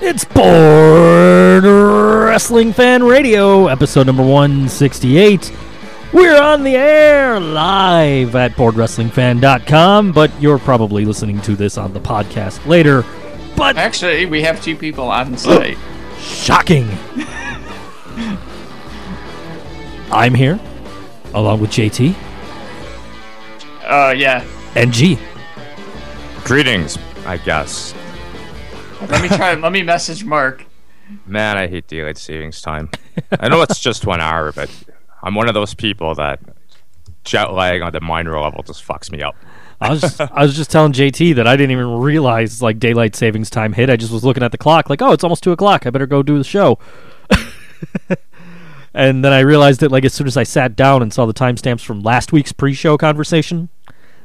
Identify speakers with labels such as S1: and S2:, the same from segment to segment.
S1: It's Board Wrestling Fan Radio, episode number 168. We're on the air live at boardwrestlingfan.com, but you're probably listening to this on the podcast later. But
S2: Actually, we have two people on site.
S1: shocking! I'm here, along with JT
S2: Uh, yeah.
S1: and G.
S3: Greetings, I guess.
S2: Let me try. let me message Mark.
S3: Man, I hate daylight savings time. I know it's just one hour, but I'm one of those people that jet lag on the minor level just fucks me up.
S1: I was just, I was just telling JT that I didn't even realize like daylight savings time hit. I just was looking at the clock, like, oh, it's almost two o'clock. I better go do the show. and then I realized that like as soon as I sat down and saw the timestamps from last week's pre-show conversation,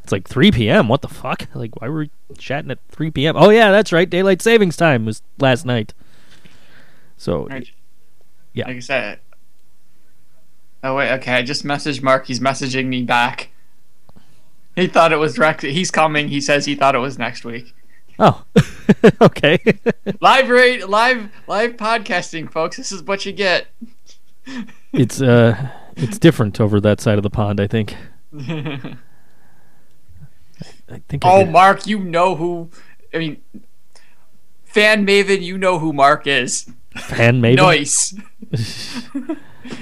S1: it's like three p.m. What the fuck? Like, why were we chatting at three p.m.? Oh yeah, that's right. Daylight savings time was last night. So
S2: Right.
S1: Yeah.
S2: Like I said. Oh wait, okay. I just messaged Mark. He's messaging me back. He thought it was direct. He's coming. He says he thought it was next week.
S1: oh, okay.
S2: Live rate, live, live podcasting, folks. This is what you get.
S1: it's uh, it's different over that side of the pond. I think. I think. I
S2: Oh,
S1: did-
S2: Mark, you know who? I mean, fan maven, you know who Mark is.
S1: Pan Maven.
S2: Nice.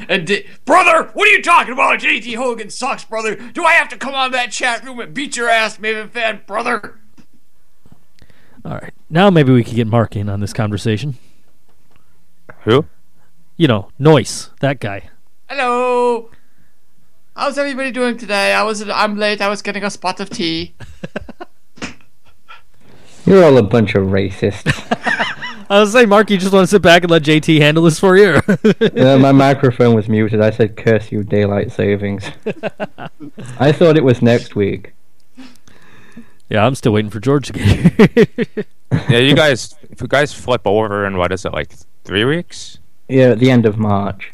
S2: and di- brother, what are you talking about? JT Hogan sucks, brother. Do I have to come on that chat room and beat your ass, Maven fan, brother?
S1: All right. Now maybe we could get Mark in on this conversation.
S3: Who?
S1: You know, Noise, that guy.
S2: Hello. How's everybody doing today? I was I'm late. I was getting a spot of tea.
S4: You're all a bunch of racists.
S1: I was saying, Mark, you just want to sit back and let JT handle this for you?
S4: Uh, my microphone was muted. I said, "Curse you, daylight savings." I thought it was next week.
S1: yeah, I'm still waiting for George to get
S3: Yeah, you guys. If you guys flip over in what is it like three weeks?
S4: Yeah, at the end of March.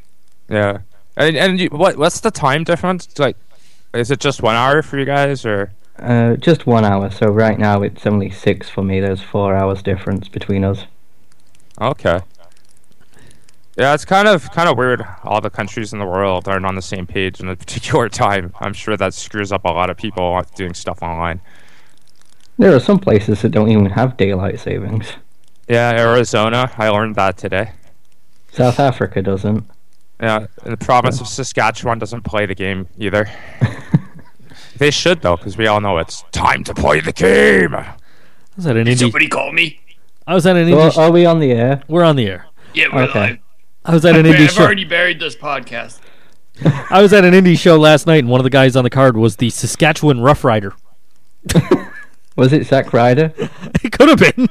S3: Yeah. And and you, what what's the time difference? It's Like, is it just one hour for you guys, or
S4: Uh, just one hour. So right now it's only six for me. There's four hours difference between us.
S3: okay? Yeah, it's kind of kind of weird. All the countries in the world aren't on the same page in a particular time. I'm sure that screws up a lot of people doing stuff online.
S4: There are some places that don't even have daylight savings.
S3: Yeah, Arizona. I learned that today.
S4: South Africa doesn't.
S3: Yeah, and the province of Saskatchewan doesn't play the game either. they should though, because we all know it's time to play the game.
S1: I was at an indie.
S2: Somebody call me.
S1: I was at an indie.
S4: Well,
S1: sh-
S4: are we on the air?
S1: We're on the air.
S2: Yeah, we're
S4: Okay.
S2: live.
S1: I was at an
S2: Man,
S1: indie
S2: I've
S1: show.
S2: already buried this podcast.
S1: I was at an indie show last night, and one of the guys on the card was the Saskatchewan Rough Rider.
S4: Was it Zack Ryder?
S1: It could have been.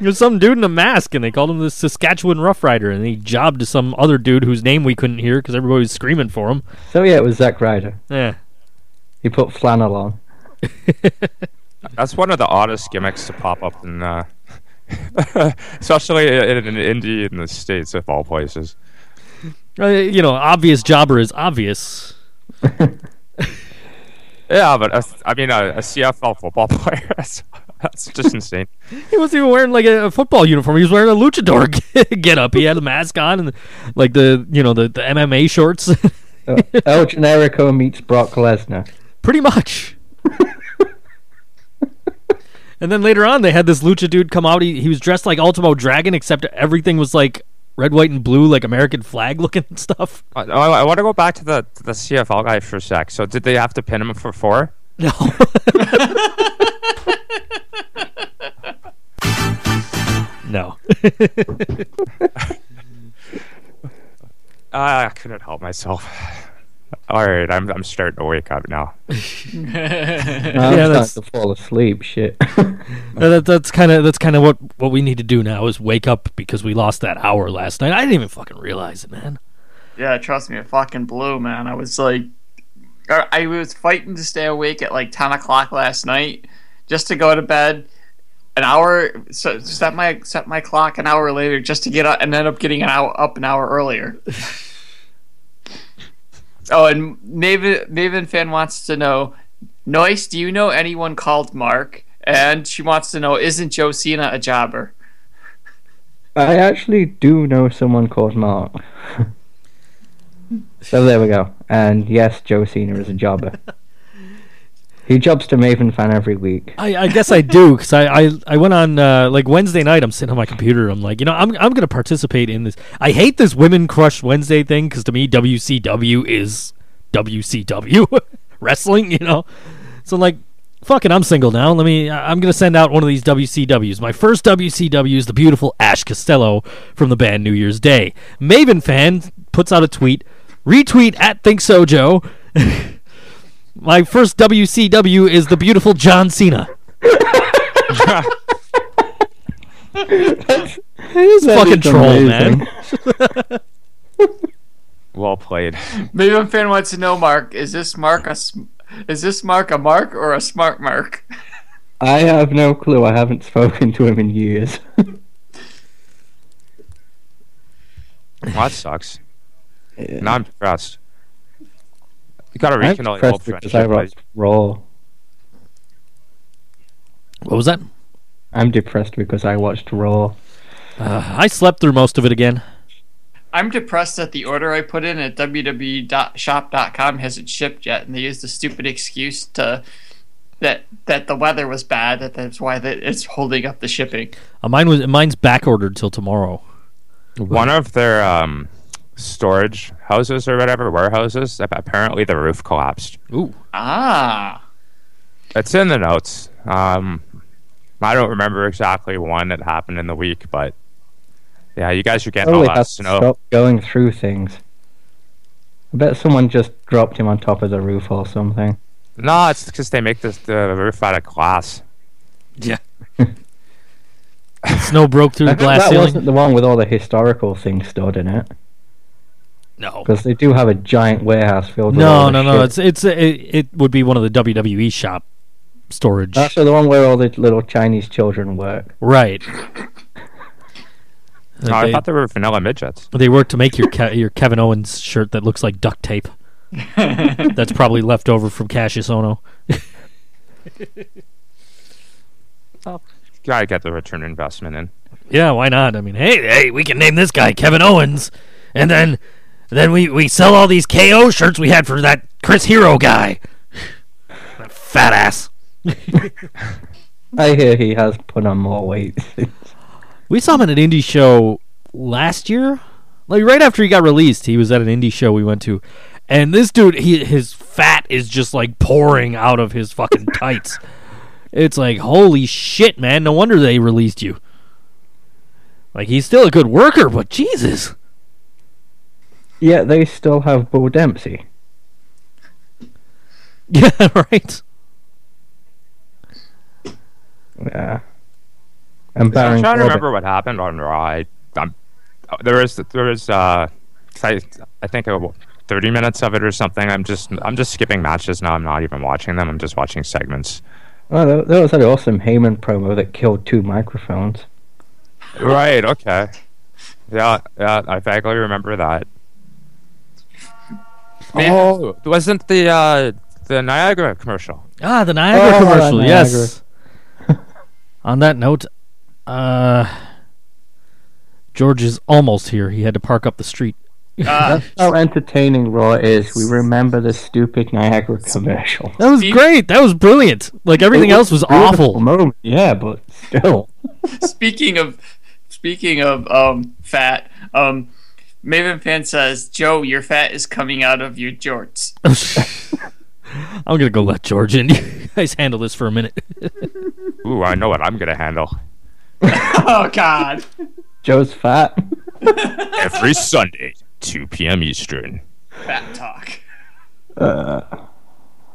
S1: There's some dude in a mask, and they called him the Saskatchewan Rough Rider, and he jobbed to some other dude whose name we couldn't hear because everybody was screaming for him.
S4: So yeah, it was Zack Ryder.
S1: Yeah.
S4: He put flannel on.
S3: That's one of the oddest gimmicks to pop up in, uh, especially in, in indie in the states, of all places.
S1: Uh, you know, obvious jobber is obvious.
S3: Yeah, but a, I mean, a, a CFL football player. That's, that's just insane.
S1: He wasn't even wearing like a, a football uniform. He was wearing a luchador get up. He had a mask on and like the you know the, the MMA shorts,
S4: Uh, El Generico meets Brock Lesnar.
S1: pretty much. and then later on, they had this lucha dude come out. He, he was dressed like Ultimo Dragon, except everything was like red, white, and blue, like American flag looking stuff.
S3: I, I, want to go back to the to the CFL guy for a sec. So, did they have to pin him for four?
S1: No. no.
S3: Uh, I couldn't help myself. All right, I'm I'm starting to wake up now.
S4: I'm
S1: Yeah, that's-
S4: starting to fall asleep. Shit.
S1: Uh, that, that's kind of that's kind of what what we need to do now is wake up because we lost that hour last night. I didn't even fucking realize it, man.
S2: Yeah, trust me, it fucking blew, man. I was like, I I was fighting to stay awake at like 10 o'clock last night just to go to bed an hour so set my set my clock an hour later just to get up and end up getting an hour up an hour earlier. oh, and Maven Maven fan wants to know, Noise, do you know anyone called Mark? And she wants to know, isn't Joe Cena a jobber?
S4: I actually do know someone called Mark. so there we go. And yes, Joe Cena is a jobber. he jobs to Maven fan every week.
S1: I, I guess I do because I, I, I went on uh, like Wednesday night. I'm sitting on my computer. I'm like, you know, I'm I'm gonna participate in this. I hate this women crush Wednesday thing because to me WCW is WCW wrestling. You know, so like, fucking, I'm single now. Let me. I- I'm gonna send out one of these WCWs. My first WCW is the beautiful Ash Costello from the band New Year's Day. Maven fan puts out a tweet, retweet at Think So Joe. My first WCW is the beautiful John Cena.
S4: He's
S1: a fucking troll, man.
S3: well played.
S2: Maven fan wants to know, Mark, is this Mark a sm- is this Mark a Mark or a smart Mark?
S4: I have no clue. I haven't spoken to him in years.
S3: Well, that sucks. Now I'm depressed. You gotta
S4: I'm
S3: rekindle your old
S4: depressed because I
S3: friendship.
S4: watched
S3: like-
S4: Raw.
S1: What was that?
S4: I'm depressed because I watched Raw.
S1: Uh, I slept through most of it again.
S2: I'm depressed that the order I put in at www.shop.com hasn't shipped yet, and they used the stupid excuse to that that the weather was bad. That that's why that it's holding up the shipping.
S1: Uh, mine was mine's back ordered till tomorrow.
S3: One of their um, storage houses or whatever, warehouses, ap- apparently the roof collapsed.
S1: Ooh,
S2: Ah,
S3: It's in the notes. Um, I don't remember exactly when it happened in the week, but yeah, you guys are getting all
S4: Probably
S3: that
S4: has to
S3: snow.
S4: stop going through things. I bet someone just dropped him on top of the roof or something.
S3: No, it's because they make this, the roof out of glass.
S1: snow broke through the glass
S4: that
S1: ceiling.
S4: wasn't the one with all the historical things stored in it,
S1: No,
S4: because they do have a giant warehouse filled with
S1: no,
S4: all
S1: no,
S4: the
S1: no.
S4: shit.
S1: It's it's it, it would be one of the WWE shop storage.
S4: That's the one where all the little Chinese children work.
S1: right.
S3: No,
S1: they,
S3: Oh, I thought they were vanilla midgets.
S1: they work to make your Ke- your Kevin Owens shirt that looks like duct tape. That's probably left over from Cassius Ono.
S3: Gotta get the return investment in.
S1: Yeah, why not? I mean, hey, hey, we can name this guy Kevin Owens, and then then we we sell all these KO shirts we had for that Chris Hero guy. that fat ass.
S4: I hear he has put on more weight.
S1: We saw him at an indie show last year. Like right after he got released, he was at an indie show we went to. And this dude, he his fat is just like pouring out of his fucking tights. It's like, holy shit, man. No wonder they released you. Like he's still a good worker, but Jesus.
S4: Yet they still have Bull Dempsey.
S1: Yeah, right.
S4: Yeah. And
S3: I'm
S4: Baron
S3: trying to
S4: Corbin.
S3: remember what happened on Raw. I, I'm, there is there is uh, 'cause I, I think uh, thirty minutes of it or something. I'm just I'm just skipping matches now. I'm not even watching them. I'm just watching segments.
S4: Oh, that, that was an awesome Heyman promo that killed two microphones.
S3: Right. Okay. Yeah. Yeah. I vaguely remember that. Oh, wasn't the uh, the Niagara commercial?
S1: Ah, the Niagara
S4: Oh, that
S1: commercial.
S4: Niagara.
S1: Yes. On that note, uh, George is almost here. He had to park up the street.
S2: uh,
S4: How entertaining Raw is. We remember the stupid Niagara commercial.
S1: That was
S2: Steve-
S1: great. That was brilliant. Like everything else was
S4: Beautiful
S1: awful.
S4: Moment. Yeah, but still.
S2: speaking of speaking of um fat, um, Maven fan says, Joe, your fat is coming out of your jorts.
S1: I'm gonna go let George in. You guys handle this for a minute.
S3: Ooh, I know what I'm gonna handle
S2: oh God.
S4: Joe's fat.
S3: every Sunday, two p.m. Eastern.
S2: Fat talk.
S4: Uh,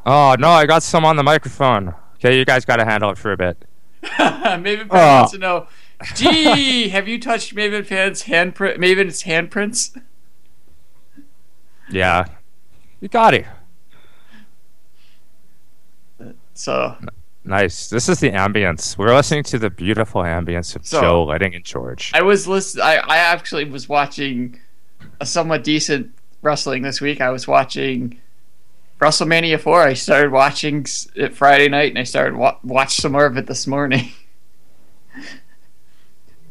S3: Oh no, I got some on the microphone. Okay, you guys gotta handle it for a bit.
S2: Maven fan
S4: Oh.
S2: wants to know. Gee, have you touched Maven fan's handprint? Maven's handprints.
S3: Yeah. You got it.
S2: So
S3: Nice. This is the ambience. We're listening to the beautiful ambience of
S2: So-
S3: Joe Letting and George.
S2: I was listening. I, I actually was watching a somewhat decent wrestling this week. I was watching WrestleMania four. I started watching s- it Friday night, and I started wa- watch some more of it this morning.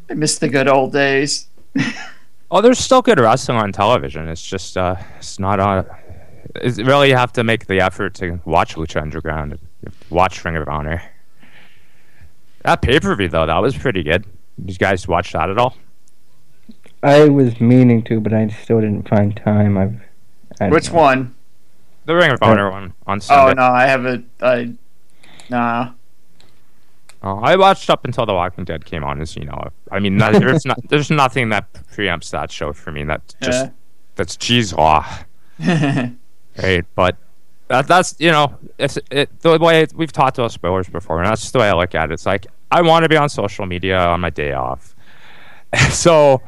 S2: I miss the good old days.
S3: Oh, there's still good wrestling on television. It's just uh, it's not on. It's really you have to make the effort to watch Lucha Underground, watch Ring of Honor. That pay per view though, that was pretty good. Did you guys watch that at all?
S4: I was meaning to, but I still didn't find time. I've. I don't
S2: Which
S4: know.
S2: one?
S3: The Ring of
S4: Yeah.
S3: Honor one on
S2: Oh
S3: Sunday.
S2: no, I haven't. I nah.
S3: Oh, I watched up until The Walking Dead came on. As you know, I mean, no- there's not, there's nothing that preempts that show for me. That just
S2: Yeah.
S3: that's cheese law. Right, but that, that's you know, it's it, the way it, we've talked about spoilers before, and that's just the way I look at it. It's like I want to be on social media on my day off, so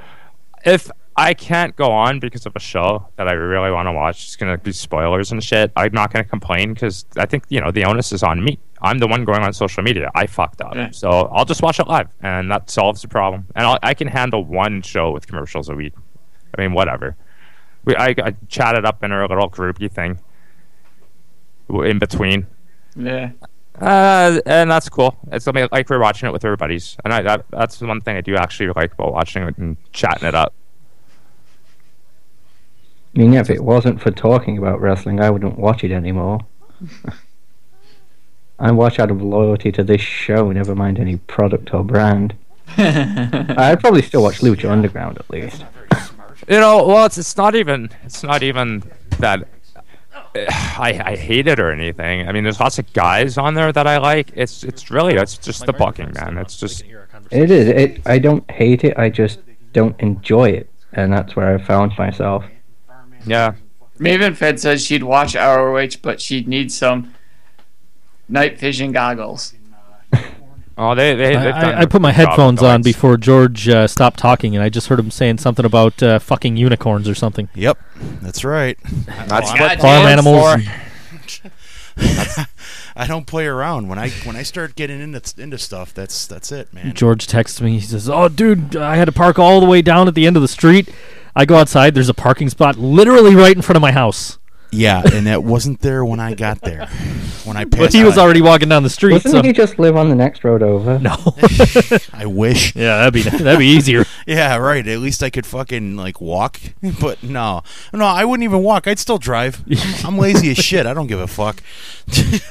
S3: if I can't go on because of a show that I really want to watch, it's gonna be spoilers and shit. I'm not gonna complain because I think you know the onus is on me. I'm the one going on social media. I fucked up,
S2: Yeah.
S3: so I'll just watch it live, and that solves the problem. And I'll, I can handle one show with commercials a week. I mean, whatever we I, I chatted up in our little groupie thing w- in between.
S2: yeah.
S3: Uh, and that's cool. It's something like we're watching it with our buddies, and I that, that's the one thing I do actually like about watching it and chatting it up.
S4: I mean, if it wasn't for talking about wrestling, I wouldn't watch it anymore. I watch out of loyalty to this show, never mind any product or brand. I'd probably still watch Lucha Underground at least.
S3: You know, well, it's it's not even it's not even that uh, I I hate it or anything. I mean, there's lots of guys on there that I like. It's it's really it's just the booking, man. It's just
S4: It is. It. I don't hate it. I just don't enjoy it, and that's where I found myself.
S3: yeah.
S2: Maven Fed says she'd watch ROH, but she'd need some night vision goggles.
S3: Oh, they they.
S1: I,
S3: they've done
S1: I, I
S3: a
S1: put my
S3: good job with
S1: headphones
S3: the
S1: on
S3: lights.
S1: before George uh, stopped talking, and I just heard him saying something about uh, fucking unicorns or something.
S5: Yep, that's right.
S3: That's
S5: God
S3: what
S1: Farm
S2: damn,
S1: animals.
S3: for.
S1: and-
S5: I don't play around when I when I start getting into into stuff. That's that's it, man.
S1: George texts me. He says, "Oh, dude, I had to park all the way down at the end of the street. I go outside. There's a parking spot literally right in front of my house,
S5: Yeah, and that wasn't there when I got there. When I passed,
S1: but he was
S5: by.
S1: already walking down the street.
S4: Doesn't
S1: So
S4: he just live on the next road over?
S1: no,
S5: I wish.
S1: yeah, that'd be that'd be easier.
S5: Yeah, right. At least I could fucking like walk. But no, no, I wouldn't even walk. I'd still drive. I'm, I'm lazy as shit. I don't give a fuck.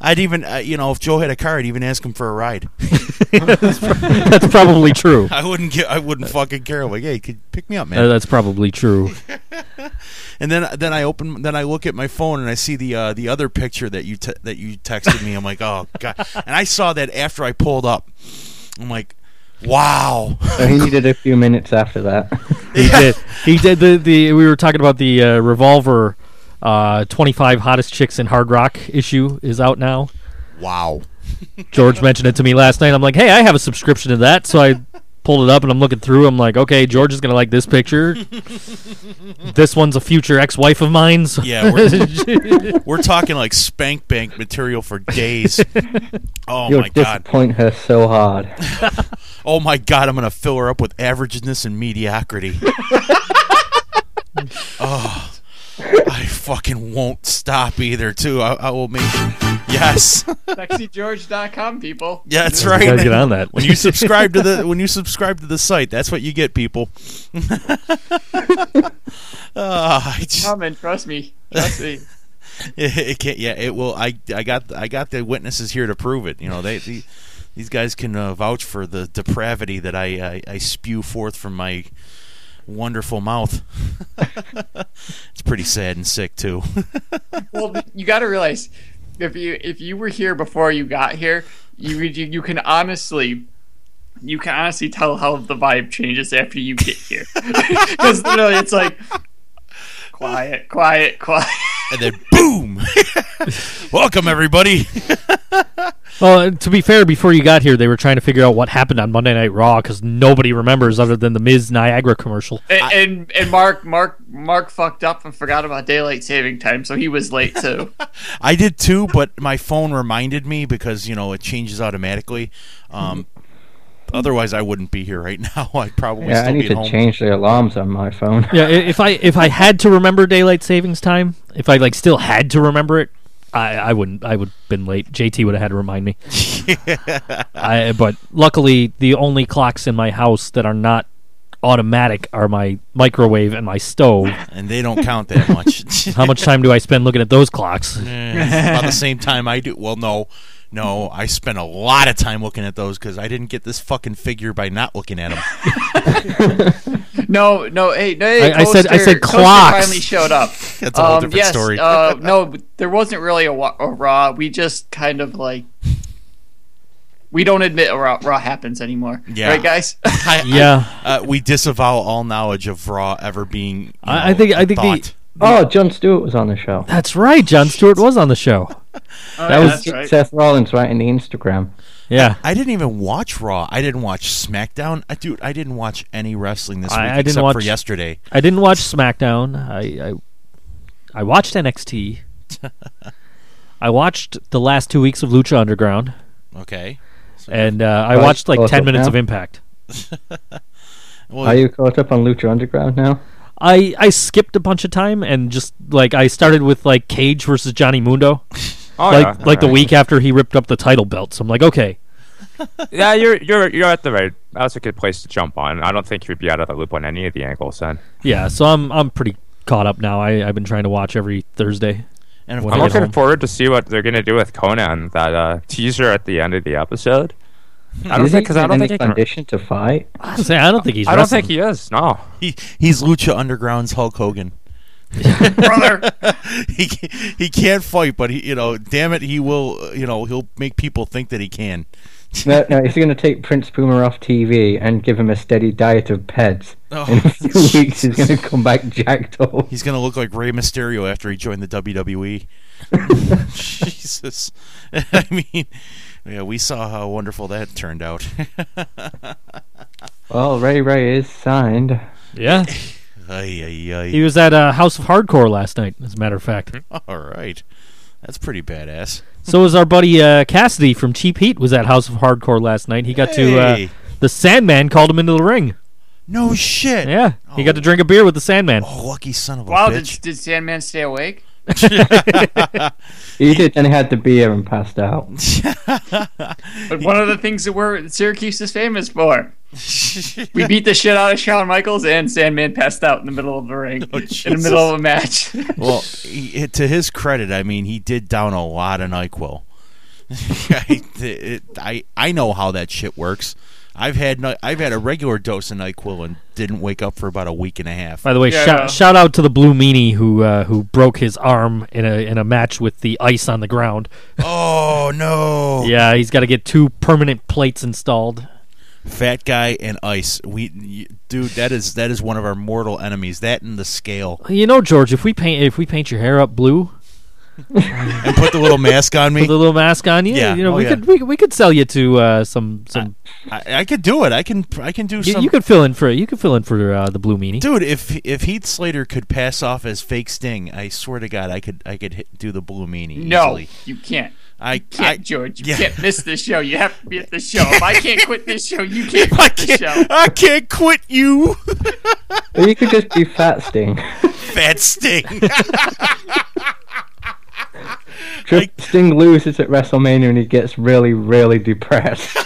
S5: I'd even, uh, you know, if Joe had a car, I'd even ask him for a ride.
S1: that's, pro- that's probably true.
S5: I wouldn't get. I wouldn't fucking care. Like, hey, could pick me up, man.
S1: Uh, that's probably true.
S5: And then then I open then I look at my phone and I see the uh, the other picture that you te- that you texted me. I'm like, oh god! And I saw that after I pulled up. I'm like, wow.
S4: So he needed a few minutes after that.
S1: He did. He did the, the we were talking about the uh, revolver uh, 25 hottest chicks in hard rock issue is out now.
S5: wow.
S1: George mentioned it to me last night. I'm like, "Hey, I have a subscription to that." So I pulled it up and I'm looking through. I'm like, "Okay, George is going to like this picture. this one's a future ex-wife of mine." So
S5: Yeah, we're, we're talking like spank bank material for days. Oh
S4: You'll
S5: my god.
S4: disappoint her so hard.
S5: Oh my god, I'm gonna fill her up with averageness and mediocrity. oh, I fucking won't stop either. Too, I, I will make. Yes,
S2: SexyGeorge.com, people.
S5: yeah, that's
S1: you
S5: right.
S1: gotta get on that.
S5: when you subscribe to the when you subscribe to the site, that's what you get, people. Ah, I just-
S2: Come and trust me. Trust me.
S5: it, it can't, yeah, it will. I I got I got the witnesses here to prove it. You know they. the these guys can uh, vouch for the depravity that I, I, I spew forth from my wonderful mouth. it's pretty sad and sick too.
S2: well, you got to realize if you if you were here before you got here, you you, you can honestly. You can honestly tell how the vibe changes after you get here, because literally it's like quiet, quiet, quiet.
S5: and then boom, Welcome everybody.
S1: Well, to be fair, before you got here, they were trying to figure out what happened on Monday Night Raw because nobody remembers other than the Miz Niagara commercial.
S2: And, and and Mark Mark Mark fucked up and forgot about daylight saving time, so he was late too.
S5: I did too, but my phone reminded me because you know it changes automatically. Um, otherwise, I wouldn't be here right now. I'd probably
S4: Yeah,
S5: still
S4: I
S5: be
S4: need
S5: at
S4: to
S5: home.
S4: change the alarms on my phone.
S1: Yeah, i- if I if I had to remember daylight savings time, if I like still had to remember it, I, I wouldn't. I would have been late. JT would have had to remind me. I, but luckily, the only clocks in my house that are not automatic are my microwave and my stove.
S5: and they don't count that much.
S1: How much time do I spend looking at those clocks?
S5: Eh, about the same time I do. Well, no, no, I spent a lot of time looking at those because I didn't get this fucking figure by not looking at them.
S2: No, no, hey, no, hey,
S1: I- I said- I said
S2: Toaster- Toaster
S1: clocks.
S2: Finally showed up.
S5: That's a whole
S2: Um,
S5: different
S2: yes,
S5: story.
S2: uh, no, but there wasn't really a, wa- a raw. We just kind of like we don't admit a raw, raw happens anymore.
S5: Yeah.
S2: right, guys.
S5: I- I-
S1: Yeah,
S5: uh, we disavow all knowledge of Raw ever being. you
S1: I- I
S5: know,
S1: think-
S5: a
S1: I think the-
S5: thought.
S4: Oh, John Stewart was on the show.
S1: that's right. John Stewart was on the show.
S4: That
S2: Oh,
S4: was
S2: that's right.
S4: Seth Rollins writing the Instagram.
S1: Yeah,
S5: I didn't even watch Raw. I didn't watch SmackDown. I, dude, I didn't watch any wrestling this
S1: I-
S5: week
S1: I didn't
S5: except for
S1: watch-
S5: yesterday.
S1: I didn't watch SmackDown. I I, I watched NXT. I watched the last two weeks of Lucha Underground,
S5: Okay.
S1: and uh, I
S4: Right,
S1: watched like
S4: close
S1: ten
S4: up
S1: minutes
S4: now.
S1: of Impact.
S5: Well,
S4: Are you caught up on Lucha Underground now?
S1: I I skipped a bunch of time and just like I started with like Cage versus Johnny Mundo,
S3: Oh,
S1: like
S3: yeah,
S1: like the
S3: alright.
S1: week after he ripped up the title belt. So I'm like, okay,
S3: Yeah, you're you're you're at the right. That's a good place to jump on. I don't think you'd be out of the loop on any of the angles then.
S1: yeah. So I'm I'm pretty caught up now. I I've been trying to watch every Thursday.
S5: and of
S1: When
S3: I'm
S1: I
S5: course,
S1: get
S3: looking
S1: home.
S3: forward to see what they're gonna do with Conan. That uh, teaser at the end of the episode. I don't
S4: Is he
S3: think because I
S4: in
S3: don't
S4: any
S3: think I, can,
S4: condition to fight?
S1: I say I don't think he's.
S3: I don't think
S1: wrestling.
S3: he is. No.
S5: he, he's Lucha Underground's Hulk Hogan.
S2: brother.
S5: he ca- he can't fight, but he you know, damn it, he will. uh, You know, he'll make people think that he can.
S4: No, no. He's going to take Prince Puma off TV and give him a steady diet of pets.
S5: Oh,
S4: In a few weeks, he's going to come back jacked up.
S5: He's gonna look like Rey Mysterio after he joined the WWE. Jesus, I mean, yeah, we saw how wonderful that turned out.
S4: Well, Ray Ray is signed.
S1: Yeah,
S5: Ay, ay, ay.
S1: he was at uh, House of Hardcore last night. As a matter of fact.
S3: Mm-hmm.
S5: All right, that's pretty badass.
S1: So was our buddy uh, Cassidy from Cheap Heat was at House of Hardcore last night. He got to uh,
S5: Hey.
S1: the Sandman called him into the ring.
S5: No shit.
S1: Yeah, he got to drink a beer with the Sandman.
S5: Oh, lucky son of a
S2: wow, did,
S5: bitch.
S2: did Sandman stay awake?
S4: He did, and he had the beer and passed out.
S2: But one of the things that we're Syracuse is famous for. We beat the shit out of Shawn Michaels, and Sandman passed out in the middle of the ring, in the
S5: Oh, Jesus.
S2: middle of a match.
S5: well, he, to his credit, I mean, he did down a lot of Nyquil. I, it, I I know how that shit works. I've had Ny- I've had a regular dose of Nyquil and didn't wake up for about a week and a half.
S1: By the way,
S2: Yeah,
S1: shout,
S2: no.
S1: shout out to the Blue Meanie who uh, who broke his arm in a in a match with the ice on the ground.
S5: Oh no!
S1: Yeah, he's got to get two permanent plates installed.
S5: Fat guy and ice. We, y dude, that is that is one of our mortal enemies. That and the scale.
S1: You know, George, if we paint if we paint your hair up blue
S5: And put the little mask on me.
S1: with a little mask on, yeah,
S5: Yeah,
S1: you know,
S5: oh,
S1: we
S5: yeah.
S1: could we, we could sell you to uh, some some.
S5: I, I could do it. I can I can do
S1: you,
S5: some.
S1: you could fill in for you could fill in for uh, the Blue Meanie.
S5: Dude, if if Heath Slater could pass off as fake Sting, I swear to God, I could I could hit, do the Blue Meanie.
S2: no,
S5: easily.
S2: you can't.
S5: I
S2: can't,
S5: I,
S2: George. You
S5: yeah.
S2: can't miss this show. You have to be at the show. If I can't quit this show, you can't
S5: I
S2: quit this
S5: can't,
S2: show.
S5: I can't quit you,
S4: Or you could just be Fat Sting.
S5: Fat Sting.
S4: Tri- Sting loses at WrestleMania and he gets really, really depressed.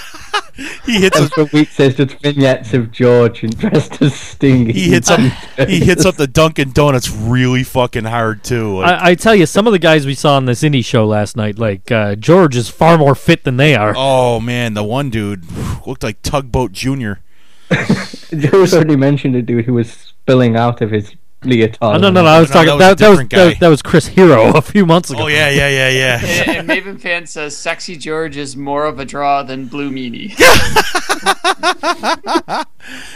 S5: he hits
S4: and
S5: up,
S4: for weeks there's just vignettes of George and dressed as Sting.
S5: he hits up he hits up the Dunkin' Donuts really fucking hard too. Like,
S1: I, I tell you, some of the guys we saw on this indie show last night, like uh, George, is far more fit than they are.
S5: oh man, the one dude looked like Tugboat Junior.
S4: George already mentioned a dude who was spilling out of his leotard.
S1: Oh, no, no, no! I was
S5: no,
S1: talking
S5: that
S1: that
S5: was a
S1: that was,
S5: different
S1: that, was
S5: guy.
S1: that was Chris Hero a few months ago.
S5: Oh yeah, yeah, yeah, yeah.
S2: And, and Maven fan says sexy George is more of a draw than Blue Meanie.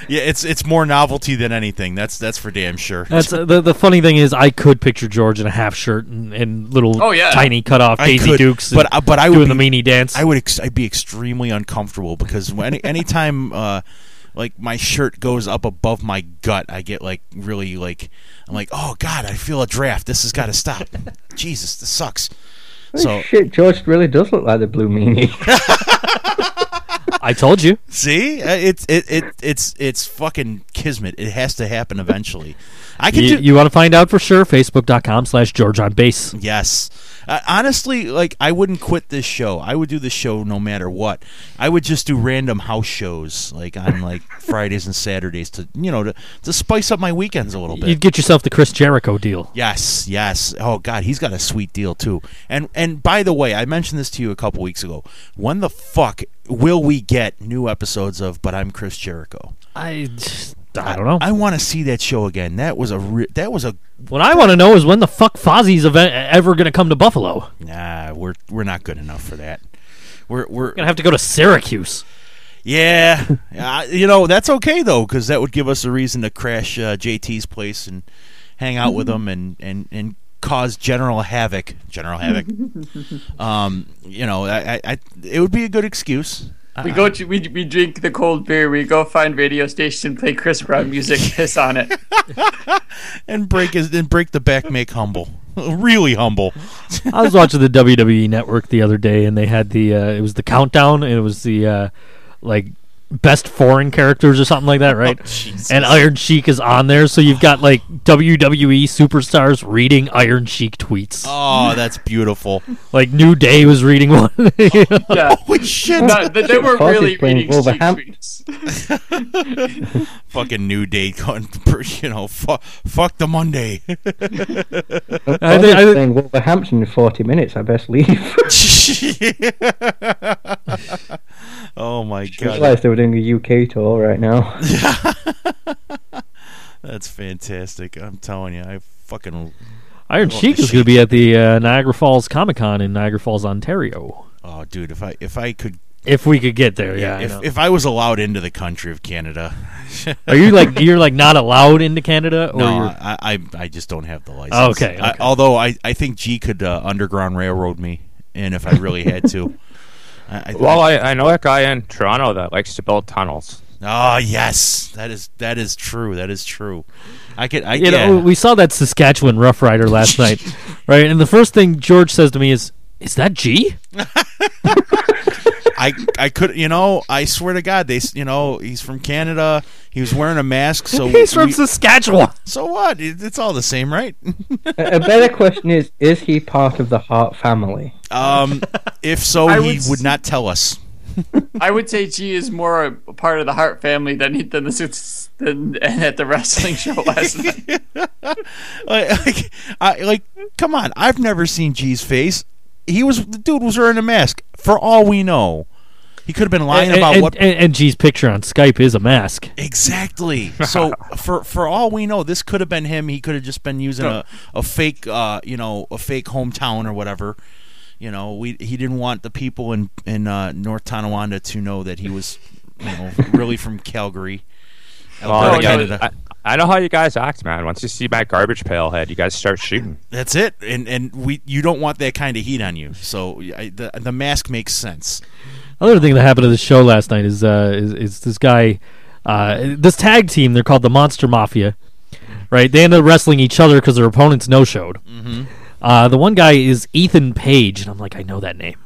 S5: Yeah, it's it's more novelty than anything. That's that's for damn sure.
S1: That's uh, the the funny thing is I could picture George in a half shirt and, and little
S2: Oh, yeah.
S1: tiny cut off
S5: I
S1: Daisy
S5: could,
S1: Dukes,
S5: but
S1: and
S5: I- but I would
S1: doing the
S5: be-
S1: meanie dance.
S5: I would ex- I'd be extremely uncomfortable because when anytime uh like my shirt goes up above my gut, I get like really like I'm like, "Oh god, I feel a draft. This has got to stop." Jesus, this sucks. So,
S4: Shit, George really does look like the Blue Meanie.
S1: I told you.
S5: see? Uh, It's it, it it's it's fucking kismet. It has to happen eventually. I can
S1: You,
S5: do
S1: you want to find out for sure? Facebook.com slash George on base.
S5: Yes. Uh, honestly, like I wouldn't quit this show. I would do this show no matter what. I would just do random house shows, like on like Fridays and Saturdays, to you know to, to spice up my weekends a little bit.
S1: You'd get yourself the Chris Jericho deal.
S5: Yes, yes. Oh God, he's got a sweet deal too. And and by the way, I mentioned this to you a couple weeks ago. When the fuck will we get new episodes of But I'm Chris Jericho?
S1: I, I don't know.
S5: I want to see that show again. That was a re- that was a
S1: what I want to know is when the fuck Fozzie's event uh, ever going to come to Buffalo? We're
S5: nah. We're we're not good enough for that. We're we're
S1: going to have to go to Syracuse.
S5: Yeah, uh, you know that's okay though, because that would give us a reason to crash uh, JT's place and hang out with him and and and cause general havoc. General havoc. um, you know, I, I, I it would be a good excuse.
S2: We go to we, we drink the cold beer. We go find radio station, play Chris Brown music, piss on it.
S5: and break his and break the back, make humble, really humble.
S1: I was watching the WWE Network the other day, and they had the uh, it was the countdown, and it was the uh, like best foreign characters or something like that, right?
S5: Oh,
S1: and Iron Sheik is on there, so you've got like WWE superstars reading Iron Sheik tweets.
S5: Oh, that's beautiful.
S1: Like New Day was reading one. you know?
S2: Yeah.
S5: Holy shit!
S2: No, they, they were
S4: Fozzie's
S2: really
S4: playing
S2: reading Steve
S4: Wolverhampton.
S2: tweets.
S5: Fucking new day going. You know, fuck, fuck the Monday.
S1: I think- I
S4: was
S1: think-
S4: saying Wolverhampton in 40 minutes, I best leave.
S5: oh my
S4: I
S5: god.
S4: realised they were doing a UK tour right now.
S5: That's fantastic. I'm telling you, I fucking.
S1: Iron Sheik is going to be at the uh, Niagara Falls Comic Con in Niagara Falls, Ontario.
S5: Oh, dude, if I if I could,
S1: If we could get there, yeah. I know.
S5: if if I was allowed into the country of Canada,
S1: Are you like you're like not allowed into Canada? Or
S5: no,
S1: you're,
S5: I, I I just don't have the license.
S1: Oh, okay,
S5: I,
S1: okay.
S5: although I I think G could uh, underground railroad me, and if I really had to. I, I,
S3: Well, I, I know that guy in Toronto that likes to build tunnels.
S5: oh yes, that is that is true. That is true. I could. I
S1: you
S5: yeah.
S1: know, we saw that Saskatchewan Rough Rider last night, right? And the first thing George says to me is, "Is that G?"
S5: I I could. You know, I swear to God, they. s- You know, he's from Canada. He was wearing a mask, so
S1: He's from
S5: we-
S1: Saskatchewan.
S5: so what? It- It's all the same, right?
S4: a a better question is, is he part of the Hart family?
S5: Um, if so,
S2: I would
S5: he would
S2: s-
S5: not tell us.
S2: I would say G is more a part of the Hart family than he- than the suits than and at the wrestling show last night.
S5: Like, like, I, like, come on! I've never seen G's face. He was the dude was wearing a mask. For all we know, he could have been lying
S1: And,
S5: about
S1: and-
S5: what
S1: and- and G's picture on Skype is a mask.
S5: exactly. So for for all we know, this could have been him. He could have just been using a a fake, uh, you know, a fake hometown or whatever. You know, we he didn't want the people in in uh, North Tonawanda to know that he was, you know, really from Calgary.
S3: Well,
S5: Alberta,
S2: yeah.
S5: Canada.
S3: I, I know how you guys act, man. Once you see my garbage pail head, you guys start shooting.
S5: That's it, and and we you don't want that kind of heat on you. So I, the the mask makes sense.
S1: Another thing that happened to the show last night is uh, is, is this guy, uh, this tag team. They're called the Monster Mafia, right? They end up wrestling each other because their opponents no showed. Uh, the one guy is Ethan Page, and I'm like, I know that name.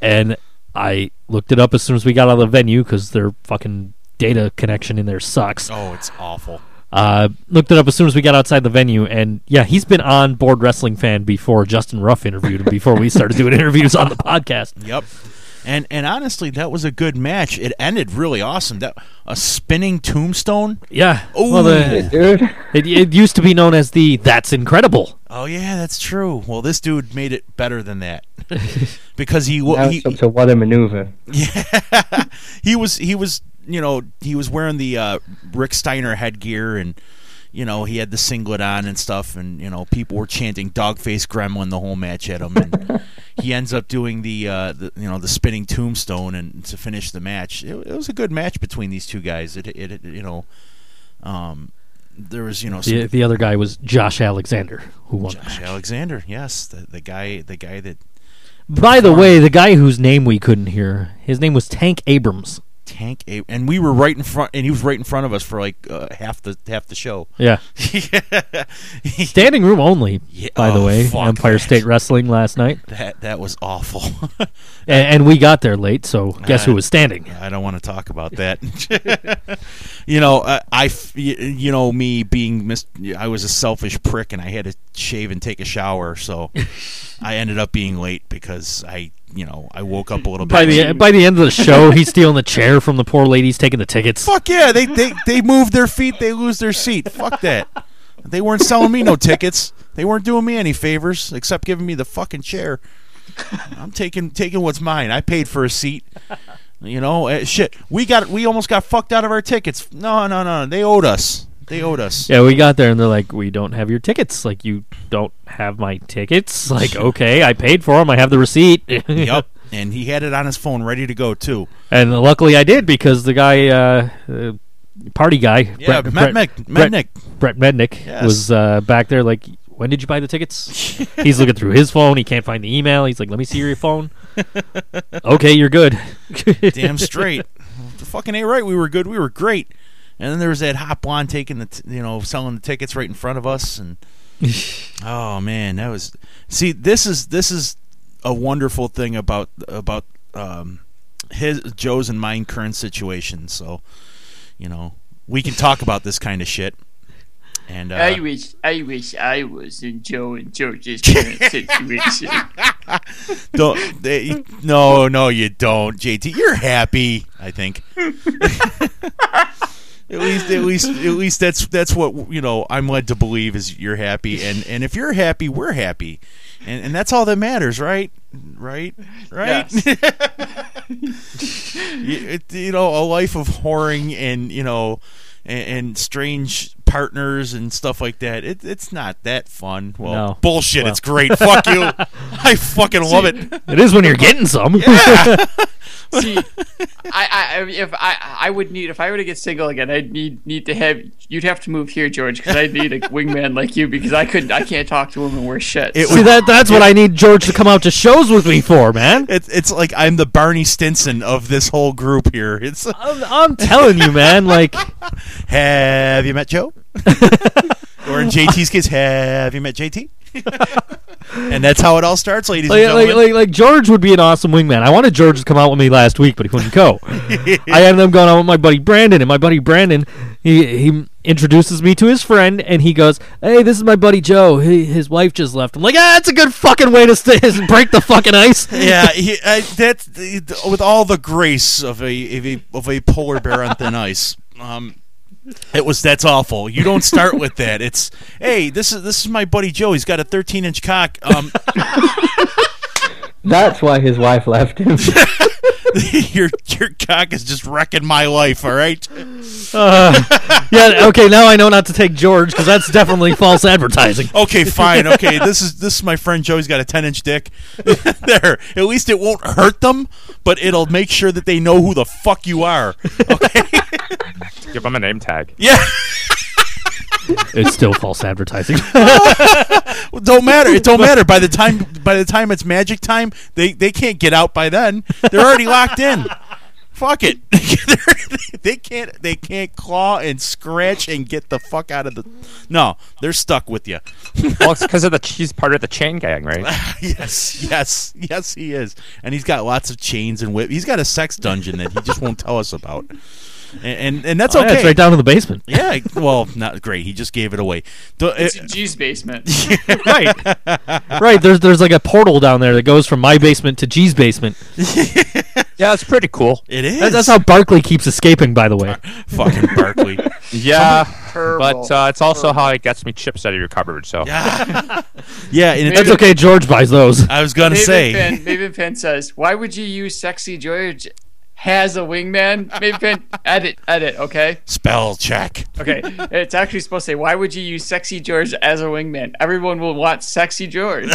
S1: and I looked it up as soon as we got out of the venue because their fucking data connection in there sucks.
S5: Oh, it's awful.
S1: Uh, looked it up as soon as we got outside the venue, and yeah, he's been on board wrestling fan before Justin Ruff interviewed him before we started doing interviews on the podcast.
S5: Yep. And and honestly, that was a good match. It ended really awesome. That a spinning tombstone.
S1: Yeah.
S5: Ooh.
S1: Well, the,
S4: Dude,
S1: it, it used to be known as the "That's Incredible."
S5: Oh yeah, that's true. Well, this dude made it better than that because he
S4: now
S5: wa- he
S4: it's up to what a maneuver.
S5: he was he was you know he was wearing the uh, Rick Steiner headgear and. You know, he had the singlet on and stuff, and you know, people were chanting "Dogface Gremlin" the whole match at him, and he ends up doing the, uh, the you know the spinning tombstone and to finish the match. It, it was a good match between these two guys. It it, it you know, um, there was you know some
S1: The, the other guy was Josh Alexander, who won.
S5: Josh Alexander. Yes, the, the guy the guy that
S1: By the way, the guy whose name we couldn't hear, his name was Tank Abrams.
S5: tank a- and we were right in front and he was right in front of us for like uh, half the half the show.
S1: Yeah. Standing room only,
S5: Yeah,
S1: by the
S5: oh,
S1: way.
S5: fuck
S1: Empire
S5: that.
S1: State Wrestling last night.
S5: That that was awful.
S1: And, and we got there late, so guess
S5: Uh,
S1: who was standing?
S5: I don't want to talk about that. you know, uh, I f- y- you know me being mis- I was a selfish prick and I had to shave and take a shower, so I ended up being late because I you know I woke up a little bit.
S1: By
S5: late.
S1: the uh, by the end of the show, he's stealing the chair from the poor ladies taking the tickets.
S5: Fuck yeah, they they they move their feet, they lose their seat. Fuck that. They weren't selling me no tickets. They weren't doing me any favors except giving me the fucking chair. I'm taking taking what's mine. I paid for a seat. You know, eh, shit. We got we almost got fucked out of our tickets. No, no, no. They owed us. They owed us.
S1: Yeah, we got there and they're like, "We don't have your tickets. Like, you don't have my tickets. Like, okay, I paid for them. I have the receipt."
S5: Yep. And he had it on his phone ready to go too.
S1: And luckily, I did because the guy, uh, uh, party guy,
S5: Yeah, Matt Mc- Matt
S1: Brett,
S5: Nick.
S1: Brett Mednick
S5: Yes.
S1: was uh, back there. Like, when did you buy the tickets? He's looking through his phone. He can't find the email. He's like, "Let me see your phone." okay, you're good.
S5: Damn straight. the fucking ain't right. We were good. We were great. And then there was that hot blonde taking the, t- you know, selling the tickets right in front of us. And oh man, that was. See, this is this is a wonderful thing about about um, his Joe's and mine current situation. So, you know, we can talk about this kind of shit. And uh,
S2: I wish, I wish I was in Joe and George's current situation.
S5: don't they, no no you don't JT you're happy I think at least at least at least that's that's what you know I'm led to believe is you're happy and and if you're happy we're happy and and that's all that matters right right right you, it, you know a life of whoring and you know and, and strange partners and stuff like that it, it's not that fun well
S1: No.
S5: bullshit it's great fuck you I fucking love it
S1: it is when you're getting some.
S2: See, I, I, I mean, if I, I would need, if I were to get single again, I'd need, need to have, you'd have to move here, George, because I need a wingman like you, because I couldn't, I can't talk to women worth shit.
S5: It
S2: so-
S1: See that that's what I need George to come out to shows with me for, man.
S5: It's it's like I'm the Barney Stinson of this whole group here. It's
S1: I'm, I'm telling you, man. Like,
S5: have you met Joe? or in JT's case, have you met JT? and that's how it all starts, ladies and
S1: like, like,
S5: gentlemen.
S1: like, like George would be an awesome wingman. I wanted George to come out with me last week, but he wouldn't go. I ended up going out with my buddy Brandon, and my buddy Brandon, he he introduces me to his friend, and he goes, "Hey, this is my buddy Joe. He, his wife just left." I'm like, "Ah, that's a good fucking way to stay, break the fucking ice."
S5: yeah, he, I, that's with all the grace of a, of a of a polar bear on thin ice. Um, it was that's awful. You don't start with that. It's hey, this is this is my buddy Joe. He's got a 13 inch cock. Um,
S4: That's why his wife left him.
S5: your your cock is just wrecking my life. All right.
S1: Uh, yeah. Okay, now I know not to take George because that's definitely false advertising.
S5: Okay, fine. Okay, this is this is my friend Joey's got a ten inch dick. there, at least it won't hurt them, but it'll make sure that they know who the fuck you are. Okay,
S3: Give him a name tag.
S5: yeah,
S1: It's still false advertising.
S5: Well, don't matter. It don't matter. By the time by the time it's magic time, they they can't get out by then. They're already locked in. Fuck it. They're- they can't they can't claw and scratch and get the fuck out of the. No, they're stuck with you.
S3: Well, it's because of the he's part of the chain gang, right?
S5: Yes, yes, yes, he is, and he's got lots of chains and whip. He's got a sex dungeon that he just won't tell us about, and and, and that's
S1: Oh,
S5: okay.
S1: yeah, it's right down in the basement.
S5: Yeah, well, not great. He just gave it away. Do-
S2: it's
S5: uh,
S2: in G's basement.
S1: right. Right. There's there's like a portal down there that goes from my basement to G's basement.
S3: yeah, it's pretty cool.
S5: it is.
S1: That- that's how Barkley keeps escaping, by the way.
S5: fucking Barkley.
S3: Yeah,
S2: Terrible.
S3: but uh, it's also how it gets me chips out of your cupboard. So
S5: yeah, Ah. yeah. And
S1: That's
S5: it's,
S1: okay. George buys those.
S5: I was gonna
S2: Maven
S5: say.
S2: Fan, Maven Fan says, "Why would you use sexy George has a wingman. Maybe Fan- edit, edit. Okay,
S5: Spell check.
S2: okay. It's actually supposed to say, "Why would you use Sexy George as a wingman? Everyone will want Sexy George."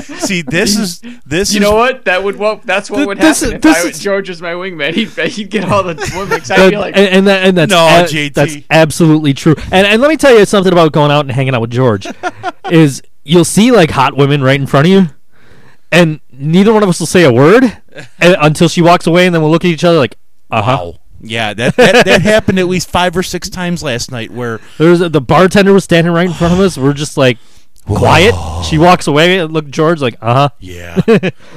S5: See, this is this.
S2: You
S5: is,
S2: know what? That would what? That's what
S1: Th-
S2: would
S1: this
S2: happen
S1: is-
S2: if
S1: this
S2: I,
S1: is-
S2: George was my wingman. He'd, he'd get all the women. 'cause I'd
S1: That-
S2: be like,
S1: and, and that, and that's
S5: No,
S1: ab-
S5: JT.
S1: that's absolutely true. And and let me tell you something about going out and hanging out with George is you'll see like hot women right in front of you, and neither one of us will say a word and, until she walks away, and then we'll look at each other like, uh huh.
S5: Wow. Yeah, that, that that happened at least five or six times last night. Where
S1: There's a, the bartender was standing right in front of us. We're just like quiet. She walks away. Look, at George, like uh huh.
S5: yeah,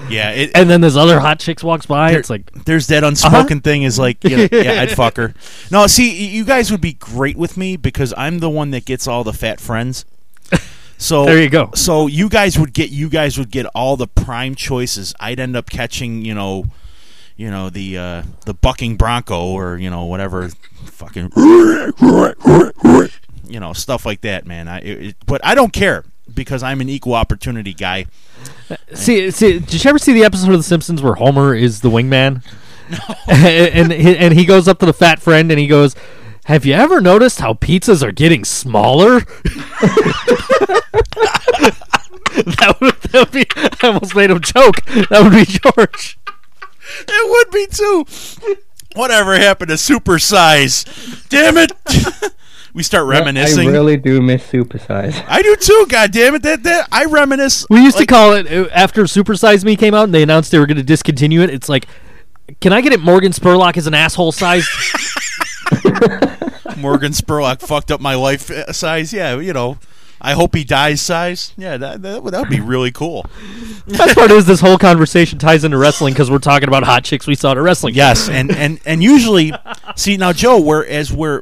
S5: yeah, it,
S1: And then this other hot chicks walks by.
S5: There-
S1: it's like
S5: there's
S1: Uh-huh.
S5: that unspoken thing is like you know, yeah I'd fuck her. No, see, y- you guys would be great with me because I'm the one that gets all the fat friends. So
S1: There you go.
S5: So you guys would get you guys would get all the prime choices. I'd end up catching you know, you know the uh, the bucking bronco or you know whatever fucking you know stuff like that, man. I it, it- but I don't care because I'm an equal opportunity guy.
S1: See, see, did you ever see the episode of The Simpsons where Homer is the wingman? and he- and he goes up to the fat friend and he goes, "Have you ever noticed how pizzas are getting smaller?" that, would, that would be. I almost made him joke. That would be George.
S5: It would be too. Whatever happened to supersize? Damn it! we start reminiscing.
S4: I really do miss supersize.
S5: I do too. God damn it! That that I reminisce.
S1: We used
S5: like,
S1: to call it uh, after Super Size Me came out and they announced they were going to discontinue it. It's like, can I get it? Morgan Spurlock is an asshole sized.
S5: Morgan Spurlock fucked up my life uh, size. Yeah, you know. I hope he dies size. Yeah, that that would that would be really cool.
S1: Best part is this whole conversation ties into wrestling because we're talking about hot chicks we saw at a wrestling.
S5: Yes, and and and usually, see now, Joe, whereas we're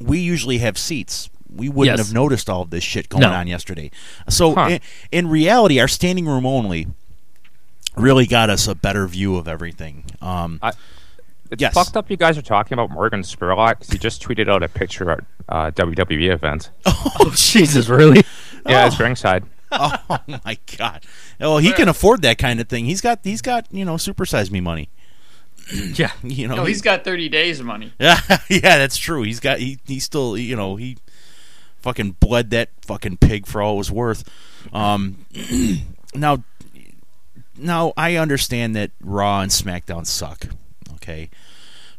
S5: we usually have seats. We wouldn't
S1: Yes.
S5: have noticed all of this shit going
S1: No.
S5: on yesterday. So
S3: Huh.
S5: in, in reality, our standing room only really got us a better view of everything. Um,
S3: I- It's
S5: Yes.
S3: fucked up you guys are talking about Morgan Spurlock 'cause he just tweeted out a picture at uh, WWE event.
S1: Oh, Jesus, really?
S3: Yeah, it's ringside.
S5: oh my god! Oh, he can afford that kind of thing. He's got he's got you know supersize me money.
S1: Yeah.
S5: You know
S2: no, he's got thirty days of money.
S5: Yeah, yeah, that's true. He's got he he still you know he fucking bled that fucking pig for all it was worth. Um, now, now I understand that Raw and SmackDown suck. Okay.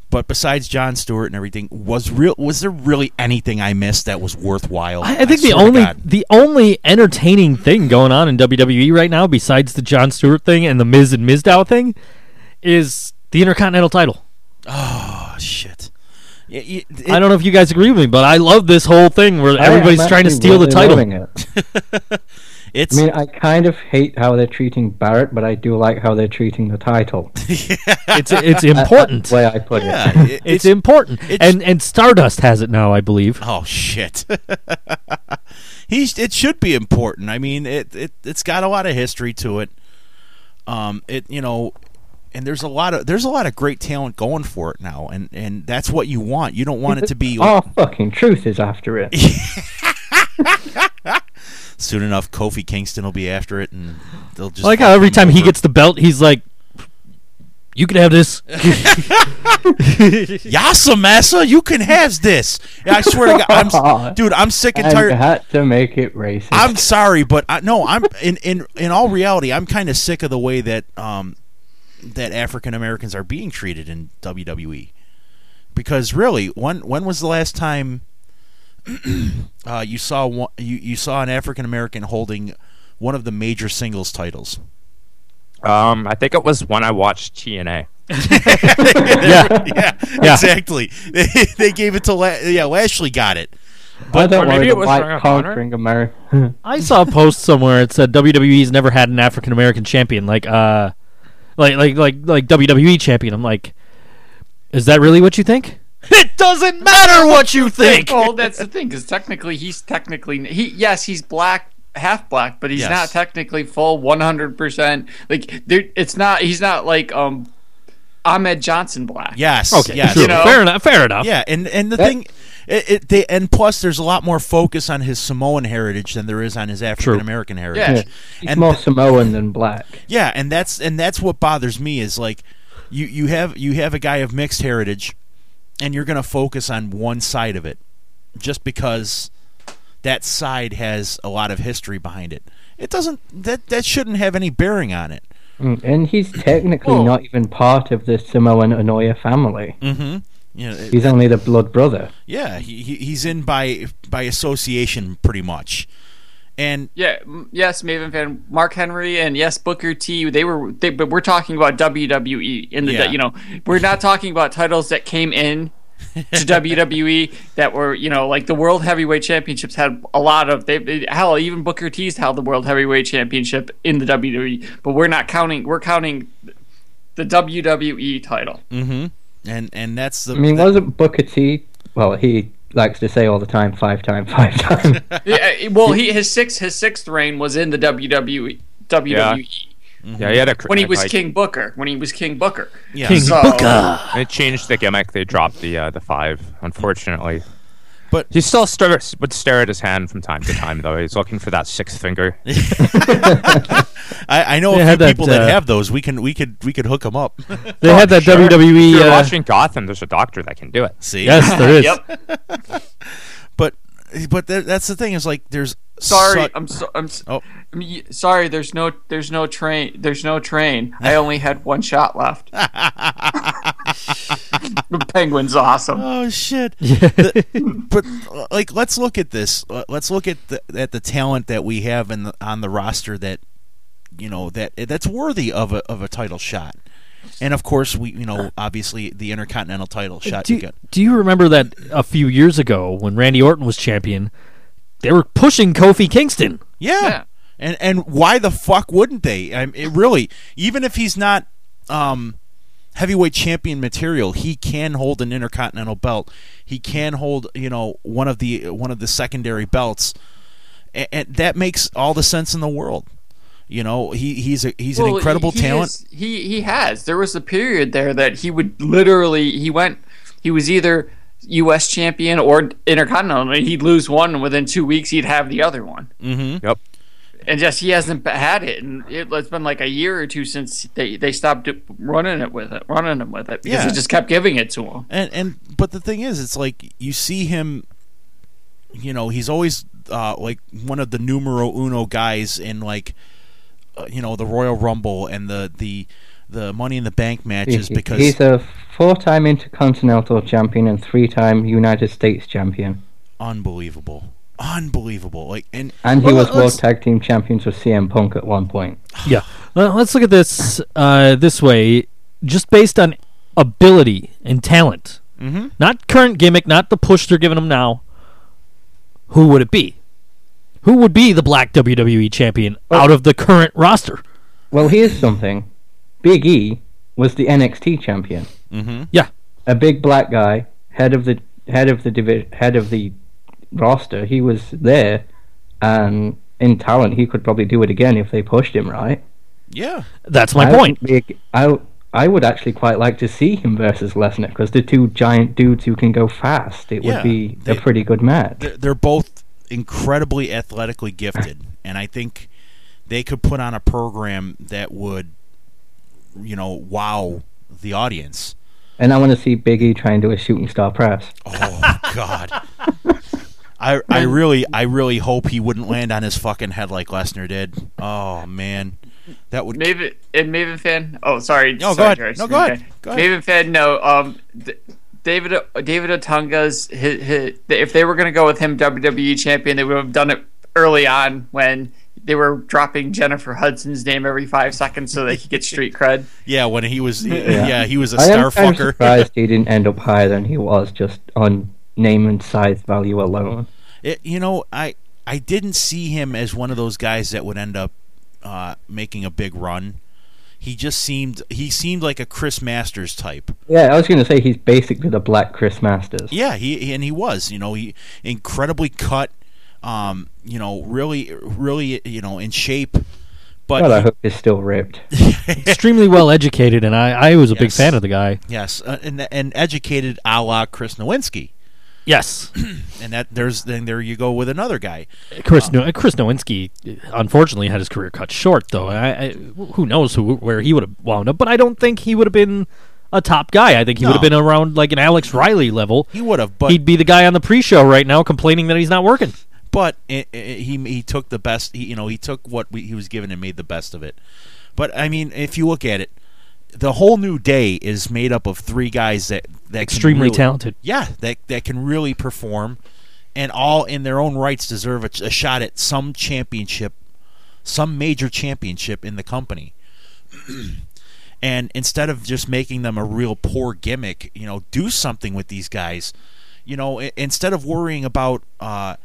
S5: But besides John Stewart and everything, was real was there really anything I missed that was worthwhile?
S1: I, I think the
S5: swear to
S1: only
S5: God.
S1: the only entertaining thing going on in WWE right now, besides the John Stewart thing and the Miz and Mizdow thing, is the Intercontinental title.
S5: oh shit. Yeah, yeah, it-
S1: I don't know if you guys agree with me, but I love this whole thing where
S4: I am
S1: everybody's trying to
S4: actually
S1: steal the
S4: really
S1: title.
S4: loving it. I
S5: it's
S4: mean, I kind of hate how they're treating Barrett, but I do like how they're treating the title.
S1: It's it's
S4: That's
S1: important.
S4: the way I put
S5: yeah,
S4: it.
S5: it-
S1: It's important.
S5: it's-
S1: and and Stardust has it now, I believe.
S5: Oh shit. He's it should be important. I mean, it it it's got a lot of history to it. Um it you know and there's a lot of there's a lot of great talent going for it now and and that's what you want. You don't want it to be like,
S1: Oh.
S4: Our fucking truth is after it.
S5: soon enough Kofi Kingston will be after it and they'll just
S1: I like how every
S5: fucking
S1: time he
S5: over.
S1: gets the belt, he's like, "You can have this."
S5: Yasa Massa, you can have this. Yeah, I swear to God, I'm s- dude, I'm sick and
S4: And
S5: tired.
S4: had to make it racist.
S5: I'm sorry, but I, no, I'm in in in all reality, I'm kind of sick of the way that um that African Americans are being treated in WWE. Because really, when when was the last time uh, you saw one, you you saw an African American holding one of the major singles titles?
S3: Um, I think it was when I watched TNA.
S1: yeah,
S5: Yeah,
S1: Yeah.
S5: exactly. They, they gave it to La- yeah Lashley got it.
S4: I
S3: or
S4: don't
S3: maybe
S4: worry
S3: it was
S4: about
S3: Ring
S4: white
S3: of Honor.
S4: conquering America.
S1: I saw a post somewhere. It said WWE's never had an African American champion, like uh, like like like like WWE champion. I'm like, is that really what you think? It doesn't matter what you think.
S2: Well, that's the thing, because technically he's technically he. Yes, he's black, half black, but he's
S5: Yes.
S2: not technically full one hundred percent. Like there, it's not. He's not like um, Ahmed Johnson black.
S5: Yes.
S1: Okay,
S5: Yes.
S1: sure.
S2: You know?
S1: fair enough. Fair enough.
S5: Yeah, and and the
S4: That-
S5: thing, it, it they and plus there's a lot more focus on his Samoan heritage than there is on his African American heritage.
S2: Yeah.
S4: He's
S5: And
S4: more
S5: th-
S4: Samoan than black.
S5: yeah, and that's and that's what bothers me is like you you have you have a guy of mixed heritage, and you're going to focus on one side of it, just because that side has a lot of history behind it. It doesn't that that shouldn't have any bearing on it.
S4: Mm, And he's technically
S2: Whoa.
S4: not even part of the Samoan Onoya family.
S5: Mm-hmm. You know, it-
S4: He's only the blood brother.
S5: yeah, he, he he's in by by association pretty much, and
S2: Yeah, m- yes, Maven fan Mark Henry and yes Booker T. They were, they, but we're talking about WWE in the
S5: Yeah.
S2: you know we're not talking about titles that came in to WWE that were you know like the World Heavyweight Championships had a lot of they- they hell even Booker T's held the World Heavyweight Championship in the WWE, but we're not counting we're counting the WWE title.
S5: hmm and and that's the
S4: I mean, wasn't Booker T? Well, he likes to say all the time, five time, five time.
S2: Yeah, eh, well, he his sixth his sixth reign was in the E, WWE. WWE
S3: Yeah, he had a cr-
S2: Mm-hmm. when he was
S3: like,
S2: King Booker. When he was King Booker.
S5: yeah.
S1: King
S2: So-
S1: Booker.
S3: It changed the gimmick. They dropped the uh, the five, unfortunately.
S5: But-
S3: he still stir- would stare at his hand from time to time, though. He's looking for that sixth finger.
S5: I, I know
S1: They
S5: a few
S1: had that,
S5: people that
S1: uh,
S5: have those. We can we could we could hook them up.
S1: They had that
S3: If
S1: WWE.
S3: you're
S1: Uh,
S3: watching Gotham, there's a doctor that can do it.
S5: See,
S1: yes, there is.
S2: Yep.
S5: but but that, that's the thing is like there's
S2: Sorry,
S5: such-
S2: I'm so, I'm, s-
S5: Oh.
S2: I'm y- sorry. There's no there's no train there's no train. I only had one shot left. the penguin's awesome.
S5: oh shit. The- but like let's look at this. Uh, Let's look at the, at the talent that we have in the, on the roster that you know that that's worthy of a of a title shot. And of course, we you know obviously the intercontinental title shot.
S1: Do,
S5: we
S1: you-
S5: got.
S1: do you remember that a few years ago when Randy Orton was champion, they were pushing Kofi Kingston?
S5: Yeah.
S2: Yeah.
S5: And and why the fuck wouldn't they? I mean, it really, even if he's not um, heavyweight champion material, he can hold an intercontinental belt. He can hold, you know, one of the one of the secondary belts, and, and that makes all the sense in the world. You know, he he's a, he's an
S2: Well,
S5: incredible
S2: he- he
S5: talent.
S2: is- he he has. There was a period there that he would literally he went he was either U.S. champion or Intercontinental. and He'd lose one, and within two weeks he'd have the other one.
S5: Mm-hmm.
S3: Yep.
S2: and just he hasn't b- had it, and it, it's been like a year or two since they they stopped do- running it with it, running him with it because
S5: Yeah.
S2: they just kept giving it to him.
S5: And and but the thing is, it's like you see him. You know, he's always uh, like one of the numero uno guys in like, uh, you know, the Royal Rumble and the the the Money in the Bank matches
S4: He-
S5: because
S4: he's a four time Intercontinental champion and three time United States champion.
S5: unbelievable, unbelievable. Like and
S4: And he
S1: Well,
S4: was World
S1: let's-
S4: Tag Team Champions with CM Punk at one point.
S1: Yeah. Well, Let's look at this uh, this way, just based on ability and talent,
S5: Mhm.
S1: not current gimmick, not the push they're giving him now. Who would it be? Who would be the black WWE champion out of the current roster?
S4: Well, here's something Big E was the NXT champion.
S5: hmm
S4: a big black guy, head of the head of the divi- head of the roster. He was there, and in talent, he could probably do it again if they pushed him right.
S5: yeah,
S1: That's my
S4: I
S1: point.
S4: wouldn't be- I I would actually quite like to see him versus Lesnar because the two giant dudes who can go fast. It
S5: Yeah,
S4: would be a
S5: they-
S4: pretty good match.
S5: they're, they're both incredibly athletically gifted, and I think they could put on a program that would, you know, wow the audience.
S4: And I want to see Big E try and do a shooting star press.
S5: Oh God. I, I really I really hope he wouldn't land on his fucking head like Lesnar did. Oh man, that would
S2: Maven and Maven fan. Oh, sorry.
S5: No, go
S2: sorry,
S5: ahead.
S2: George.
S5: No, go ahead. Go ahead.
S2: Maven fan. No, um, D- David David Otunga's. His, his, if they were gonna go with him WWE champion, they would have done it early on when they were dropping Jennifer Hudson's name every five seconds so they could get street cred.
S5: yeah when he was yeah,
S4: Yeah.
S5: he was a
S4: I
S5: star
S4: am kind of
S5: fucker.
S4: surprised he didn't end up higher than he was just on name and size value alone.
S5: It, you know I I didn't see him as one of those guys that would end up uh, making a big run. He just seemed he seemed like a Chris Masters type.
S4: Yeah, I was going to say he's basically the Black Chris Masters.
S5: Yeah, he he- and he was, you know, he incredibly cut, um, you know, really really you know in shape. But
S4: God, I hope he's still ripped.
S1: Extremely well educated, and I, I was a big
S5: Yes.
S1: fan of the guy.
S5: Yes, uh, and and educated a la Chris Nowinski.
S1: Yes,
S5: and that there's then there you go with another guy.
S1: Chris no- uh, Chris Nowinski uh, unfortunately had his career cut short though. I, I who knows who where he would have wound up, but I don't think he would have been a top guy. I think he would have
S5: No.
S1: been around like an Alex Riley level.
S5: He would have, but
S1: He'd be the guy on the pre-show right now complaining that he's not working.
S5: but it, it, he he took the best. He, you know, he took what we, he was given and made the best of it. But I mean, if you look at it, the whole new day is made up of three guys that that can
S1: Extremely
S5: really-
S1: talented.
S5: Yeah, that that can really perform, and all in their own rights deserve a, a shot at some championship, some major championship in the company. and instead of just making them a real poor gimmick, you know, do something with these guys. You know, i- instead of worrying about, uh,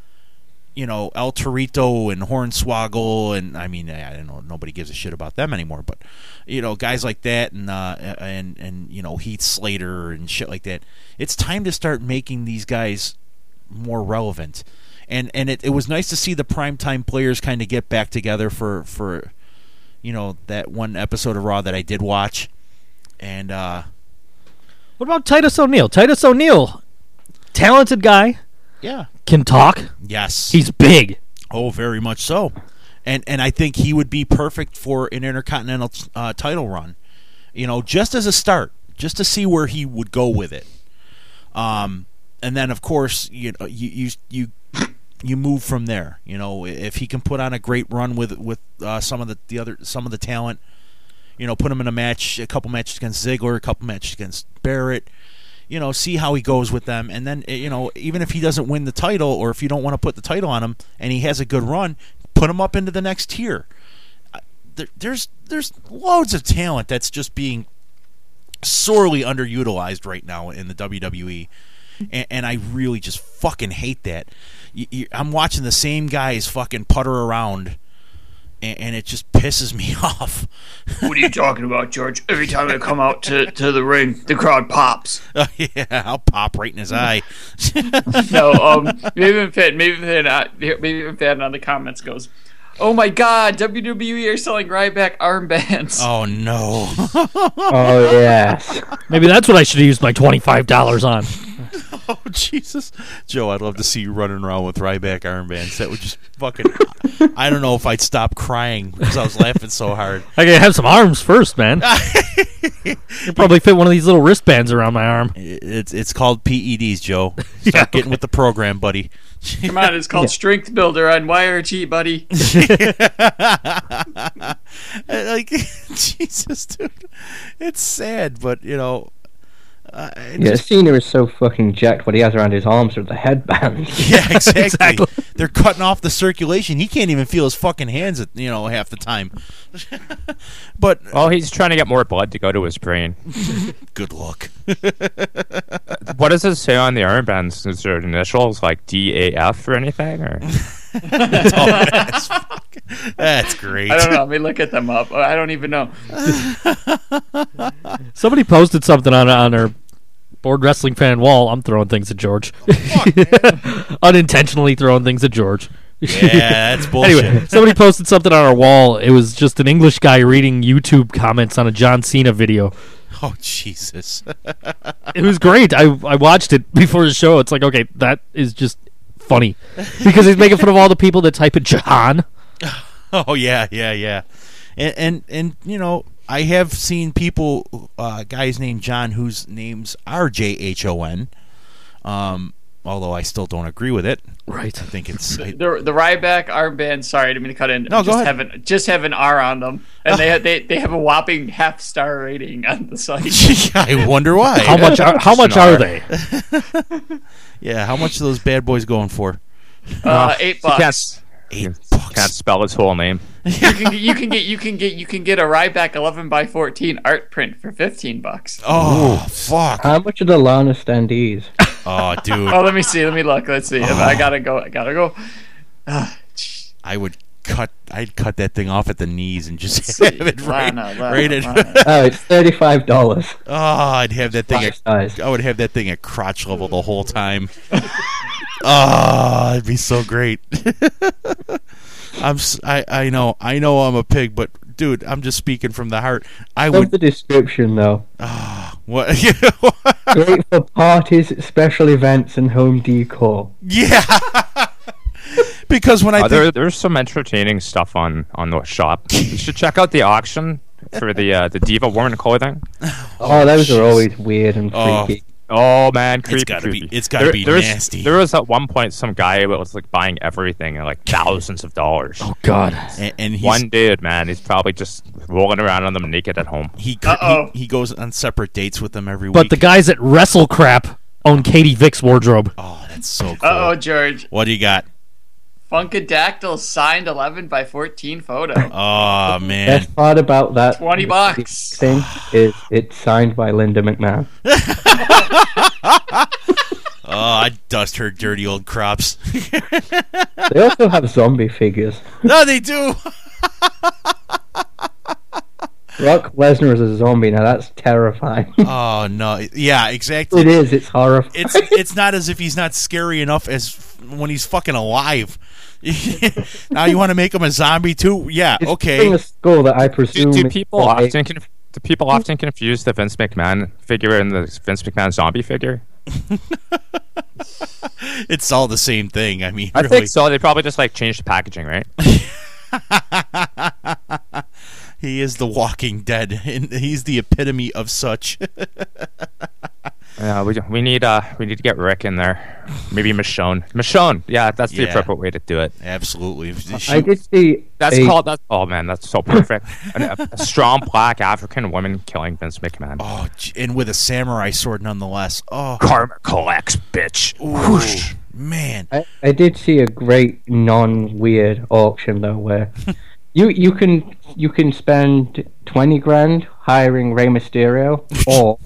S5: you know, El Torito and Hornswoggle, and I mean, I I don't know, nobody gives a shit about them anymore. But you know, guys like that, and uh, and and you know, Heath Slater and shit like that. It's time to start making these guys more relevant. And and it, it was nice to see the primetime players kind of get back together for for you know that one episode of Raw that I did watch, and uh,
S1: What about Titus O'Neil? Titus O'Neil, talented guy,
S5: yeah,
S1: can talk.
S5: yes,
S1: He's big.
S5: oh very much so, and and I think he would be perfect for an intercontinental uh, title run, you know, just as a start, just to see where he would go with it, um, and then of course you know you you. you you move from there, you know. If he can put on a great run with with uh, some of the, the other some of the talent, you know, put him in a match, a couple matches against Ziggler, a couple matches against Barrett, you know, see how he goes with them, and then eh, you know, even if he doesn't win the title, or if you don't want to put the title on him, and he has a good run, put him up into the next tier. I- There, there's there's loads of talent that's just being sorely underutilized right now in the WWE, and, and I really just fucking hate that. You, you, I'm watching the same guys fucking putter around, and, and it just pisses me off.
S2: What are you talking about, George? Every time I come out to, to the ring, the crowd pops.
S5: Oh, yeah, I'll pop right in his eye.
S2: No, um, maybe if it, maybe if it not, maybe if that uh, on the comments goes, oh my God, WWE are selling Ryback armbands.
S5: oh no!
S4: Oh yes.
S1: Maybe that's what I should have used my twenty-five dollars on.
S5: oh Jesus, Joe! I'd love to see you running around with Ryback armbands. That would just fucking. I don't know if I'd stop crying because I was laughing so hard.
S1: I gotta have some arms first, man. Could probably fit one of these little wristbands around my arm.
S5: It's it's called PEDs, Joe. Start
S1: Yeah,
S5: getting with the program, buddy.
S2: Come on, it's called Strength Builder on YRG, buddy.
S5: Uh, like Jesus, dude. It's sad, but you know. Uh, it
S4: Yeah,
S5: just-
S4: Cena is so fucking jacked. What he has around his arms are the headbands.
S5: Yeah, exactly.
S1: Exactly.
S5: They're cutting off the circulation. He can't even feel his fucking hands, at, you know, half the time. but
S3: Well, he's trying to get more blood to go to his brain.
S5: good luck.
S3: What does it say on the armbands? Is there initials like DAF or anything? Or
S5: Oh, that's, fucking- that's great.
S2: I don't know. Let me look at them up. I don't even know.
S1: Somebody posted something on on our board wrestling fan wall. I'm throwing things at George. Unintentionally throwing things at George.
S5: Yeah, that's bullshit.
S1: Anyway, somebody posted something on our wall. It was just an English guy reading YouTube comments on a John Cena video.
S5: Oh Jesus.
S1: It was great. I I watched it before the show. It's like, okay, that is just funny because he's making fun of all the people that type in Jahan.
S5: Oh yeah, yeah, yeah. And and, and you know, I have seen people, uh, guys named John, whose names are J H O N. Um, although I still don't agree with it.
S1: Right.
S5: I think it's. I,
S2: The, the Ryback armband. Sorry, I didn't mean to cut in.
S5: No, go
S2: just
S5: ahead.
S2: Have an, just have an R on them, and they they they have a whopping half star rating on the site.
S5: I wonder why.
S1: How much are how much are
S3: Snark.
S1: they?
S5: Yeah, how much are those bad boys going for?
S2: Uh, eight
S3: he can't,
S2: bucks.
S3: s-
S5: Eight
S3: can't
S5: bucks.
S3: spell his whole name.
S2: You can, you can get you can get you can get a Ryback 11 by 14 art print for 15 bucks.
S5: Oh fuck.
S4: How much are the Lana standees?
S5: Oh dude,
S2: Oh, let me see. Let me look. Let's see.
S5: Oh.
S2: I gotta go. I gotta go.
S5: I would cut. I'd cut that thing off at the knees and just have it right,
S2: Lana, Lana,
S5: right at.
S2: Lana.
S4: Oh, it's thirty-five dollars.
S5: Oh, I'd have that thing. At,
S4: Size.
S5: I would have that thing at crotch level the whole time. Ah, it'd be so great. I'm s- I I know I know I'm a pig, but dude, I'm just speaking from the heart. I
S4: Love
S5: would
S4: the description though.
S5: ah, What?
S4: Great for parties, special events, and home decor.
S5: yeah. because when I
S3: Uh,
S5: think,
S3: there, there's some entertaining stuff on on the shop. you should check out the auction for the uh, the diva woman clothing.
S4: Oh, those are always weird and
S5: Oh.
S4: freaky.
S3: Oh man, creepy!
S5: gotta be-
S3: creepy.
S5: it's gotta be
S3: there's-
S5: nasty.
S3: There was at one point some guy that was like buying everything at like thousands of dollars.
S1: God.
S5: and, and Oh, he's,
S3: One dude, man, he's probably just rolling around on them naked at home.
S5: he, cr-
S2: Uh-oh.
S5: he he goes on separate dates with them every
S1: But
S5: week.
S1: the guys at Wrestle Crap own Katie Vick's wardrobe.
S5: oh, that's so cool.
S2: Uh oh, George.
S5: What do you got?
S2: Funkadactyl signed 11 by 14 photo.
S5: Oh man,
S4: Best part about that
S2: 20 bucks.
S4: thing is it's signed by Linda McMahon.
S5: oh, I dust her dirty old crops.
S4: They also have zombie figures.
S5: no, they do.
S4: Rock Lesnar is a zombie. Now that's terrifying.
S3: Uh,
S5: Oh no, yeah,
S4: it
S5: exactly.
S4: is. It's horrifying.
S5: It's it's not as if he's not scary enough as f- when he's fucking alive. now you want to make him a zombie too? Yeah,
S4: It's
S5: okay.
S4: from a school that I presume.
S3: Do, do
S4: is
S3: people
S4: from a-
S3: often conf- do people often confuse the Vince McMahon figure and the Vince McMahon zombie figure?
S5: It's all the same thing. I mean,
S3: I
S5: really.
S3: think so. They probably just like changed the packaging, right?
S5: He is the Walking Dead, and he's the epitome of such.
S3: Yeah, we, we need uh we need to get Rick in there, maybe Michonne. Michonne, yeah, that's the
S5: Yeah.
S3: appropriate way to do it.
S5: Absolutely. She-
S4: I did see.
S3: That's
S4: a-
S3: called that's oh man, that's so perfect. An, a, a strong black African woman killing Vince McMahon.
S5: oh, j- and with a samurai sword, nonetheless. Oh,
S3: Karma collects, bitch.
S5: whoosh, man.
S4: I, I did see a great non-weird auction though, where you you can you can spend twenty grand hiring Rey Mysterio, or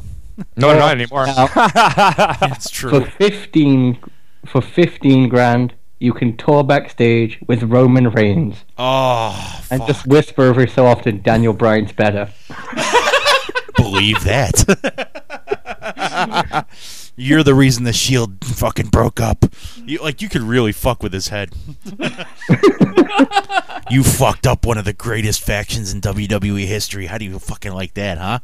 S3: No, not anymore.
S4: No.
S5: That's
S4: for
S5: true.
S4: fifteen for fifteen grand you can tour backstage with Roman Reigns
S5: Oh,
S4: and
S5: fuck,
S4: just whisper every so often, Daniel Bryan's better.
S5: believe that. You're the reason the shield fucking broke up. You, like you could really fuck with his head. you fucked up one of the greatest factions in WWE history. How do you fucking like that, huh?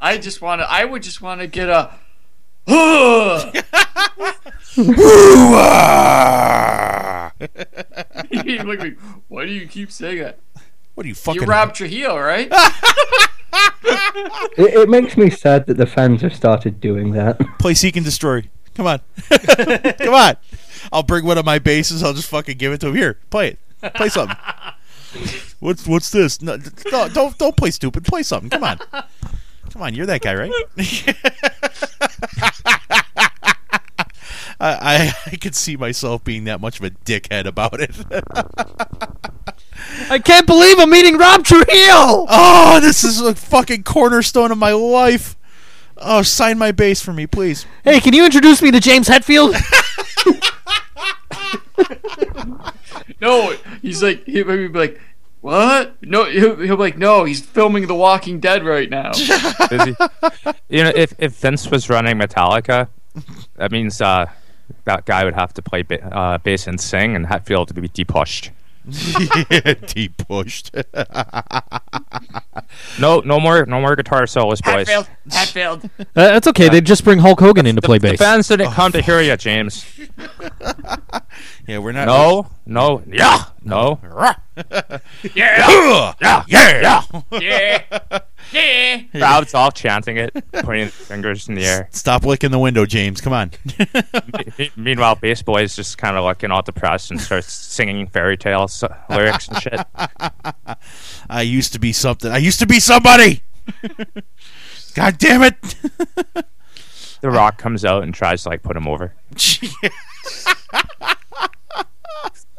S2: I just want to. I would just want to get a. Ugh! He'd look at me, Why do you keep saying that?
S5: What are you fucking?
S2: You Rob Trujillo, right?
S4: It, it makes me sad that the fans have started doing that.
S5: Play seek and destroy. Come on, come on. I'll bring one of my bases. I'll just fucking give it to him. Here, play it. Play something. what's what's this? No, d- no, don't don't play stupid. Play something. Come on, come on. You're that guy, right? I, I I could see myself being that much of a dickhead about it.
S1: I can't believe I'm meeting Rob Trujillo!
S5: oh, this is a fucking cornerstone of my life. Oh, sign my base for me, please.
S1: Hey, can you introduce me to James Hetfield? Uh,
S2: No, he's like he would be like, what? No, he'll, he'll be like, no, he's filming The Walking Dead right now.
S3: Is he- you know, if, if Vince was running Metallica, that means uh, that guy would have to play ba- uh, bass and sing, and Hatfield would be depushed.
S5: Deep pushed.
S3: No, no more, no more guitar solos, boys.
S2: Hatfield, Hatfield.
S1: Uh, that's okay. They just bring Hulk Hogan in to play
S3: The
S1: bass.
S3: fans
S5: Oh,
S3: didn't come to hear you, James.
S5: Yeah, we're not.
S3: No, no, yeah, no.
S5: yeah, yeah, yeah.
S2: Yeah, yeah.
S3: Crowds all chanting it, pointing fingers in the air.
S5: Stop licking the window, James. Come on.
S3: Me- Meanwhile, bass boys just kind of looking all depressed and starts singing fairy tales uh, lyrics and shit.
S5: I used to be something. I used to be somebody. God damn it.
S3: The Rock comes out and tries to like put him over.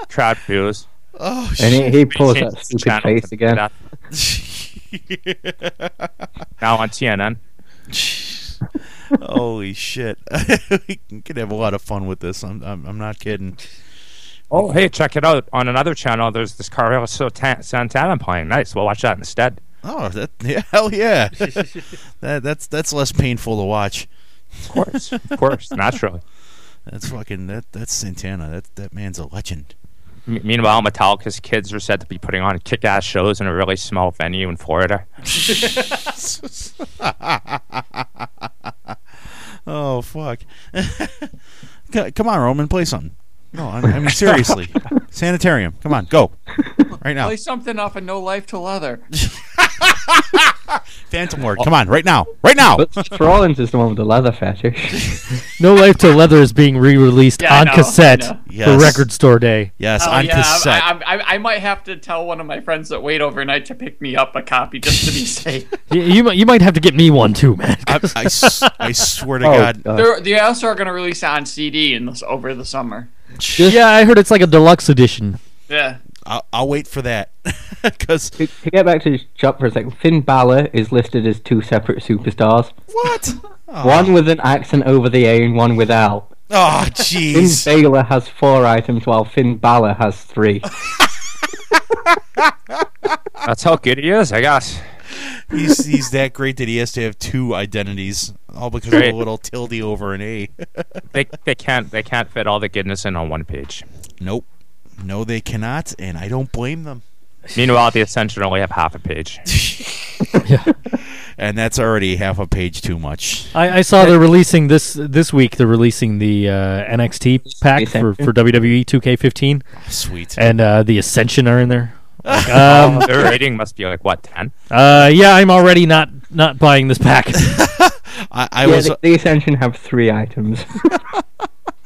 S3: Crowd boos.
S5: oh
S4: And
S5: shit.
S4: he, he pulls
S3: Change
S4: that
S3: the
S4: stupid
S3: channel
S4: face
S3: to
S4: again.
S3: that. Now on TNN.
S5: Holy shit. we could have a lot of fun with this. I'm I'm, I'm not kidding.
S3: Oh, hey, check it out. On another channel, there's this Carlos Sota- Santana playing. Nice. We'll watch that instead.
S5: Oh, that yeah, hell yeah. that that's that's less painful to watch.
S3: Of course. Of course. Naturally.
S5: That's fucking that that's Santana. That that man's a legend.
S3: M- meanwhile, Metallica's kids are said to be putting on kick-ass shows in a really small venue in Florida.
S5: oh fuck! C- Come on, Roman, play something. No, I I mean seriously. Sanitarium, come on, go right now.
S2: Play something off of No Life to Leather.
S5: Phantom Lord, come on, right now, right now.
S4: But Seth Rollins is the one with the leather fetish.
S1: No Life to Leather is being re-released
S2: Yeah, I
S1: on
S2: know, I
S1: cassette
S2: know.
S1: for
S5: Yes.
S1: Record Store Day.
S5: Yes,
S2: Oh,
S5: on
S2: yeah,
S5: cassette.
S2: I, I, I, I might have to tell one of my friends that wait overnight to pick me up a copy just to be safe.
S1: You, you, might- you might have to get me one too, man.
S5: I, I s- I swear to
S4: Oh,
S5: God.
S4: God.
S2: They're, they also are going to release it on CD in this, over the summer.
S1: yeah, I heard it's like a deluxe edition.
S2: Yeah.
S5: I'll, I'll wait for that because
S4: To, to get back to this shop for a second, Finn Balor is listed as two separate superstars.
S5: what?
S4: One with an accent over the A and one without.
S5: Oh
S4: Finn
S5: jeez.
S4: Balor has four items while Finn Balor has three.
S3: That's how good he is, I guess.
S5: he's, he's that great that he has to have two identities, all because
S3: Right.
S5: of a little tilde over an A.
S3: They they can't they can't fit all the goodness in on one page.
S5: nope. No, they cannot, and I don't blame them.
S3: Meanwhile, the Ascension only have half a page. Um,
S5: And that's already half a page too much.
S1: I, I saw they're releasing this this week. They're releasing the uh, NXT pack for, for E WWE 2K15,
S5: Sweet.
S1: and uh, the Ascension are in there.
S2: Oh,
S1: Like,
S3: Um,
S1: um,
S3: their rating must be like what ten?
S1: uh, yeah, I'm already not not buying this pack.
S5: I, I
S4: yeah,
S5: was.
S4: the, the Ascension have three items.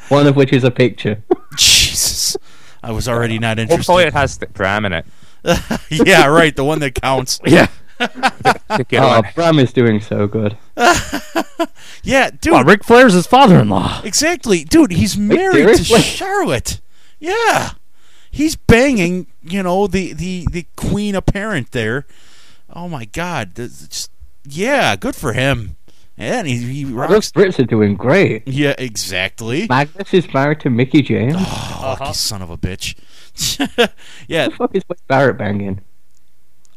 S4: one of which is a picture.
S5: Jesus. I was already not
S3: Hopefully,
S5: interested.
S3: it has the Bram in it.
S5: yeah, right. The one that counts.
S1: yeah,
S3: To get
S4: Oh,
S3: on.
S4: Bram is doing so good.
S5: Yeah, dude.
S1: well, Ric Flair's his father-in-law.
S5: Exactly, dude. He's married to
S4: seriously?
S5: Charlotte. Yeah, he's banging. You know the the the queen apparent there. Oh my god. This- it's- yeah, good for him. And he, he
S4: Those
S5: rocks.
S4: Brits are doing great.
S5: Yeah, exactly.
S4: Magnus is married to Mickey James. What
S2: Uh-huh.
S5: Oh, lucky son of a bitch. yeah,
S4: the fuck is Wade Barrett banging?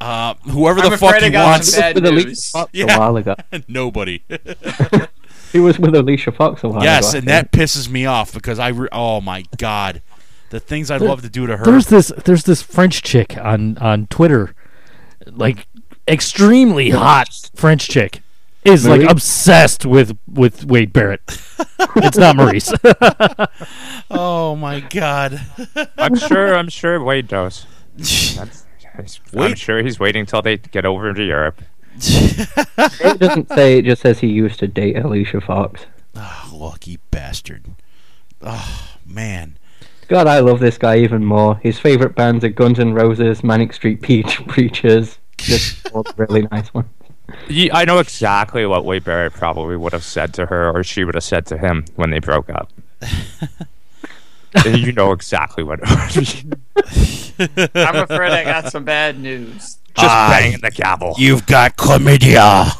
S5: uh, whoever
S2: I'm
S5: the
S2: afraid
S5: fuck
S2: I
S5: he
S2: got
S5: wants.
S2: some bad
S4: With Alicia
S2: news.
S4: Fox
S5: Yeah.
S4: a while ago.
S5: Nobody.
S4: He was with Alicia Fox a while
S5: yes,
S4: ago. I
S5: and
S4: think.
S5: that pisses me off because I. Re- oh my god, the things I'd love to do to her.
S1: There's this there's this French chick on on Twitter, like extremely hot French chick, is like
S4: Maurice?
S1: obsessed with with Wade Barrett. it's not Maurice.
S5: Oh my god.
S3: I'm sure. I'm sure Wade does. That's, I'm
S5: Wade-
S3: sure he's waiting till they get over to Europe.
S4: It doesn't say, it just says he used to date Alicia Fox.
S5: Oh, lucky bastard. Oh, man.
S4: God, I love this guy even more. His favorite bands are Guns N' Roses, Manic Street Peach, Preachers. Just all really nice one.
S3: Ye- I know exactly what Wade Barrett probably would have said to her, or she would have said to him when they broke up. you know exactly what. Just
S2: I'm afraid I got some bad news.
S3: banging the gavel.
S5: Ah, You've got chlamydia.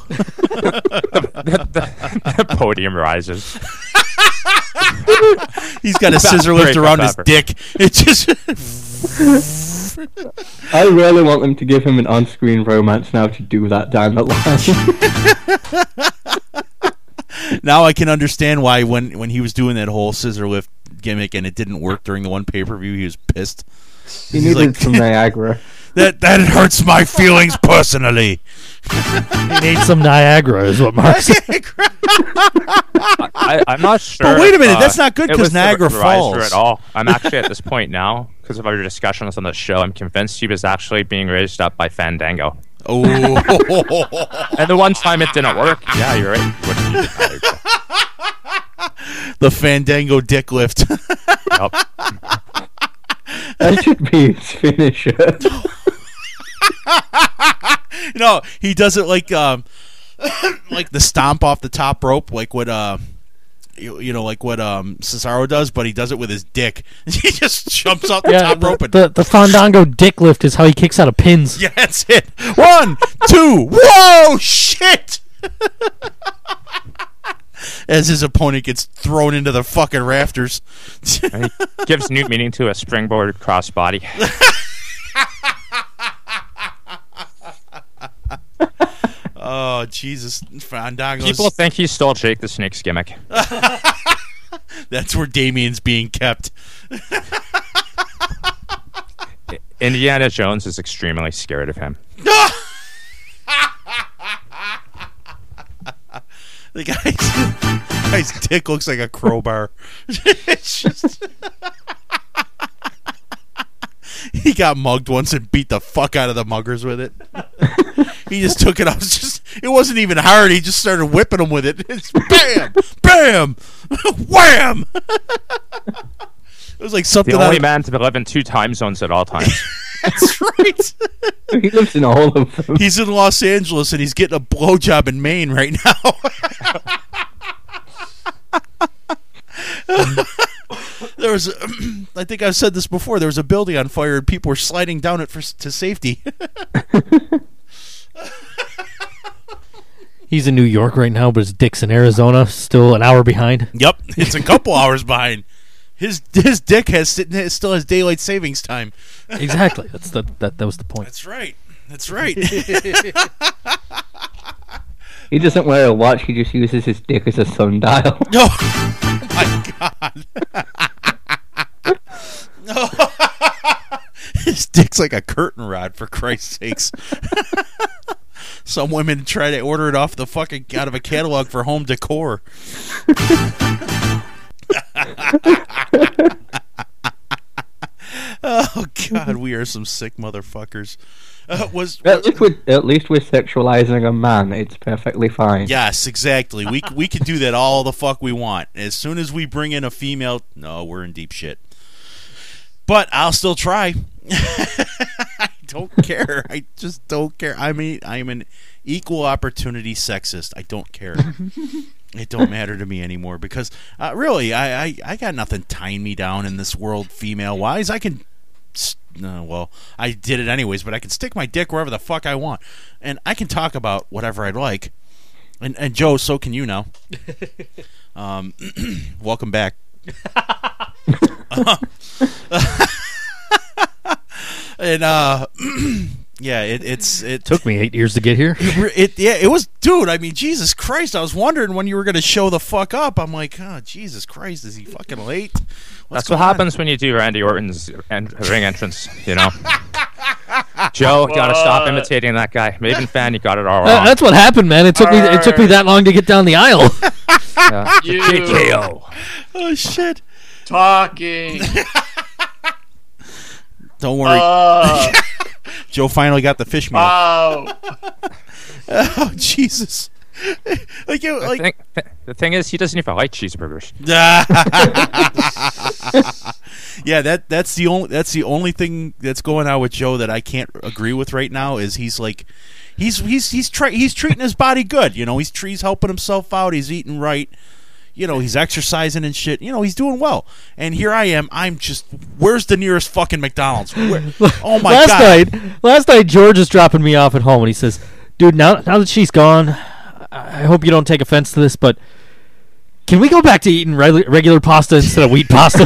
S3: the podium rises.
S5: He's got a scissor lift
S3: Break
S5: around
S3: up
S5: his
S3: ever.
S5: dick. It just.
S4: I really want them to give him an on screen romance now to do that down the line.
S5: now I can understand why when, when he was doing that whole scissor lift gimmick and it didn't work during the one pay per view, he was pissed.
S4: he needed
S5: like-
S4: some Niagara.
S5: That that hurts my feelings personally.
S1: he needs some Niagara, is what Mark said.
S3: I, I'm not sure.
S5: wait a minute,
S3: uh,
S5: that's not good
S3: it
S5: 'cause
S3: was the
S5: Niagara
S3: riser
S5: Falls.
S3: At all. I'm actually at this point now because of our discussions on the show. I'm convinced she was actually being raised up by Fandango.
S5: Oh,
S3: And the one time it didn't work. Yeah, you're right. What do you-
S5: the Fandango dick lift.
S3: Yup.
S4: That should be his finisher.
S5: no, he does it like um, like the stomp off the top rope, like what uh, you, you know, like what um Cesaro does, but he does it with his dick. he just jumps off the top
S1: the,
S5: rope and
S1: the the Fandango dick lift is how he kicks out of pins.
S5: yeah, that's it. One, two, whoa, shit! As his opponent gets thrown into the fucking rafters.
S3: And he gives new meaning to a springboard crossbody.
S5: oh Jesus, Fandango's.
S3: People think he stole Jake the Snake's gimmick.
S5: That's where Damien's being kept.
S3: Indiana Jones is extremely scared of him.
S5: The guy's, guy's dick looks like a crowbar. It's just- he got mugged once and beat the fuck out of the muggers with it. he just took it off. It's Just it wasn't even hard. He just started whipping them with it. It's bam, bam, wham. it was like
S3: The
S5: something. out
S3: only
S5: of-
S3: man to live in two time zones at all times.
S5: That's right.
S4: He lives in all of them.
S5: he's in Los Angeles and he's getting a blowjob in Maine right now. there was, I think I've said this before. There was a building on fire and people were sliding down it for to safety.
S1: He's in New York right now, but his dick's in Arizona, still an hour behind.
S5: yep, it's a couple hours behind. His his dick has st- still has daylight savings time.
S1: Exactly. That's the that, that was the point.
S5: That's right. That's right.
S4: He doesn't wear a watch. He just uses his dick as a sundial.
S5: No. Oh my god. no. His dick's like a curtain rod for Christ's sakes. Some women try to order it off the fucking out of a catalog for home decor. oh god, we are some sick motherfuckers. Uh, was
S4: At least, with, at least with sexualizing a man, it's perfectly fine.
S5: Yes, exactly. We we can do that all the fuck we want. As soon as we bring in a female, no, we're in deep shit. But I'll still try. I don't care. I just don't care. I mean, I'm an equal opportunity sexist. I don't care. it don't matter to me anymore because uh, really, I, I I got nothing tying me down in this world, female wise. I can. s- No, well, I did it anyways, but I can stick my dick wherever the fuck I want, and I can talk about whatever I'd like. And and Joe, so can you now. um, welcome back. and uh, yeah, it, it's it
S1: Took me eight years to get here.
S5: re- it yeah it was dude i mean jesus christ i was wondering when you were going to show the fuck up i'm like oh jesus christ is he fucking late What's
S3: That's what
S5: going on?
S3: happens when you do Randy Orton's en- ring entrance, you know? Joe, gotta stop imitating that guy. Maven fan, you got it all
S1: Uh,
S3: wrong.
S1: that's what happened, man. It took me it took me that long to get down the aisle.
S3: Yeah.
S2: You
S5: oh shit
S2: talking.
S5: don't worry
S2: Oh,
S5: joe finally got the fish meal
S2: uh, wow.
S5: oh jesus like it,
S3: I
S5: like ah.
S3: think- th- the thing is, he doesn't even like cheeseburgers.
S5: yeah, that that's the only that's the only thing that's going on with Joe that I can't agree with right now is he's like he's he's he's try, he's treating his body good, you know, he's he's helping himself out, he's eating right. You know, he's exercising and shit. You know, he's doing well. And here I am, I'm just where's the nearest fucking McDonald's? Where, oh my
S1: last
S5: god.
S1: night, last night George is dropping me off at home, and he says, "Dude, now now that she's gone, I- I hope you don't take offense to this, but can we go back to eating regu- regular pasta instead of wheat pasta?"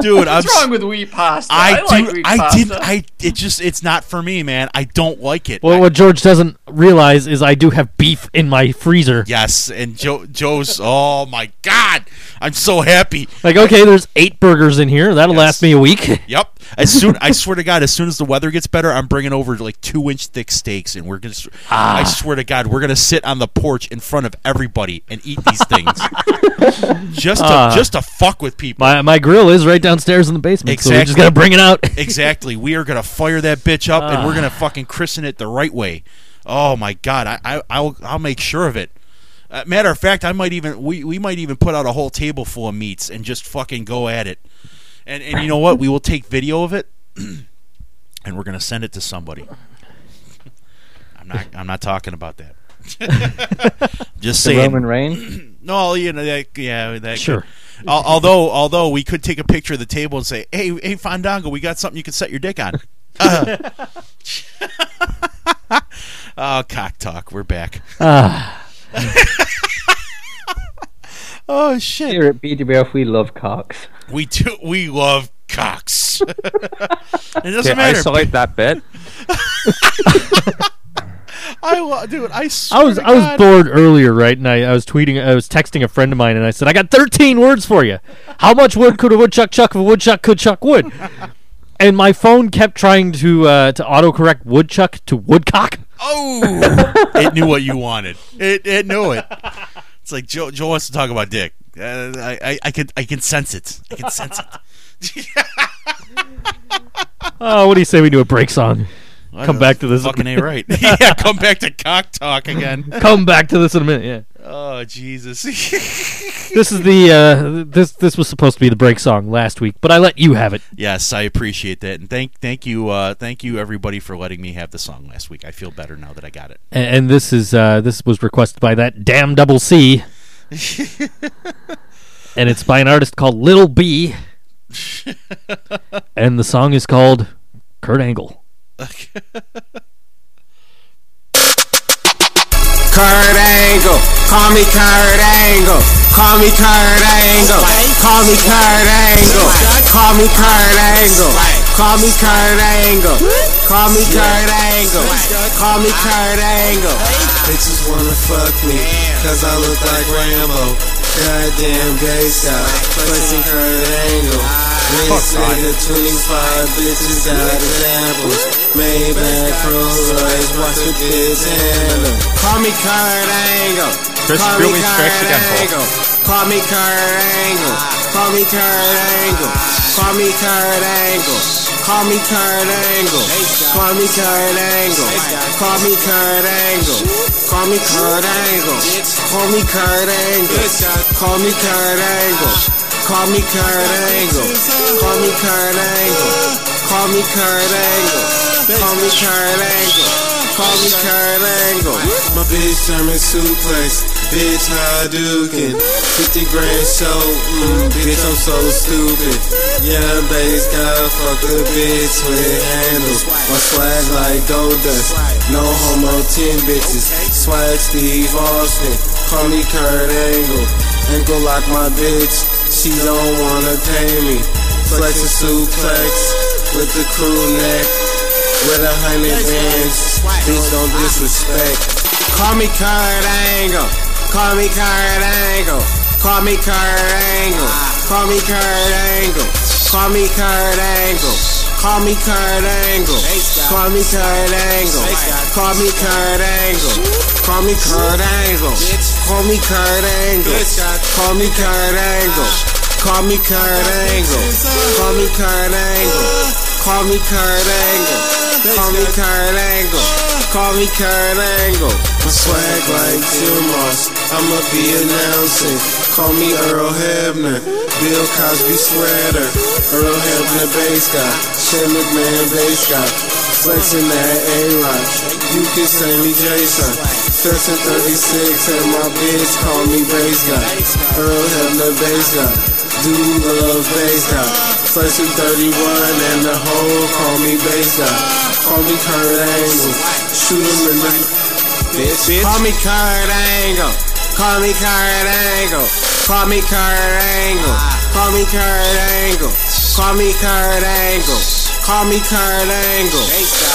S5: Dude, I'm
S2: What's
S5: s-
S2: wrong with wheat pasta?
S5: I,
S2: I, like
S5: do
S2: wheat
S5: I
S2: pasta.
S5: didn't I it just it's not for me, man. I don't like it.
S1: well, what George doesn't realize is I do have beef in my freezer.
S5: Yes, and Joe Joe's oh my god. I'm so happy.
S1: Like, okay, there's eight burgers in here. That'll last me a week.
S5: Yep. As soon I swear to God, as soon as the weather gets better, I'm bringing over like two inch thick steaks, and we're gonna. I swear to God, we're gonna sit on the porch in front of everybody and eat these things, just to, just to fuck with people.
S1: My my grill is right downstairs in the basement, so we just
S5: Exactly.
S1: gotta bring it out.
S5: exactly. We are gonna fire that bitch up, and we're gonna fucking christen it the right way. Oh my God, I I I'll, I'll make sure of it. Uh, matter of fact, I might even we, we might even put out a whole table full of meats and just fucking go at it. And and you know what? We will take video of it, and we're gonna send it to somebody. I'm not I'm not talking about that. just
S4: The
S5: saying.
S4: Roman Reigns.
S5: No, you know that. Yeah, that.
S1: Sure.
S5: could- al- although, although we could take a picture of the table and say, "Hey, hey, Fandango, we got something you can set your dick on." Uh. oh, cock talk. We're back.
S1: Ah,
S5: Oh shit.
S4: Here at BWF, we love cocks.
S5: We do. We love cocks. it doesn't
S3: Okay,
S5: matter.
S3: isolate that bit.
S5: I, lo- dude. I. Swear
S1: I was
S5: to
S1: I was
S5: God.
S1: bored earlier, right? And I, I was tweeting, I was texting a friend of mine, and I said, I got 13 words for you. How much wood could a woodchuck chuck if a woodchuck could chuck wood? and my phone kept trying to uh, to autocorrect woodchuck to woodcock.
S5: Oh, it knew what you wanted. It it knew it. It's like Joe. Joe wants to talk about dick. Uh, I, I I can I can sense it. I can sense it.
S1: Oh, what do you say we do a break song? Come back to this.
S5: Fucking a right. yeah, come back to cock talk again.
S1: Come back to this in a minute. Yeah,
S5: Oh Jesus.
S1: this is the uh, this this was supposed to be the break song last week, but I let you have it.
S5: yes, I appreciate that, and thank thank you uh, thank you everybody for letting me have the song last week. I feel better now that I got it.
S1: A- And, this is uh, this was requested by that damn double C, and it's by an artist called Little B, and the song is called Kurt Angle.
S6: Kurt Angle, call me Kurt Angle, call me Kurt Angle, call me Kurt Angle, call me Kurt Angle, call me Kurt Angle, call me Kurt Angle, call me Kurt Angle. Bitches wanna fuck me, cause I look like Rambo. Goddamn gay style, flexing Kurt Angle. This nigga 25 bitches out of samples. Maybach, Rolls Royce, watch the kids handle. Call me Kurt Angle.
S3: Chris
S6: Call me
S3: Billy strikes
S6: Kurt
S3: again, folks.
S6: Angle. Call me Kurt Angle. Call me Kurt Angle. Call me Kurt Angle. Call me Kurt Angle. Call me Kurt Angle. Call me Kurt Angle. Call me Kurt Angle. Call me Kurt Angle. Call me Kurt Angle. Call me Kurt Angle. Call me Kurt Angle. Call me Kurt Angle. Call me Kurt Angle. Call me Kurt Angle. My bitch German suplex. Bitch, how duking. 50 grand so, mm, bitch, I'm so stupid. Yeah, bass God, fuck a bitch with handles. My swag like gold dust. No homo, 10 bitches. Swag Steve Austin. Call me Kurt Angle. Ankle lock my bitch. She don't wanna pay me. Flex a suplex with the crew neck with a hundred bands. Bitch, don't disrespect. Call me Kurt Angle. Call me Kurt Angle. Call me Kurt Angle. Call me Kurt Angle. Call me Kurt Angle. Call me Kurt Angle. Call me Kurt Angle. Call me Kurt Angle. Call me Kurt Angle. Call me Kurt Angle. Call me Kurt Angle. Call me Kurt Angle. Call me Kurt Angle. Call me Kurt Angle. Call me Kurt Angle. Call me Kurt Angle. My swag like Jim Ross. I'ma be announcing. Call me Earl Hebner. Bill Cosby sweater. Earl Hebner bass guy. Shane McMahon bass guy. Flexing that A-Rock. You can say me Jason. Session 36 and my bitch call me bass guy. Earl Hebner bass guy. Do love bass guy. Session 31 and the whole call me bass guy. Call me Kurt Angle. Shoot him in the bitch. Call me Kurt Angle. Call me Kurt Angle. Call me Kurt Angle. Call me Kurt Angle. Call me Kurt Angle. Call me Kurt Angle.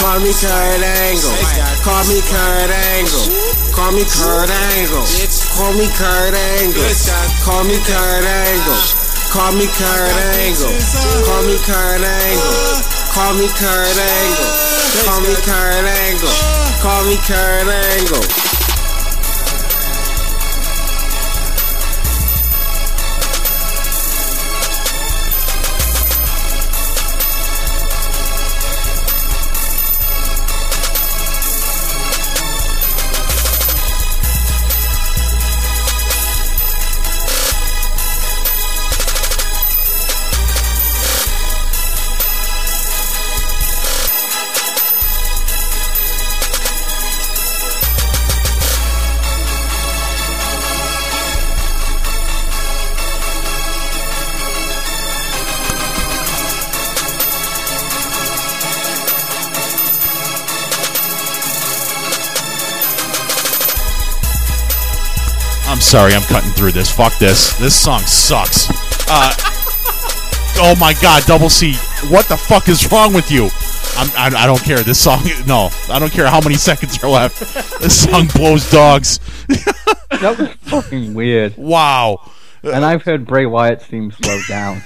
S6: Call me Kurt Angle. Call me Kurt Angle. Call me Kurt Angle. Call me Kurt Angle. Call me Kurt Angle. Call me Kurt Angle. Call me Kurt Angle. Call me Kurt Angle. Call me Kurt Angle. Call me Kurt Angle.
S5: I'm sorry, I'm cutting through this. Fuck this. This song sucks. Uh, oh my god, Double C, what the fuck is wrong with you? I'm, I, I don't care. This song, no, I don't care how many seconds are left. This song blows dogs.
S4: That was fucking weird.
S5: Wow.
S4: And I've heard Bray Wyatt's theme slowed down.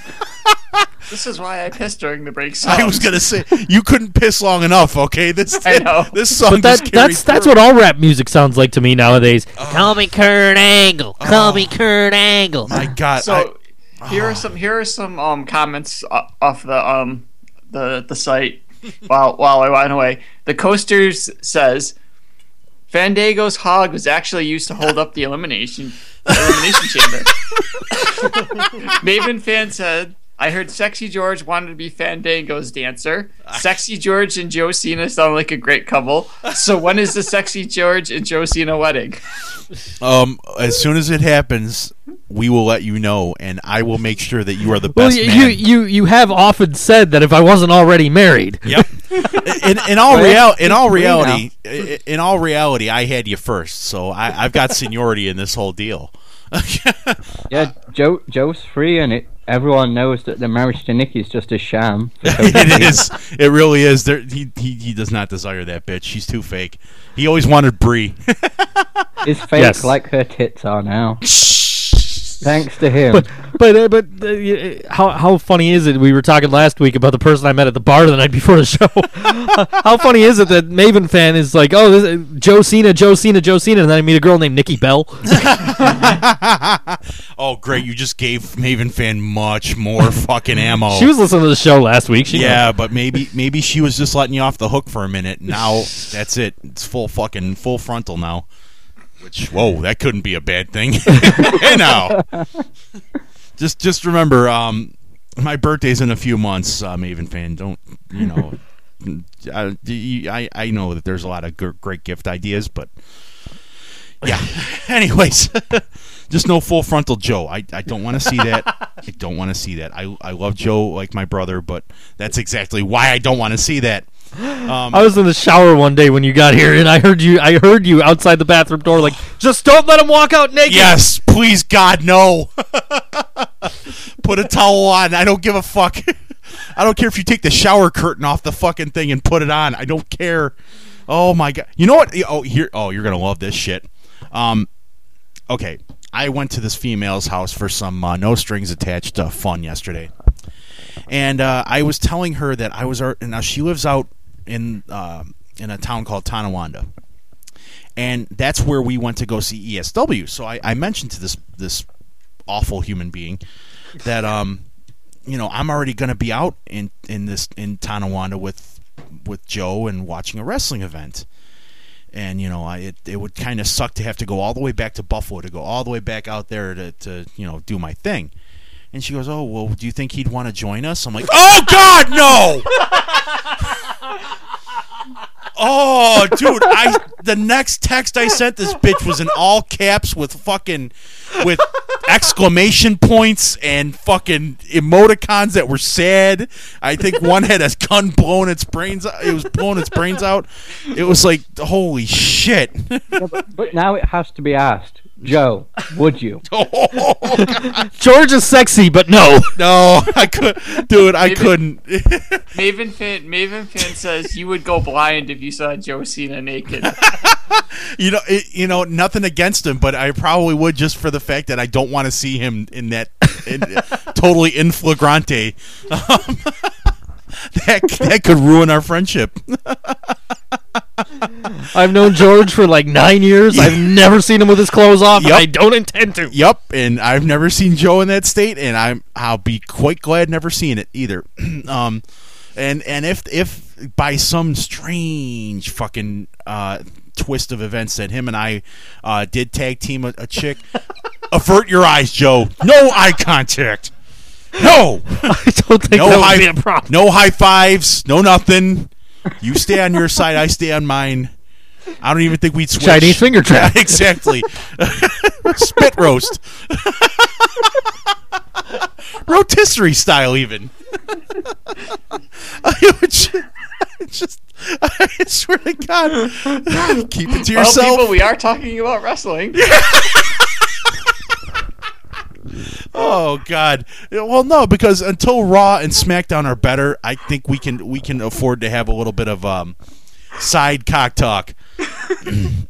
S2: This is why I pissed during the break. So
S1: Um,
S5: I was gonna say you couldn't piss long enough. Okay, this
S2: I know.
S5: this song
S1: But that,
S5: just Uh-huh.
S1: that's that's what all rap music sounds like to me nowadays.
S7: Call me Kurt Angle. Call me Kurt Angle.
S5: My God,
S2: So here are some here are some um comments o- off the um the the site while while I went away. The coasters says Fandango's hog was actually used to hold up the elimination elimination chamber. Maven fan said. I heard Sexy George wanted to be Fandango's dancer. Sexy George and Joe Cena sound like a great couple. So when is the Sexy George and Joe Cena wedding?
S5: I, um, as soon as it happens, we will let you know, and I will make sure that you are the
S1: Well,
S5: best
S1: you, you
S5: man.
S1: you you have often said that if I wasn't already married,
S5: Yep. in, in all real, in all
S4: we now.
S5: reality, i- in all reality, I had you first, so I, I've got seniority in this whole deal.
S4: Yeah, Joe Joe's free, and it everyone knows that the marriage to Nikki is just a sham. for
S5: it is. It really is. There, he, he he does not desire that bitch. She's too fake. He always wanted Bree.
S4: Is fake
S1: Yes.
S4: like her tits are now. Thanks to him.
S1: but but uh, but uh, y- uh, how how funny is it? We were talking last week about the person I met at the bar the night before the show. how funny is it that Maven fan is like, oh, this, uh, Joe Cena, Joe Cena, Joe Cena, and then I meet a girl named Nikki Bell.
S5: oh, great! You just gave Maven fan much more fucking ammo.
S1: She was listening to the show last week. She
S5: Oh. yeah, but maybe maybe she was just letting you off the hook for a minute. Now that's it. It's full fucking full frontal now. Which whoa, that couldn't be a bad thing. hey now, just just remember, um, my birthday's in a few months. Uh, Maven fan, don't you know? I, I I know that there's a lot of gr- great gift ideas, but yeah. Anyways, just no full frontal Joe. I, I don't want to see that. I don't want to see that. I, I love Joe like my brother, but that's exactly why I don't want to see that.
S1: I was in the shower one day when you got here, and I heard you. I heard you outside the bathroom door, like, just don't let him walk out naked.
S5: Yes, please God, no. put a towel on. I don't give a fuck. I don't care if you take the shower curtain off the fucking thing and put it on. I don't care. Oh my god. You know what? Oh here. Oh, you're gonna love this shit. Um, okay. I went to this female's house for some uh, no strings attached uh, fun yesterday, and uh, I was telling her that I was. ar- Now she lives out in uh, in a town called Tonawanda and that's where we went to go see ESW. So I, I mentioned to this this awful human being that um you know I'm already going to be out in in this in Tonawanda with with Joe and watching a wrestling event. And you know, I it, it would kind of suck to have to go all the way back to Buffalo to go all the way back out there to, to you know do my thing. And she goes, "Oh well, do you think he'd want to join us?" I'm like, "Oh God, no!" Oh, dude! I the next text I sent this bitch was in all caps with fucking with exclamation points and fucking emoticons that were sad. I think one had a gun blown its brains. It was blowing its brains out. It was like holy shit.
S4: Yeah, but, but now it has to be asked. Joe, would you?
S1: George is sexy, but no.
S5: no, I could, dude. I
S2: Maybe-
S5: couldn't.
S2: Maven fan, Maven fan says you would go blind if you saw Joe Cena naked. Oh,
S5: you know, it, you know, nothing against him, but I probably would just for the fact that I don't want to see him in that in, totally in flagrante. Um, that that could ruin our friendship.
S1: I've known George for like nine years. I've never seen him with his clothes off. and
S5: Yep.
S1: I don't intend to.
S5: Yep, and I've never seen Joe in that state, and I'm I'll be quite glad never seeing it either. um, and and if if by some strange fucking uh, twist of events that him and I uh, did tag team a, a chick, avert your eyes, Joe. No eye contact. No,
S1: I don't think
S5: no
S1: that
S5: high,
S1: would be a problem.
S5: no high fives, no nothing. You stay on your side, I stay on mine. I don't even think we'd switch.
S1: Chinese finger trap.
S5: exactly. Spit roast. Rotisserie style, even. I would ju- just, I swear to God, keep it to
S2: Well,
S5: yourself.
S2: people, we are talking about wrestling.
S5: Oh God! Well, no, because until Raw and SmackDown are better, I think we can we can afford to have a little bit of um, side cock talk.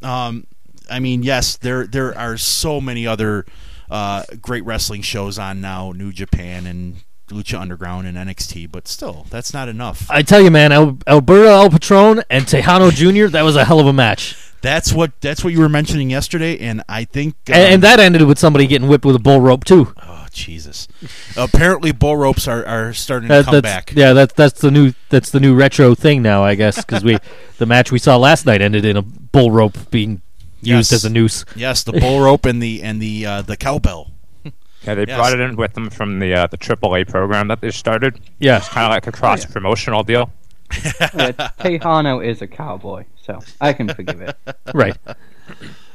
S5: um, I mean, yes, there there are so many other uh, great wrestling shows on now, New Japan and Lucha Underground and NXT, but still, that's not enough.
S1: I tell you, man, Al- Alberto El Patron and Tejano Jr. That was a hell of a match,
S5: That's what that's what you were mentioning yesterday, and I think um,
S1: and, and that ended with somebody getting whipped with a bull rope too.
S5: oh Jesus, apparently bull ropes are, are starting to
S1: That-
S5: come
S1: that's,
S5: back.
S1: Yeah, that's that's the new that's the new retro thing now, I guess, because we the match we saw last night ended in a bull rope being used
S5: Yes.
S1: as a noose.
S5: Yes, the bull rope and the and the uh, the cowbell.
S3: Yeah, they
S5: Yes.
S3: brought it in with them from the uh, the AAA program that they started.
S1: Yeah.
S3: it's kind of like a cross promotional deal.
S4: Uh, Tejano is a cowboy, so I can forgive it.
S1: right.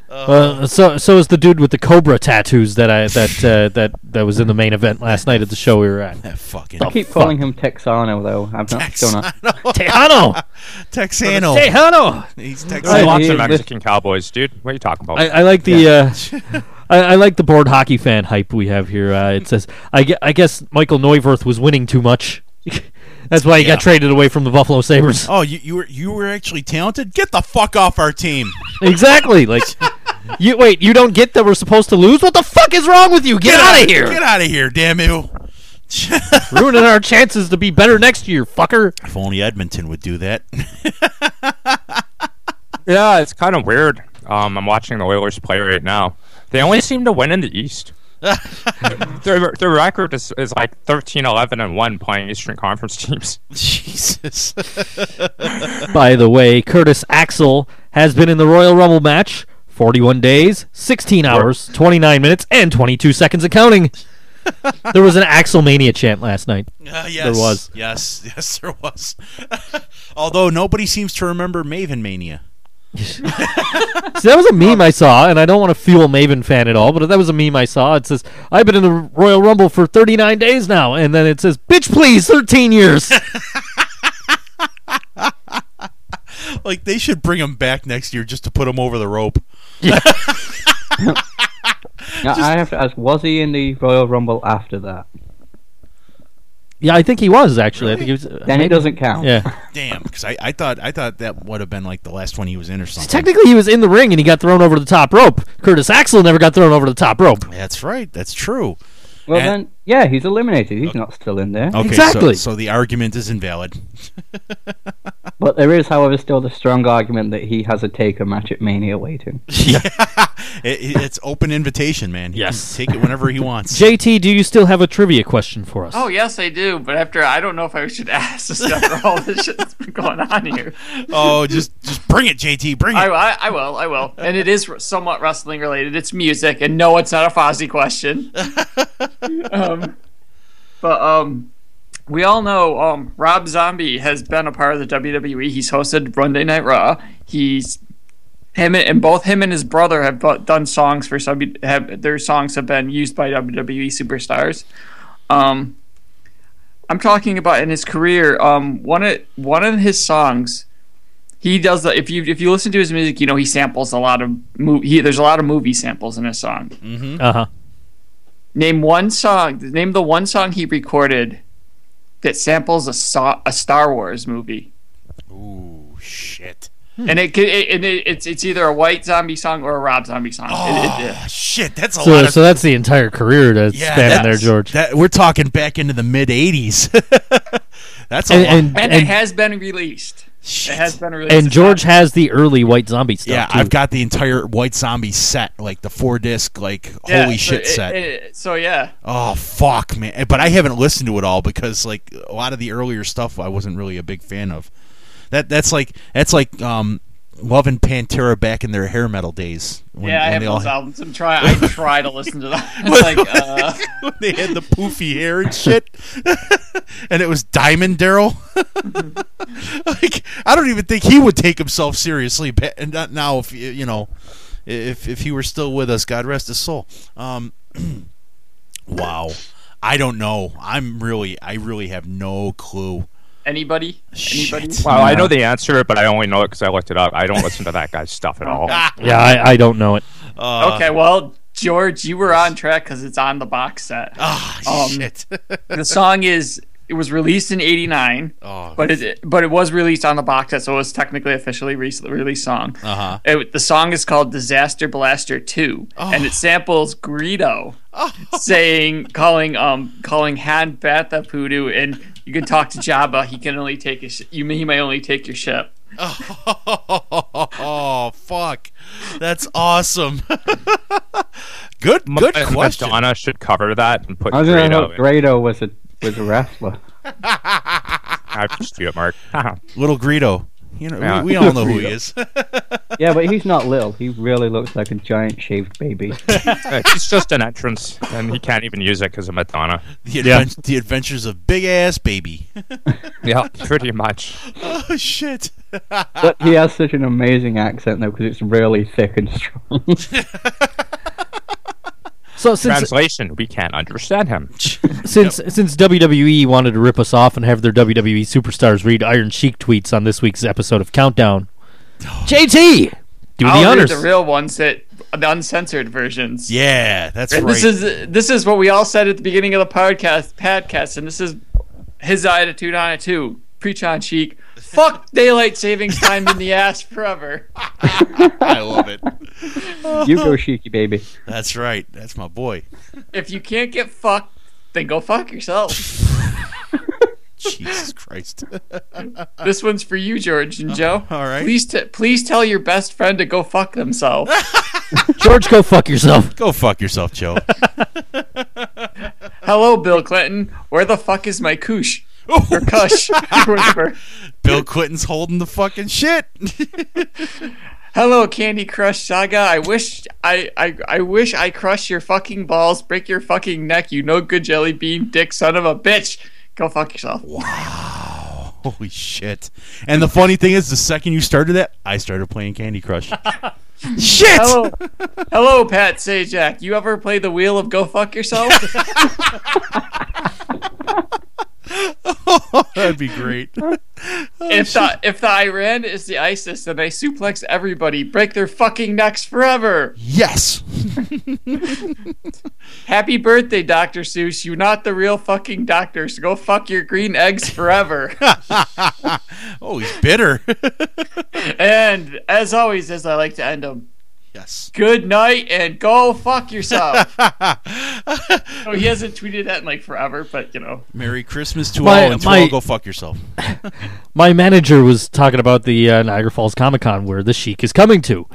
S1: Uh, so so is the dude with the cobra tattoos that I that uh, that that was in the main event last night at the show we were at.
S5: That fucking
S1: Oh,
S4: I keep calling him Texano though. I'm not gonna.
S1: Tejano,
S5: Texano.
S1: Tejano.
S5: He's
S3: There's
S5: Texano.
S4: Right.
S3: lots
S4: he-
S3: of Mexican cowboys, dude. What are you talking about?
S1: I, I like the uh, I, I like the board hockey fan hype we have here. Uh, it says I, gue- I guess Michael Neuwirth was winning too much. That's why he
S5: Yeah.
S1: got traded away from the Buffalo Sabres.
S5: Oh, you, you were you were actually talented. Get the fuck off our team.
S1: exactly. Like you wait, you don't get that we're supposed to lose? What the fuck is wrong with you? Get, out of here.
S5: Get out of here, damn you.
S1: Ruining our chances to be better next year, fucker.
S5: If only Edmonton would do that.
S3: yeah, it's kind of weird. Um, I'm watching the Oilers play right now. They only seem to win in the East. their, their record is, is like 13, 11, and 1 playing Eastern Conference teams.
S5: Jesus.
S1: By the way, Curtis Axel has been in the Royal Rumble match 41 days, 16 hours, 29 minutes, and 22 seconds of counting. there was an Axel Mania chant last night.
S5: Uh, yes.
S1: There was.
S5: Yes, yes, there was. Although nobody seems to remember Maven Mania.
S1: See, that was a meme I saw, and I don't want to fuel Maven fan at all, but that was a meme I saw. It says, I've been in the Royal Rumble for 39 days now. And then it says, Bitch, please, 13 years.
S5: Like they should bring him back next year just to put him over the rope.
S4: Now, I have to ask: Was he in the Royal Rumble after that?
S1: yeah, I think he was, actually. I think he was. uh,
S4: Then it doesn't count.
S1: yeah.
S5: Damn, because I, I thought I thought that would have been like the last one he was in or something.
S1: Technically, he was in the ring and he got thrown over the top rope. Curtis Axel never got thrown over the top rope.
S5: That's right. That's true.
S4: Well
S1: Eh.
S5: And-
S4: then, yeah, he's eliminated.
S1: Oh.
S4: He's not still in there.
S5: Okay,
S1: Exactly.
S5: So, so the argument is invalid.
S4: But there is, however, still the strong argument that he has a taker match at Mania waiting.
S5: It- it- it's open invitation, man. He can
S1: Yes.
S5: take it whenever he wants.
S1: JT, do you still have a trivia question for us?
S2: Oh yes, I do. But after I don't know if I should ask this after all this shit that's been going on here.
S5: oh, just just bring it, JT. Bring
S2: I,
S5: it.
S2: I, I will, I will. And it is somewhat wrestling related. It's music, and no, it's not a Fozzy question. um, but um, we all know um, Rob Zombie has been a part of the WWE. He's hosted Monday Night Raw. He's him and, and both him and his brother have bo- done songs for some. Have their songs have been used by WWE superstars. Um, I'm talking about in his career. Um, one of one of his songs he does the if you if you listen to his music, you know he samples a lot of movie. He, there's a lot of movie samples in his song.
S1: Uh huh.
S2: Name one song. Name the one song he recorded that samples a Sa- a Star Wars movie,
S5: Ooh, shit.
S2: and it, could- it, and it it's it's either a White Zombie song or a Rob Zombie song. It- it-
S5: Ah, shit, that's a lot
S1: So,
S5: of.
S1: so that's the entire career to
S5: yeah,
S1: span
S5: that's-
S1: there, George.
S5: That, we're talking back into the mid '80s. that's a
S1: and,
S5: lot.
S1: and,
S2: and, it
S1: and,
S2: has been released.
S5: shit.
S2: It has been released.
S1: and
S2: It's
S1: George
S2: not-
S1: has the early White Zombie stuff.
S5: yeah,
S1: too.
S5: I've got the entire White Zombie set, like the four disc, like
S2: yeah,
S5: holy
S2: so
S5: shit
S2: it-
S5: set.
S2: it- so yeah,
S5: oh fuck, man! But I haven't listened to it all because like a lot of the earlier stuff I wasn't really a big fan of. That that's like that's like um, loving Pantera back in their hair metal days. When,
S2: yeah, I have
S5: they all
S2: those albums. I'm try. I try to listen to them. It's like uh,
S5: when they had the poofy hair and shit, and it was Diamond Daryl. like I don't even think he would take himself seriously. ba- And not now, if you you know, if if he were still with us, God rest his soul. Um, wow, I don't know. I'm really, I really have no clue.
S2: anybody, anybody.
S5: Shit.
S3: Well, I know the answer, but I only know it because I looked it up. I don't listen to that guy's stuff at all.
S5: Ah,
S1: yeah, I, I don't know it.
S5: Uh,
S2: Okay, well,
S5: Uh,
S2: George, you were on track because it's on the box set.
S5: Ah,
S2: Um,
S5: shit.
S2: the song is it was released in '89,
S5: Oh,
S2: but it but it was released on the box set, so it was technically officially re- released song.
S5: Uh-huh.
S2: It- the song is called "Disaster Blaster 2, and it samples Greedo saying, calling um calling Han Beth a Poodoo, and you can talk to Jabba. He can only take his, you he may only take your ship.
S5: oh, fuck. That's awesome. good good
S3: I think
S5: question.
S3: Madonna should cover that and put
S4: I was gonna
S3: Greedo.
S4: hope
S3: in.
S4: Grado was a was a wrestler.
S3: I just do it, Mark.
S5: Little Greedo. You know,
S3: Yeah.
S5: we, we all know who he is.
S4: yeah, but he's not little. He really looks like a giant shaved baby.
S3: it's just an entrance, and he can't even use it because of Madonna.
S5: the,
S1: Yeah.
S5: advent- the adventures of Big Ass Baby.
S3: Yeah, pretty much.
S5: oh, shit.
S4: but he has such an amazing accent though, because it's really thick and strong.
S1: So since
S3: Translation: We can't understand him.
S1: since since WWE wanted to rip us off and have their WWE superstars read Iron Sheik tweets on this week's episode of Countdown, JT, do
S2: I'll
S1: the
S2: read
S1: honors.
S2: the real ones that the uncensored versions.
S5: Yeah, that's
S2: And
S5: right.
S2: This is this is what we all said at the beginning of the podcast, podcast, and this is his attitude on it too. Preach on cheek. Fuck daylight savings time in the ass forever.
S5: I love it. Oh.
S4: you go, Shiki baby.
S5: That's right. That's my boy.
S2: If you can't get fucked, then go fuck yourself.
S5: Jesus Christ.
S2: This one's for you, George and Joe.
S5: all right.
S2: Please, t- please tell your best friend to go fuck themselves.
S1: George, go fuck yourself.
S5: Go fuck yourself, Joe.
S2: Hello, Bill Clinton. Where the fuck is my koosh? Or kush? or whatever.
S5: Bill Clinton's holding the fucking shit.
S2: Hello, Candy Crush Saga. I wish I, I I wish I crush your fucking balls, break your fucking neck, you no good jelly bean dick son of a bitch. Go fuck yourself.
S5: Holy shit. And the funny thing is, the second you started that, I started playing Candy Crush. shit!
S2: Hello, hello, Pat Sajak. You ever play the wheel of Go Fuck Yourself?
S5: That'd be great.
S2: if the if the Iran is the ISIS, then I suplex everybody, break their fucking necks forever.
S5: Yes.
S2: Happy birthday, Dr. Seuss. You not the real fucking doctor, so go fuck your green eggs forever.
S5: Oh, he's bitter.
S2: and as always, as I like to end them,
S5: yes.
S2: good night and go fuck yourself. oh, he hasn't tweeted that in like forever, but you know.
S5: Merry Christmas to
S1: My-
S5: all, and to
S1: my-
S5: all, go fuck yourself.
S1: My manager was talking about the uh, Niagara Falls Comic Con where the Sheik is coming to,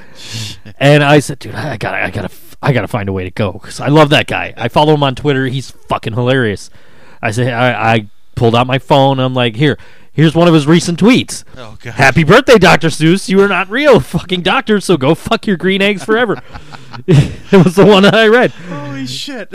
S1: and I said, "Dude, I gotta, I gotta, f- I gotta find a way to go because I love that guy. I follow him on Twitter. He's fucking hilarious." I said, I, I pulled out my phone. I'm like, "Here, here's one of his recent tweets."
S5: Oh, God.
S1: Happy birthday, Dr. Seuss. You are not real fucking doctor, so go fuck your green eggs forever. it was the one I read.
S5: Holy shit.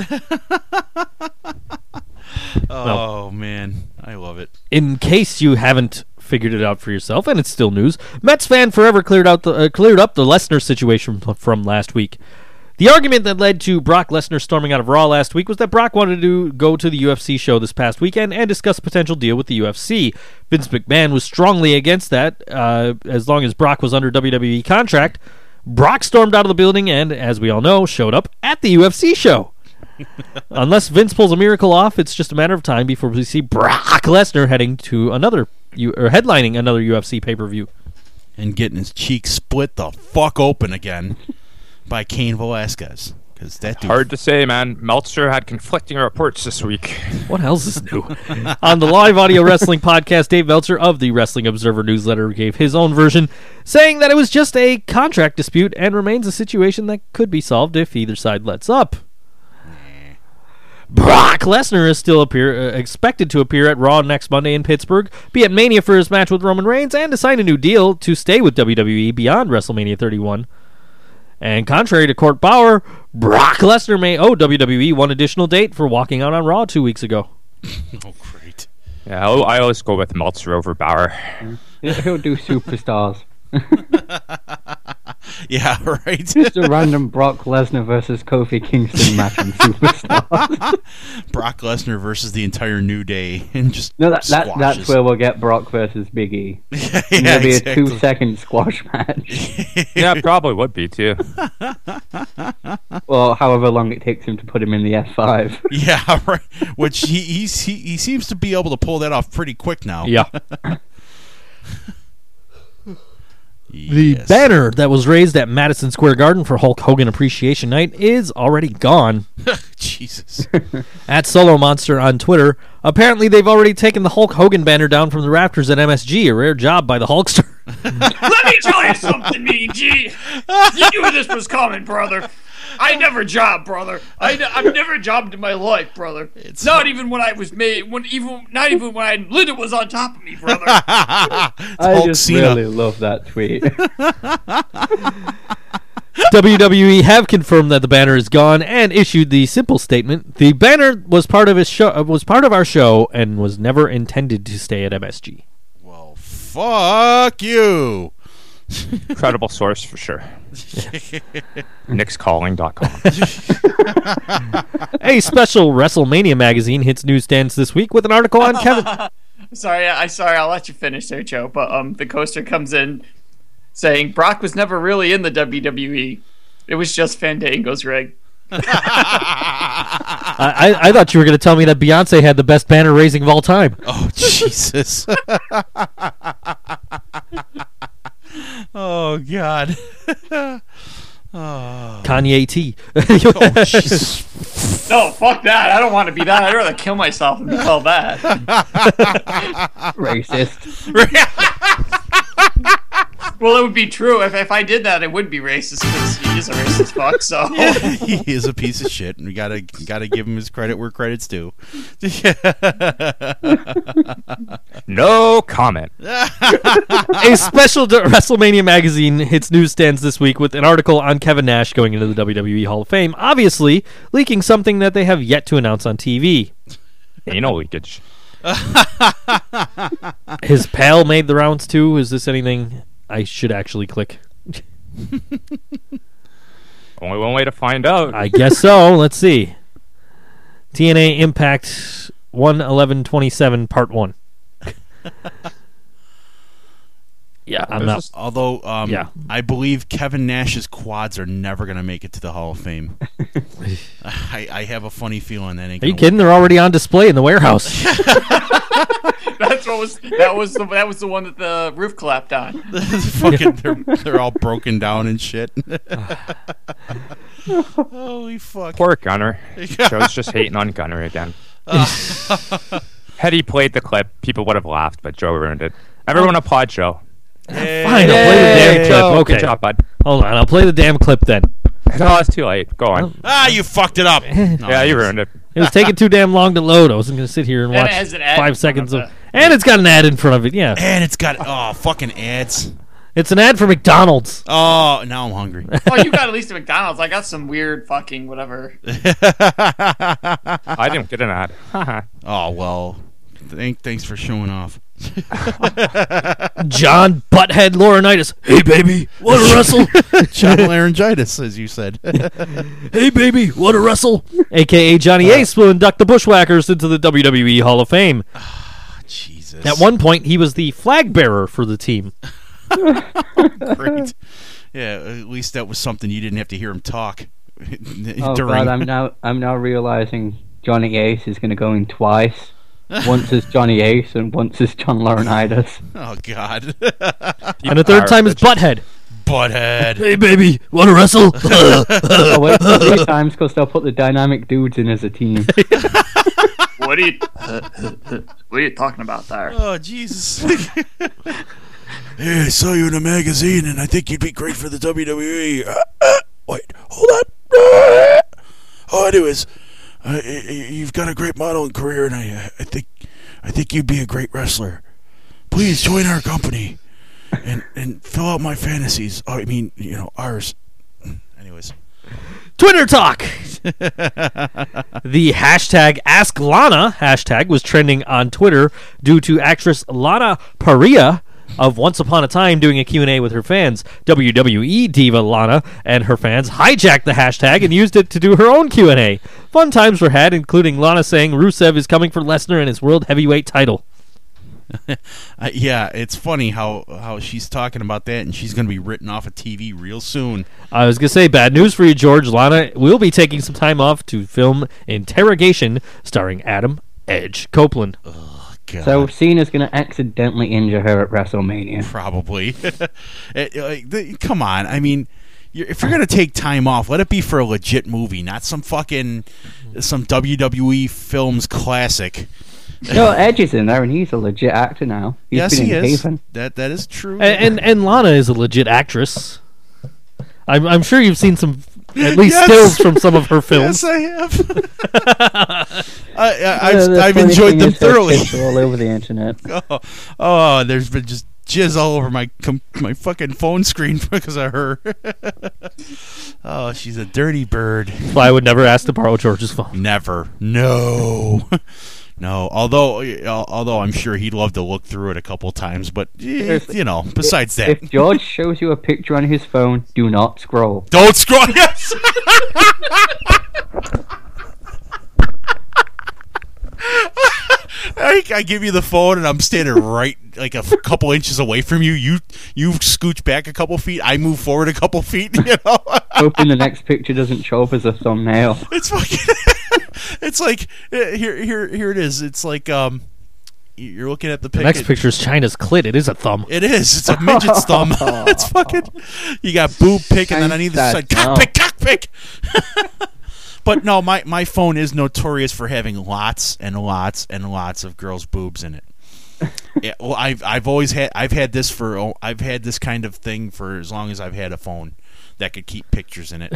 S5: oh, man. I love it.
S1: In case you haven't figured it out for yourself, and it's still news, Mets fan forever cleared out the, uh, cleared up the Lesnar situation p- from last week. The argument that led to Brock Lesnar storming out of Raw last week was that Brock wanted to go to the UFC show this past weekend and discuss a potential deal with the UFC. Vince McMahon was strongly against that uh, as long as Brock was under WWE contract. Brock stormed out of the building and, as we all know, showed up at the UFC show. Unless Vince pulls a miracle off, it's just a matter of time before we see Brock Lesnar heading to another U- or headlining another UFC pay per view.
S5: And getting his cheek split the fuck open again by Kane Velasquez. Because that dude.
S3: Hard to say, man. Meltzer had conflicting reports this week.
S1: What else is new? On the live audio wrestling podcast, Dave Meltzer of the Wrestling Observer newsletter gave his own version, saying that it was just a contract dispute and remains a situation that could be solved if either side lets up. Brock Lesnar is still appear, uh, expected to appear at Raw next Monday in Pittsburgh, be at Mania for his match with Roman Reigns, and to sign a new deal to stay with WWE beyond WrestleMania 31. And contrary to Court Bauer, Brock Lesnar may owe WWE one additional date for walking out on Raw two weeks ago.
S5: Oh, great.
S3: Yeah, I I always go with Meltzer over Bauer.
S4: He'll do superstars.
S5: Yeah, right.
S4: Just a random Brock Lesnar versus Kofi Kingston match on Superstar.
S5: Brock Lesnar versus the entire New Day, and just
S4: No, that, that that's
S5: squashes.
S4: where we'll get Brock versus Big E.
S5: yeah,
S4: Maybe
S5: exactly.
S4: a two-second squash match,
S3: yeah, it probably would be too.
S4: or however long it takes him to put him in the F5.
S5: Yeah, right. Which he he's, he he seems to be able to pull that off pretty quick now.
S1: Yeah. The
S5: Yes.
S1: banner that was raised at Madison Square Garden for Hulk Hogan Appreciation Night is already gone.
S5: Jesus.
S1: At Solo Monster on Twitter, apparently they've already taken the Hulk Hogan banner down from the rafters at MSG. A rare job by the Hulkster.
S2: Let me tell you something, BG. You knew this was coming, brother. I never jobbed, brother. I n- I've never jobbed in my life, brother. It's not even when I was made. When even not even when I Linda was on top of me, brother.
S4: I
S5: Hulk
S4: just
S5: Cena.
S4: really love that tweet.
S1: WWE E have confirmed that the banner is gone and issued the simple statement: "The banner was part of his show, uh, was part of our show, and was never intended to stay at MSG."
S5: well, fuck you.
S3: Credible source for sure. NicksCalling.com.
S1: A special WrestleMania magazine hits newsstands this week with an article on Kevin.
S2: sorry, I sorry. I'll let you finish there, Joe. But um, the coaster comes in saying Brock was never really in the WWE. It was just Fandango's rig.
S1: I, I, I thought you were going to tell me that Beyonce had the best banner raising of all time.
S5: Oh Jesus. oh God.
S1: Kanye T.
S5: Oh Jesus.
S2: No, fuck that. I don't want to be that. I'd rather kill myself than be called that.
S4: Racist.
S2: Well, it would be true if, if I did that. It would be racist because he is a racist fuck. So
S5: he is a piece of shit, and we gotta gotta give him his credit where credit's due.
S3: No comment.
S1: a special d- WrestleMania magazine hits newsstands this week with an article on Kevin Nash going into the WWE Hall of Fame, obviously leaking something that they have yet to announce on TV.
S3: Anal leakage.
S1: His pal made the rounds too. Is this anything I should actually click?
S3: Only one way to find out.
S1: I guess so. Let's see. TNA Impact 11127 Part 1. yeah, I'm not.
S5: Although, um,
S1: Yeah.
S5: I believe Kevin Nash's quads are never gonna make it to the Hall of Fame. I, I have a funny feeling that ain't.
S1: Are you
S5: gonna
S1: kidding? They're already on display in the warehouse.
S2: that's what was that was the that was the one that the roof collapsed on.
S5: Fucking, they're, they're all broken down and shit. Holy fuck!
S3: Poor Gunner. Joe's just hating on Gunner again. Had he played the clip, people would have laughed, but Joe ruined it. Everyone applaud Joe.
S1: Fine, I'll play the damn clip.
S3: Joe,
S1: okay.
S3: Good job, bud.
S1: Hold on, I'll play the damn clip then.
S3: No, it's too late. Go
S1: Oh,
S3: on.
S5: Ah, you fucked it up.
S3: yeah, you ruined it.
S1: It was taking too damn long to load. I wasn't going to sit here and
S2: And it
S1: watch
S2: has an ad in
S1: five
S2: front
S1: seconds
S2: of
S1: of. And it's got an ad in front of it, yeah.
S5: And it's got oh fucking ads.
S1: It's an ad for McDonald's.
S5: Oh, now I'm hungry.
S2: Oh, you got at least a McDonald's. I got some weird fucking whatever.
S3: I didn't get an ad.
S5: oh well. Thank, thanks for showing off.
S1: John Butthead Laurinaitis. Hey, baby, want to wrestle?
S5: John laryngitis, as you said.
S1: hey, baby, want to wrestle? AKA
S2: Uh.
S1: Johnny Ace will induct the Bushwhackers into the WWE Hall of Fame.
S5: Jesus.
S1: At one point, he was the flag bearer for the team.
S5: great. Yeah, at least that was something you didn't have to hear him talk
S4: Oh
S5: during.
S4: god, I'm now I'm now realizing Johnny Ace is going to go in twice. Once as Johnny Ace and once as John Laurinaitis.
S5: oh God,
S1: And the third time is Butthead.
S5: butthead.
S1: Hey, baby, want to wrestle?
S4: Oh wait, three times because they'll put the dynamic dudes in as a team.
S2: What are you? what are you talking about there?
S5: Oh Jesus. hey, I saw you in a magazine, and I think you'd be great for the WWE. Uh, uh, wait, hold on. Uh, oh, anyways, uh, y- y- you've got a great modeling career, and I, uh, I think, I think you'd be a great wrestler. Please join our company, and and fill out my fantasies. Oh, I mean, you know, ours. Anyways.
S1: Twitter talk. the hashtag Ask Lana hashtag was trending on Twitter due to actress Lana Paria of Once Upon a Time doing a Q&A with her fans. WWE diva Lana and her fans hijacked the hashtag and used it to do her own Q&A. Fun times were had, including Lana saying Rusev is coming for Lesnar and his World Heavyweight title.
S5: I, Uh, yeah, it's funny how how she's talking about that, and she's going to be written off of TV real soon.
S1: I was gonna say bad news for you, George. Lana will be taking some time off to film Interrogation, starring Adam Edge Copeland.
S5: God,
S4: So Cena's going to accidentally injure her at WrestleMania.
S5: probably. It- like, the- come on, I mean. You're, if you're gonna take time off, let it be for a legit movie, not some fucking some WWE films classic.
S4: no, Edge is in there, and he's a legit actor now. He's
S5: yes,
S4: been
S5: he
S4: in
S5: is.
S4: Haven.
S5: That that is true.
S1: And, and and Lana is a legit actress. I'm I'm sure you've seen some at least
S5: Yes.
S1: stills from some of her films.
S5: Yes, I have. I, I,
S4: Yeah,
S5: I've,
S4: the
S5: I've
S4: funny
S5: enjoyed
S4: thing
S5: them
S4: is those
S5: thoroughly.
S4: kids are all over the internet.
S5: Oh, oh, there's been just jizz all over my com- my fucking phone screen because of her. oh, she's a dirty bird.
S1: I would never ask to borrow George's phone.
S5: Never. No. No, although although I'm sure he'd love to look through it a couple times, but eh,
S4: Seriously.
S5: you know, besides that,
S4: If George shows you a picture on his phone, do not scroll.
S5: don't scroll. Yes. I, I give you the phone and I'm standing right like a f- couple inches away from you. You you scooch back a couple feet. I move forward a couple feet. You know,
S4: Hoping the next picture doesn't show up as a thumbnail.
S5: it's fucking. it's like eh, here here here it is. It's like um, you're looking at the
S1: The
S5: picture.
S1: next picture's China's clit. It is a thumb.
S5: It is. It's a midget's thumb. it's fucking. You got boob pick, and then on either
S4: Shut
S5: side,
S4: up.
S5: cockpick, cockpick. but no, my my phone is notorious for having lots and lots and lots of girls' boobs in it. Yeah, well, I've I've always had I've had this for oh, I've had this kind of thing for as long as I've had a phone that could keep pictures in it.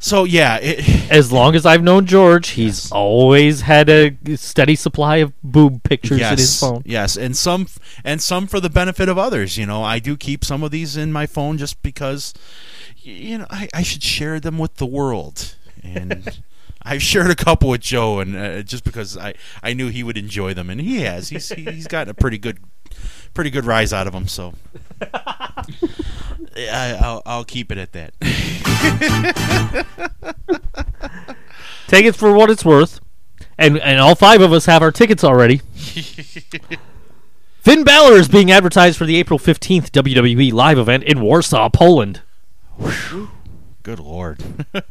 S5: So yeah, it,
S1: As long as I've known George, he's always had a steady supply of boob pictures in his phone.
S5: Yes, and some and some for the benefit of others. You know, I do keep some of these in my phone just because, y- you know, I, I should share them with the world. And I've shared a couple with Joe, and uh, just because I I knew he would enjoy them, and he has. He's he's gotten a pretty good pretty good rise out of them. So. I, I'll, I'll keep it at that.
S1: Take it for what it's worth. And and all five of us have our tickets already. Finn Balor is being advertised for the April 15th WWE E live event in Warsaw, Poland.
S5: Good lord.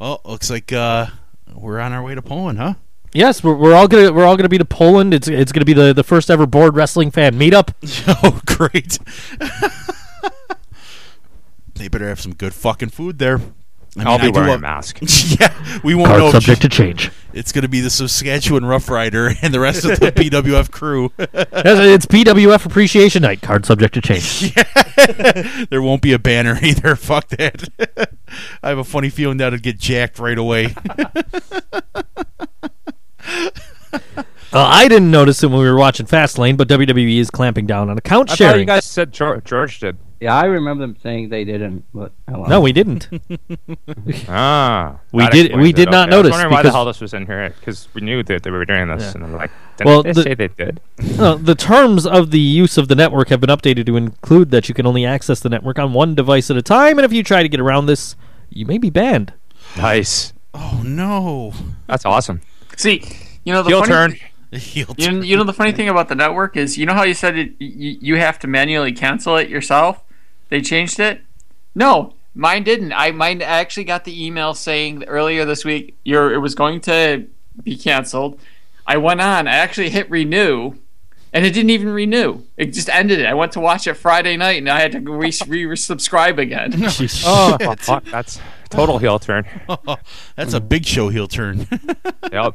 S5: well, looks like uh, we're on our way to Poland, huh?
S1: Yes, we're, we're all gonna we're all gonna be to Poland. It's it's gonna be the, the first ever board wrestling fan meetup.
S5: Oh, great. they better have some good fucking food there.
S3: I'll
S5: I mean, I
S3: be
S5: do
S3: wearing a
S5: love-
S3: mask.
S5: yeah, we won't know.
S1: Card
S5: if
S1: subject to change.
S5: It's going to be the Saskatchewan Rough Rider and the rest of the PWF crew.
S1: It's, it's PWF Appreciation Night. Card subject to change.
S5: there won't be a banner either. Fuck that. I have a funny feeling that'll get jacked right away.
S1: Uh, I didn't notice it when we were watching Fastlane, but WWE is clamping down on account
S3: I thought you
S1: sharing.
S3: guys said George, George did.
S4: Yeah, I remember them saying they didn't, but oh well.
S1: no, we didn't.
S3: Ah,
S1: We
S3: that
S1: did-
S3: explains
S1: we did
S3: it.
S1: not
S3: Okay, I was
S1: notice
S3: wondering why the
S1: because-
S3: hell this was in here because we knew that they were doing this, and I'm like, didn't
S1: Well,
S3: they
S1: the-
S3: say they did?
S1: No, Uh, the terms of the use of the network have been updated to include that you can only access the network on one device at a time, and if you try to get around this, you may be banned.
S3: Nice.
S5: oh, no.
S3: That's awesome.
S2: See, you know the
S3: Heel
S2: funny
S3: turn.
S5: The heel
S2: You, you know the funny thing about the network is you know how you said it, you, you have to manually cancel it yourself. They changed it. No, mine didn't. I mine actually got the email saying earlier this week your it was going to be canceled. I went on. I actually hit renew, and it didn't even renew. It just ended it. I went to watch it Friday night, and I had to re re subscribe again.
S3: Oh, fuck, that's total heel turn.
S5: That's a big show heel turn.
S3: Yep.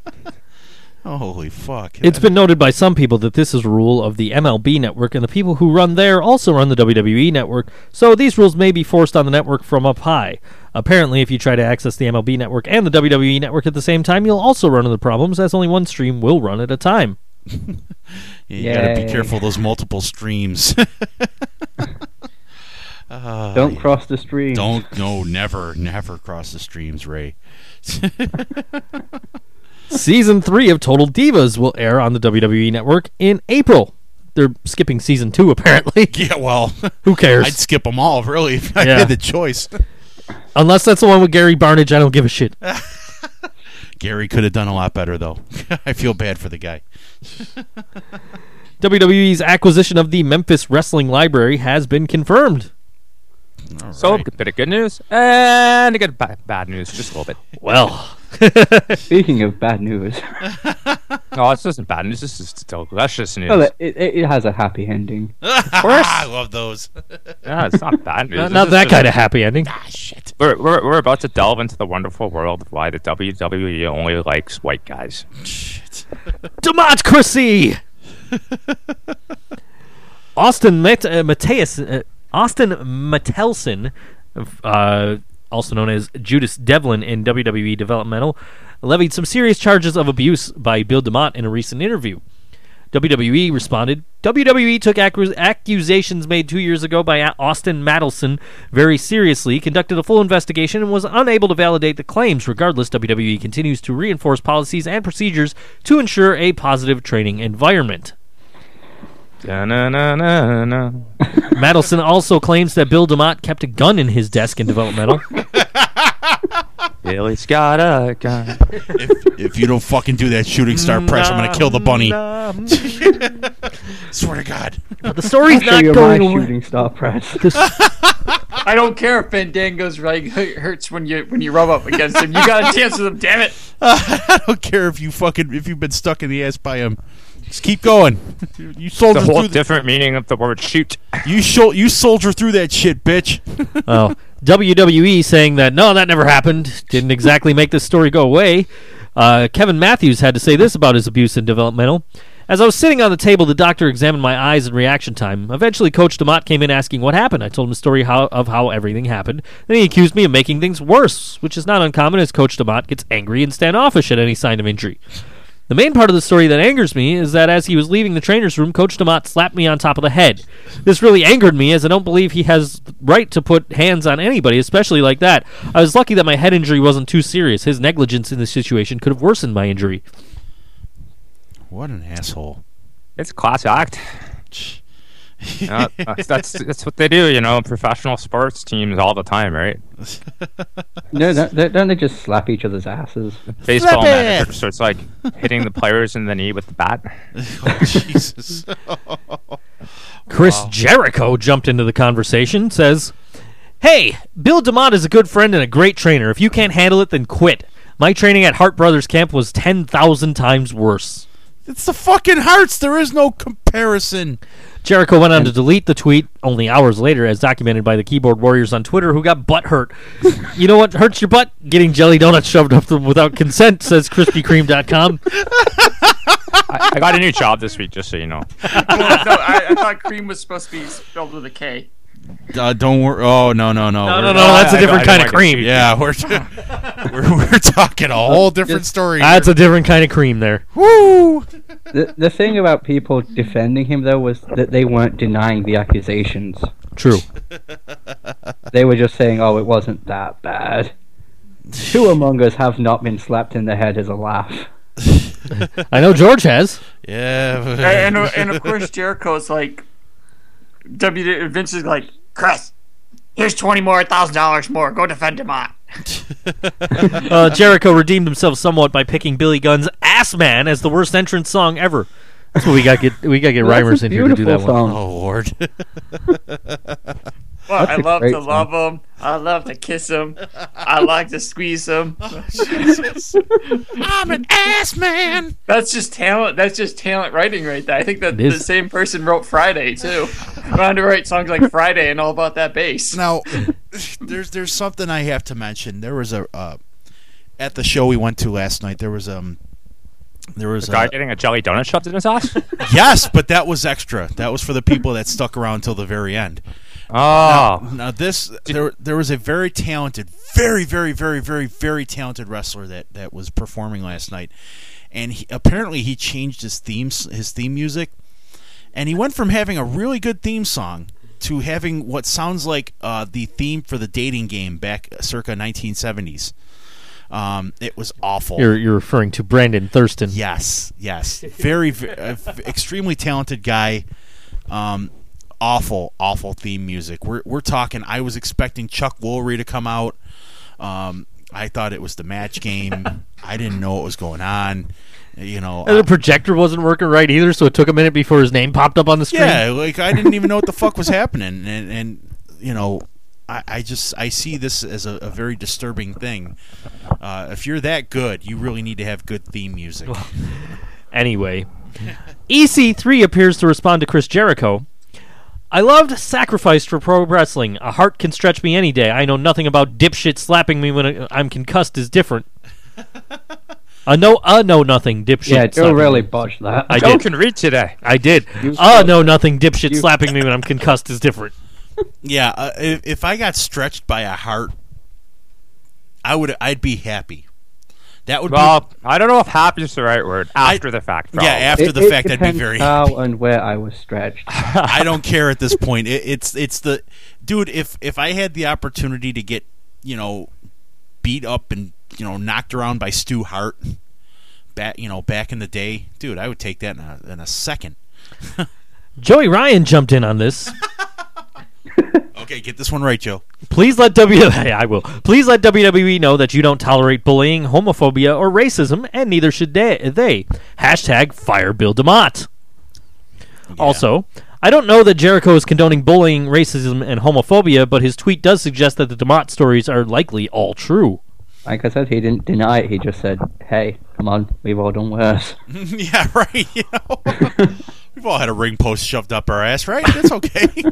S5: Holy fuck.
S1: It's been noted by some people that this is a rule of the MLB network, and the people who run there also run the WWE network, so these rules may be forced on the network from up high. Apparently, if you try to access the MLB network and the WWE network at the same time, you'll also run into problems, as only one stream will run at a time.
S5: you got to be
S4: Yay.
S5: careful of those multiple streams. Uh,
S4: Don't
S5: yeah.
S4: cross the stream.
S5: Don't no, never, never cross the streams, Ray.
S1: Season 3 of Total Divas will air on the WWE network E in April. they're skipping season two apparently.
S5: Yeah, well,
S1: Who cares?
S5: I'd skip them all really if I
S1: Yeah.
S5: had the choice.
S1: Unless that's the one with Gary Barnage, I don't give a shit.
S5: Gary could have done a lot better though. I feel bad for the guy.
S1: WWE's acquisition of the Memphis Wrestling Library has been confirmed.
S5: All
S3: So
S5: right.
S3: a bit of good news and a good ba- bad news, just a little bit.
S1: Well,
S4: Speaking of bad news,
S3: No, this isn't bad news. This is still that's just news.
S4: well, it, it, it has a happy ending.
S5: Ah, I love those.
S3: Yeah, it's not bad news.
S1: not,
S3: It's
S1: not
S3: just
S1: that
S3: a-
S1: kind of happy ending.
S3: We're, we're, we're about to delve into the wonderful world of why the WWE only likes white guys.
S5: Shit.
S1: Democracy. Austin Met- uh, Mateus, uh, Austin Mattelson, uh, also known as Judas Devlin in WWE developmental, levied some serious charges of abuse by Bill DeMott in a recent interview. WWE E responded. WWE took accu- accusations made two years ago by A- Austin Mattelson very seriously, conducted a full investigation, and was unable to validate the claims. Regardless, WWE continues to reinforce policies and procedures to ensure a positive training environment.
S3: Da-na-na-na-na.
S1: Mattelson also claims that Bill DeMott kept a gun in his desk in developmental.
S3: Billy's got a gun.
S5: if, if you don't fucking do that shooting star press, I'm gonna kill the bunny. Swear to God.
S1: But the story's
S4: Show
S1: not
S4: you my
S1: going away.
S4: shooting star press.
S2: I don't care if Fandango's right hurts when you when you rub up against him. You got a chance with him, damn it.
S5: I don't care if you fucking if you've been stuck in the ass by him. Just keep going. You soldier
S3: The whole
S5: through the,
S3: different meaning of the word shoot.
S5: you shol- you soldier through that shit, bitch.
S1: Oh, WWE saying that no, that never happened. Didn't exactly make this story go away. Uh, Kevin Matthews had to say this about his abuse in developmental. As I was sitting on the table, the doctor examined my eyes and reaction time. Eventually, Coach DeMott came in asking what happened. I told him the story how, of how everything happened. Then he accused me of making things worse, which is not uncommon as Coach DeMott gets angry and standoffish at any sign of injury. The main part of the story that angers me is that as he was leaving the trainer's room, Coach DeMott slapped me on top of the head. This really angered me as I don't believe he has the right to put hands on anybody, especially like that. I was lucky that my head injury wasn't too serious. His negligence in this situation could have worsened my injury.
S5: What an asshole.
S3: It's a class act. Uh, that's, that's that's what they do, you know, professional sports teams all the time, right?
S4: no, no, they- don't they just slap each other's asses?
S3: Baseball
S1: Flip it.
S3: manager starts like hitting the players in the knee with the bat.
S5: Oh, Jesus.
S1: Chris Jericho jumped into the conversation, says, Hey, Bill DeMott is a good friend and a great trainer. If you can't handle it, then quit. My training at Hart Brothers Camp was 10,000 times worse.
S5: it's the fucking hearts. There is no comparison.
S1: Jericho went on to delete the tweet only hours later, as documented by the keyboard warriors on Twitter, who got butt hurt. you know what hurts your butt? Getting jelly donuts shoved up them without consent, says KrispyKreme.com.
S3: I, I got a new job this week, just so you know.
S2: Well, no, I, I thought cream was supposed to be spelled with a K.
S5: Uh, don't worry. Oh no no
S1: No,
S5: no. We're-
S1: no, no, that's a
S3: I- I-
S1: different
S3: I
S1: kind of
S3: like it.
S1: cream.
S5: Yeah, we're, we're we're talking a whole different story.
S1: That's a different kind of cream there.
S5: Woo!
S4: The, the thing about people defending him though was that they weren't denying the accusations.
S1: True.
S4: They were just saying, "Oh, it wasn't that bad." Two among us have not been slapped in the head as a laugh.
S1: I know George has.
S5: Yeah. but-
S2: And, and, and of course, Jericho's like, W. Vince is like, Chris, here's twenty more, thousand dollars more. Go defend him on.
S1: Uh, Jericho redeemed himself somewhat by picking Billy Gunn's "Ass Man" as the worst entrance song ever. That's what we got. Get we got to get rhymers
S4: That's a
S1: in here to do
S4: beautiful
S1: that one.
S4: song.
S5: oh Lord.
S2: Well, I
S4: a
S2: love
S4: great
S2: to love him. I love to kiss him. I like to squeeze him.
S5: Oh, I'm an ass man.
S2: That's just talent. That's just talent writing right there. I think that the
S1: is.
S2: same person wrote Friday too. Wanted to write songs like Friday and all about that bass.
S5: Now, there's there's something I have to mention. There was a uh, at the show we went to last night. There was um. There was
S3: Guy
S5: a,
S3: getting a jelly donut shoved in his ass.
S5: yes, but that was extra. That was for the people that stuck around till the very end.
S3: Oh,
S5: Now this there there was a very talented, very very very very very talented wrestler that that was performing last night, and he, apparently he changed his themes his theme music, and he went from having a really good theme song to having what sounds like uh, the theme for the dating game back circa 1970s. Um, it was awful.
S1: You're you're referring to Brandon Thurston.
S5: Yes, yes. Very, ve- uh, f extremely talented guy. Um, awful, awful theme music. We're we're talking. I was expecting Chuck Woolery to come out. Um, I thought it was the match game. I didn't know what was going on. You know,
S1: And
S5: uh,
S1: the projector wasn't working right either, so it took a minute before his name popped up on the screen.
S5: yeah, like I didn't even know what the fuck was happening, and and you know, I, I just I see this as a, a very disturbing thing. Uh, if you're that good, you really need to have good theme music.
S1: Anyway, EC3 appears to respond to Chris Jericho. I loved Sacrifice for Pro Wrestling. A heart can stretch me any day. I know nothing about dipshit slapping me when I- I'm concussed is different. A no, a no nothing dipshit.
S4: Yeah, Joe
S1: slapping
S4: really
S1: me.
S4: botched that.
S1: I
S3: Joe
S1: did.
S3: can read today.
S1: I did.
S4: You
S1: A
S4: suck.
S1: no nothing dipshit slapping me when I'm concussed is different.
S5: Yeah, uh, if, if I got stretched by a heart, I would I'd be happy. That would
S3: Well, I don't know if happy is the right word. After the fact,
S5: be yeah.
S3: probably.
S5: After
S4: It-
S5: the
S4: it
S5: fact, I'd be
S4: depends uh,
S5: very.
S4: how and where I was stretched.
S5: I don't care at this point. It, it's it's the dude. If if I had the opportunity to get you know beat up and you know knocked around by Stu Hart back you know back in the day, dude, I would take that in a, in a second.
S1: Joey Ryan jumped in on this.
S5: Okay, get this one right, Joe.
S1: Please let W I will. Please let WWE know that you don't tolerate bullying, homophobia, or racism, and neither should they. they. Hashtag fire Bill DeMott. Also, I don't know that Jericho is condoning bullying, racism, and homophobia, but his tweet does suggest that the DeMott stories are likely all true.
S4: Like I said, he didn't deny it. He just said, "Hey, come on, we've all done worse."
S5: yeah, right. You know, we've all had a ring post shoved up our ass, right? That's okay.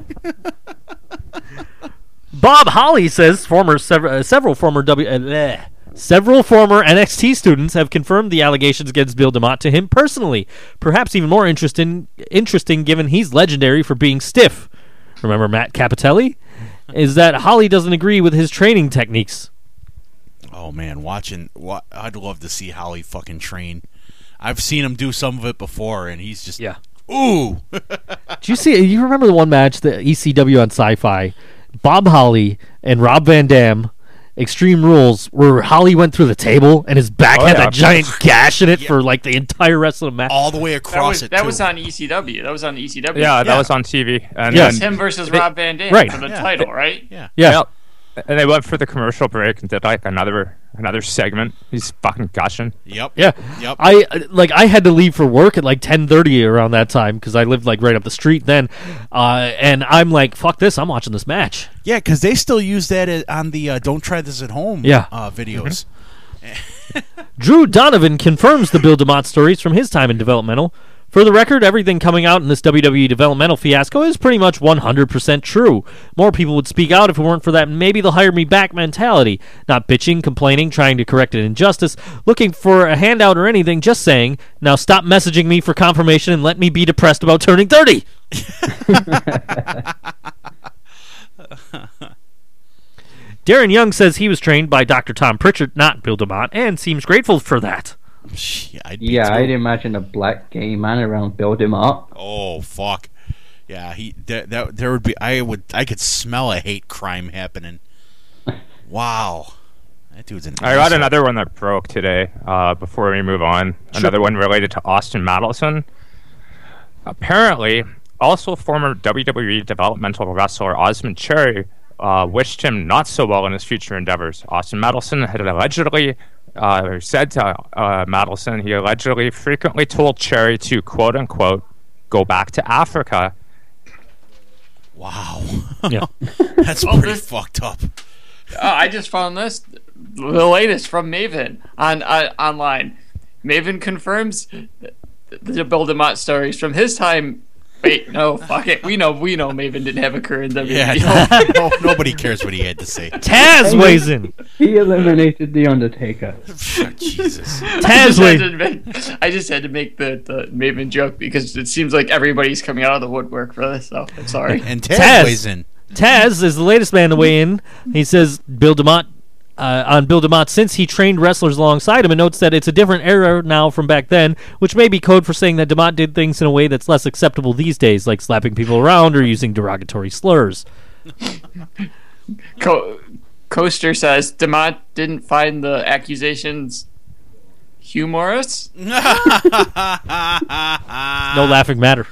S1: Bob Holly says former sever- uh, several former W uh, bleh. several former NXT students have confirmed the allegations against Bill DeMott to him personally. Perhaps even more interesting, interesting given he's legendary for being stiff. Remember Matt Capitelli? Is that Holly doesn't agree with his training techniques?
S5: Oh man, watching. Wa- I'd love to see Holly fucking train. I've seen him do some of it before, and he's just
S1: Yeah.
S5: Ooh,
S1: Do you see? You remember the one match that ECW on Sci-Fi? Bob Holly and Rob Van Dam, Extreme Rules, where Holly went through the table and his back
S3: Oh,
S1: had
S3: yeah.
S1: that giant gash in it for like the entire rest of the match.
S5: all the way
S2: That
S5: across
S2: was,
S5: it.
S2: that
S5: too.
S2: was on ECW. That was on E ECW.
S3: Yeah, that
S5: Yeah.
S3: was on TV. And
S1: Yes.
S3: then,
S2: Him versus Rob Van Dam
S1: Right.
S2: for the
S5: Yeah.
S2: title, right?
S5: Yeah.
S1: yeah,
S3: Yep. And they went for the commercial break and did like another another segment. He's fucking gushing.
S5: Yep.
S1: yeah.
S5: Yep.
S1: I uh, like I had to leave for work at like ten thirty around that time because I lived like right up the street then, uh, and I'm like, fuck this, I'm watching this match.
S5: Yeah, because they still use that as, on the uh, "Don't Try This at Home"
S1: Yeah. Mm-hmm.
S5: uh, videos.
S1: Drew Donovan confirms the Bill DeMott stories from his time in developmental. For the record, everything coming out in this WWE developmental fiasco is pretty much 100% true. More people would speak out if it weren't for that maybe they'll hire me back mentality. Not bitching, complaining, trying to correct an injustice, looking for a handout or anything, just saying, now stop messaging me for confirmation and let me be depressed about turning 30. Darren Young says he was trained by Dr. Tom Pritchard, not Bill DeMott, and seems grateful for that.
S5: Yeah, I'd be
S4: Yeah,
S5: too.
S4: I'd imagine a black gay man around build him up.
S5: Oh fuck. Yeah, he that, that there would be. I would. I could smell a hate crime happening. Wow, that dude's an.
S3: I got
S5: asshole.
S3: another one that broke today. Uh, before we move on, another one related to Austin Madison. Apparently, also former WWE developmental wrestler Osmond Cherry uh, wished him not so well in his future endeavors. Austin Madison had allegedly uh, said to uh, Madison he allegedly frequently told Cherry to quote unquote go back to Africa
S5: Wow,
S1: Yeah.
S5: that's pretty
S2: this-
S5: fucked up.
S2: Oh, I just found this, the latest from Maven on uh, online. Maven confirms the Bill DeMott stories from his time. Wait, no, fuck it. We know, we know Maven didn't have a career in WWE.
S5: Yeah, no, no- nobody cares what he had to say.
S1: Taz weighs in.
S4: He eliminated the Undertaker.
S5: Jesus.
S2: I
S1: Taz
S2: just had
S1: weighs
S2: to make, I just had to make the, the Maven joke because it seems like everybody's coming out of the woodwork for this. So I'm sorry.
S5: And Taz,
S1: Taz.
S5: weighs in.
S1: Taz is the latest man to weigh in. He says Bill DeMott uh, on Bill DeMott since he trained wrestlers alongside him and notes that it's a different era now from back then, which may be code for saying that DeMott did things in a way that's less acceptable these days, like slapping people around or using derogatory slurs.
S2: Co- Coaster says Demont didn't find the accusations humorous.
S1: No laughing matter.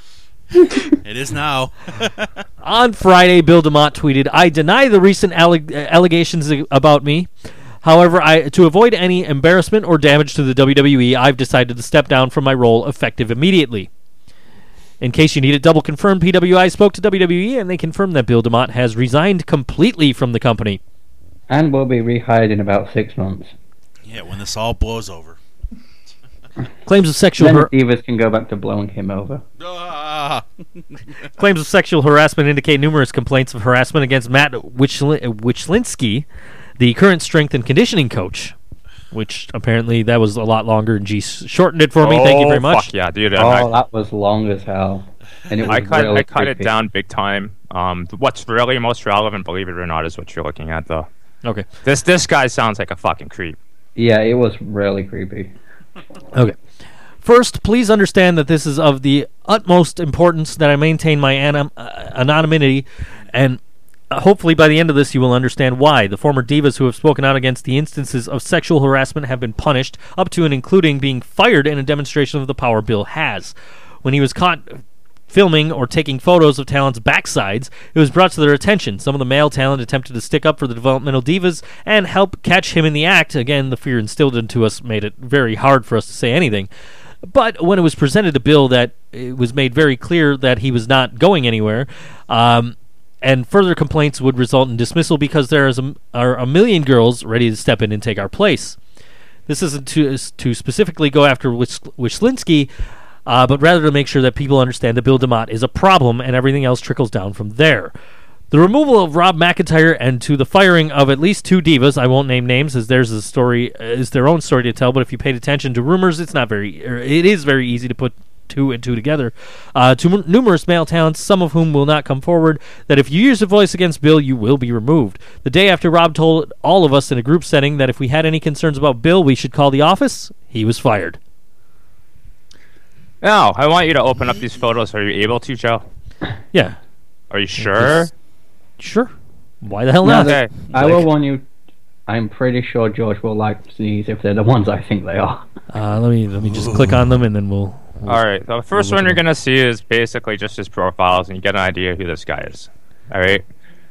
S5: It is now.
S1: On Friday, Bill DeMott tweeted, "I deny the recent alle- allegations about me. However, I to avoid any embarrassment or damage to the WWE, I've decided to step down from my role effective immediately." In case you need it double confirmed, PWI spoke to WWE and they confirmed that Bill DeMott has resigned completely from the company.
S4: and will be rehired in about six months.
S5: Yeah, when this all blows over.
S1: Claims of sexual
S4: Then
S1: har-
S4: the Divas can go back to blowing him over.
S5: Ah.
S1: Claims of sexual harassment indicate numerous complaints of harassment against Matt Wichl- Wichlinski, the current strength and conditioning coach. Which apparently that was a lot longer, and G s- shortened it for me. Thank you
S3: Oh,
S1: very much.
S3: Fuck yeah, dude.
S4: Oh,
S3: I-
S4: that was long as hell. And it was
S3: I cut,
S4: really
S3: I cut it
S4: creepy.
S3: down big time. Um, th- what's really most relevant, believe it or not, is what you're looking at though.
S1: Okay.
S3: This this guy sounds like a fucking creep.
S4: Yeah, it was really creepy.
S1: Okay. First, please understand that this is of the utmost importance that I maintain my anom- uh, anonymity, and uh, hopefully by the end of this, you will understand why. The former divas who have spoken out against the instances of sexual harassment have been punished, up to and including being fired in a demonstration of the power Bill has. When he was caught filming or taking photos of talent's backsides, it was brought to their attention. Some of the male talent attempted to stick up for the developmental divas and help catch him in the act. Again, the fear instilled into us made it very hard for us to say anything. But when it was presented to Bill, that it was made very clear that he was not going anywhere. Um, and further complaints would result in dismissal because there is a, are a million girls ready to step in and take our place. This isn't to is to specifically go after Wis- Wislinski, uh, but rather to make sure that people understand that Bill DeMott is a problem and everything else trickles down from there. The removal of Rob McIntyre and to the firing of at least two divas, I won't name names as theirs is a story is their own story to tell, but if you paid attention to rumors, it's not very er, it is very easy to put two and two together. Uh, to m- numerous male talents, some of whom will not come forward, that if you use a voice against Bill, you will be removed. The day after Rob told all of us in a group setting that if we had any concerns about Bill, we should call the office, he was fired.
S3: No, I want you to open up these photos. Are you able to, Joe?
S1: Yeah,
S3: Are you sure?
S1: sure. Why the hell
S4: No,
S1: not?
S3: Okay.
S4: I will warn you, I'm pretty sure George will like these if they're the ones I think they are.
S1: Uh, let me let me just click on them and then we'll.
S3: All right. The first one you're gonna see is basically just his profiles, and you get an idea who this guy is. All right.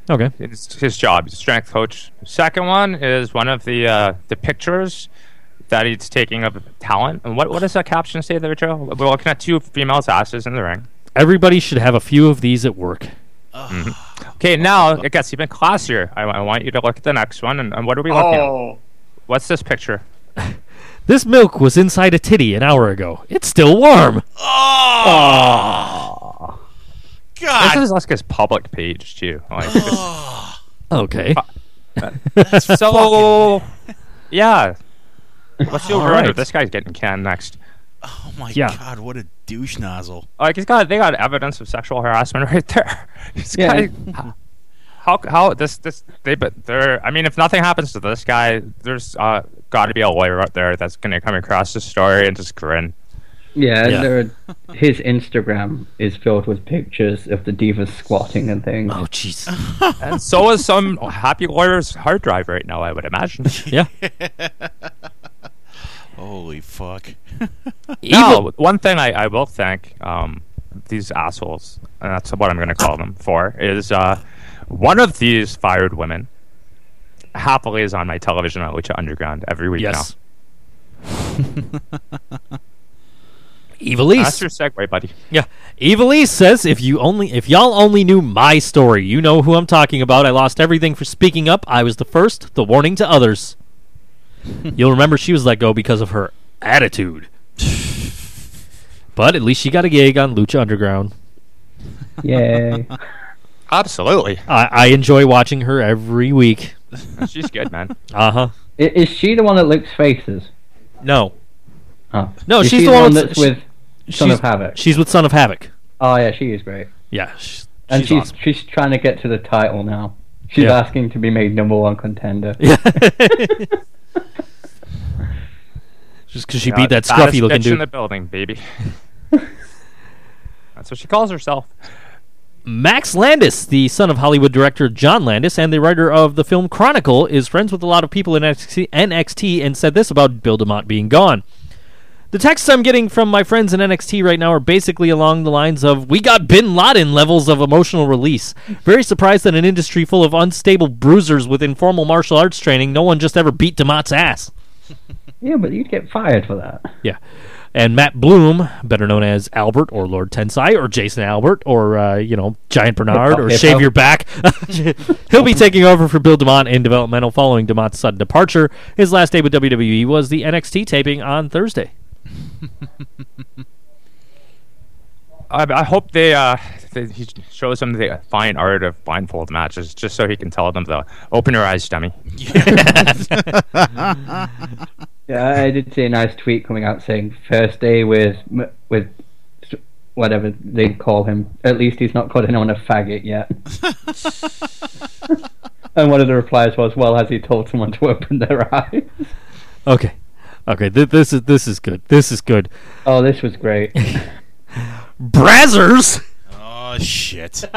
S1: Okay.
S3: It's his job. He's a strength coach. Second one is one of the uh, the pictures that he's taking of talent. And what what does that caption say there, Joe? We're looking at two females' asses in the ring.
S1: Everybody should have a few of these at work.
S3: Okay, now it gets even classier. I, I want you to look at the next one. And, and what are we looking at?
S2: Oh,
S3: What's this picture?
S1: This milk was inside a titty an hour ago. It's still warm.
S5: God.
S3: This is like his public page too. Like, it's-
S1: Okay.
S3: so yeah, let's do a
S1: right.
S3: right. This guy's getting canned next.
S5: Oh my
S1: Yeah.
S5: God! What a douche nozzle.
S3: Like he's got they got evidence of sexual harassment right there. This
S4: Yeah.
S3: guy, how how this this they but they're I mean if nothing happens to this guy, there's uh got to be a lawyer out there that's gonna come across this story and just grin.
S4: Yeah,
S1: Yeah.
S4: There are, his Instagram is filled with pictures of the divas squatting and things.
S1: Oh jeez.
S3: And so is some happy lawyer's hard drive right now, I would imagine.
S1: Yeah.
S5: Holy fuck!
S3: No, one thing I, I will thank um, these assholes, and that's what I'm going to call them for, is uh, one of these fired women happily is on my television at Lucha Underground every week
S1: Yes.
S3: now. That's
S1: Evilise.
S3: your segue, buddy.
S1: Yeah. Evilise says if you only if y'all only knew my story, you know who I'm talking about. I lost everything for speaking up. I was the first, the warning to others. You'll remember she was let go because of her attitude. but at least she got a gig on Lucha Underground.
S4: Yay.
S3: Absolutely.
S1: I, I enjoy watching her every week.
S3: She's good, man.
S1: Uh huh.
S4: I- is she the one that licks faces?
S1: No.
S4: Oh.
S1: No,
S4: Is
S1: she's
S4: she
S1: the one that's-
S4: that's with Son
S1: she's-
S4: of Havoc.
S1: She's with Son of Havoc.
S4: Oh, yeah, she is great.
S1: Yeah. She's,
S4: And she's
S1: she's
S4: she's, trying to get to the title now. She's
S1: Yeah.
S4: asking to be made number one contender.
S1: awesome. Just because she
S3: Yeah,
S1: beat that
S3: baddest
S1: scruffy looking
S3: bitch in
S1: dude.
S3: the building, baby. that's what she calls herself.
S1: Max Landis, the son of Hollywood director John Landis and the writer of the film Chronicle, is friends with a lot of people in NXT NXT and said this about Bill DeMott being gone. The texts I'm getting from my friends in NXT right now are basically along the lines of We got Bin Laden levels of emotional release. Very surprised that an industry full of unstable bruisers with informal martial arts training, no one just ever beat Damat's ass.
S4: Yeah, but you'd get fired for that.
S1: Yeah. And Matt Bloom, better known as Albert or Lord Tensai or Jason Albert or, uh, you know, Giant Bernard or
S4: Hip-hop,
S1: Shave
S4: hip-hop.
S1: Your Back, he'll be taking over for Bill DeMont in developmental following DeMont's sudden departure. His last day with WWE was the NXT taping on Thursday.
S3: I, I hope they, uh, they he shows him the fine art of blindfold matches, just so he can tell them the open your eyes, dummy.
S4: Yeah, I did see a nice tweet coming out saying first day with m- with s- whatever they call him. At least he's not called anyone a faggot yet. and one of the replies was, "Well, has he told someone to open their eyes?"
S1: Okay. Okay, th- this is this is good. This is good.
S4: Oh, this was great.
S1: Brazzers
S5: Oh shit!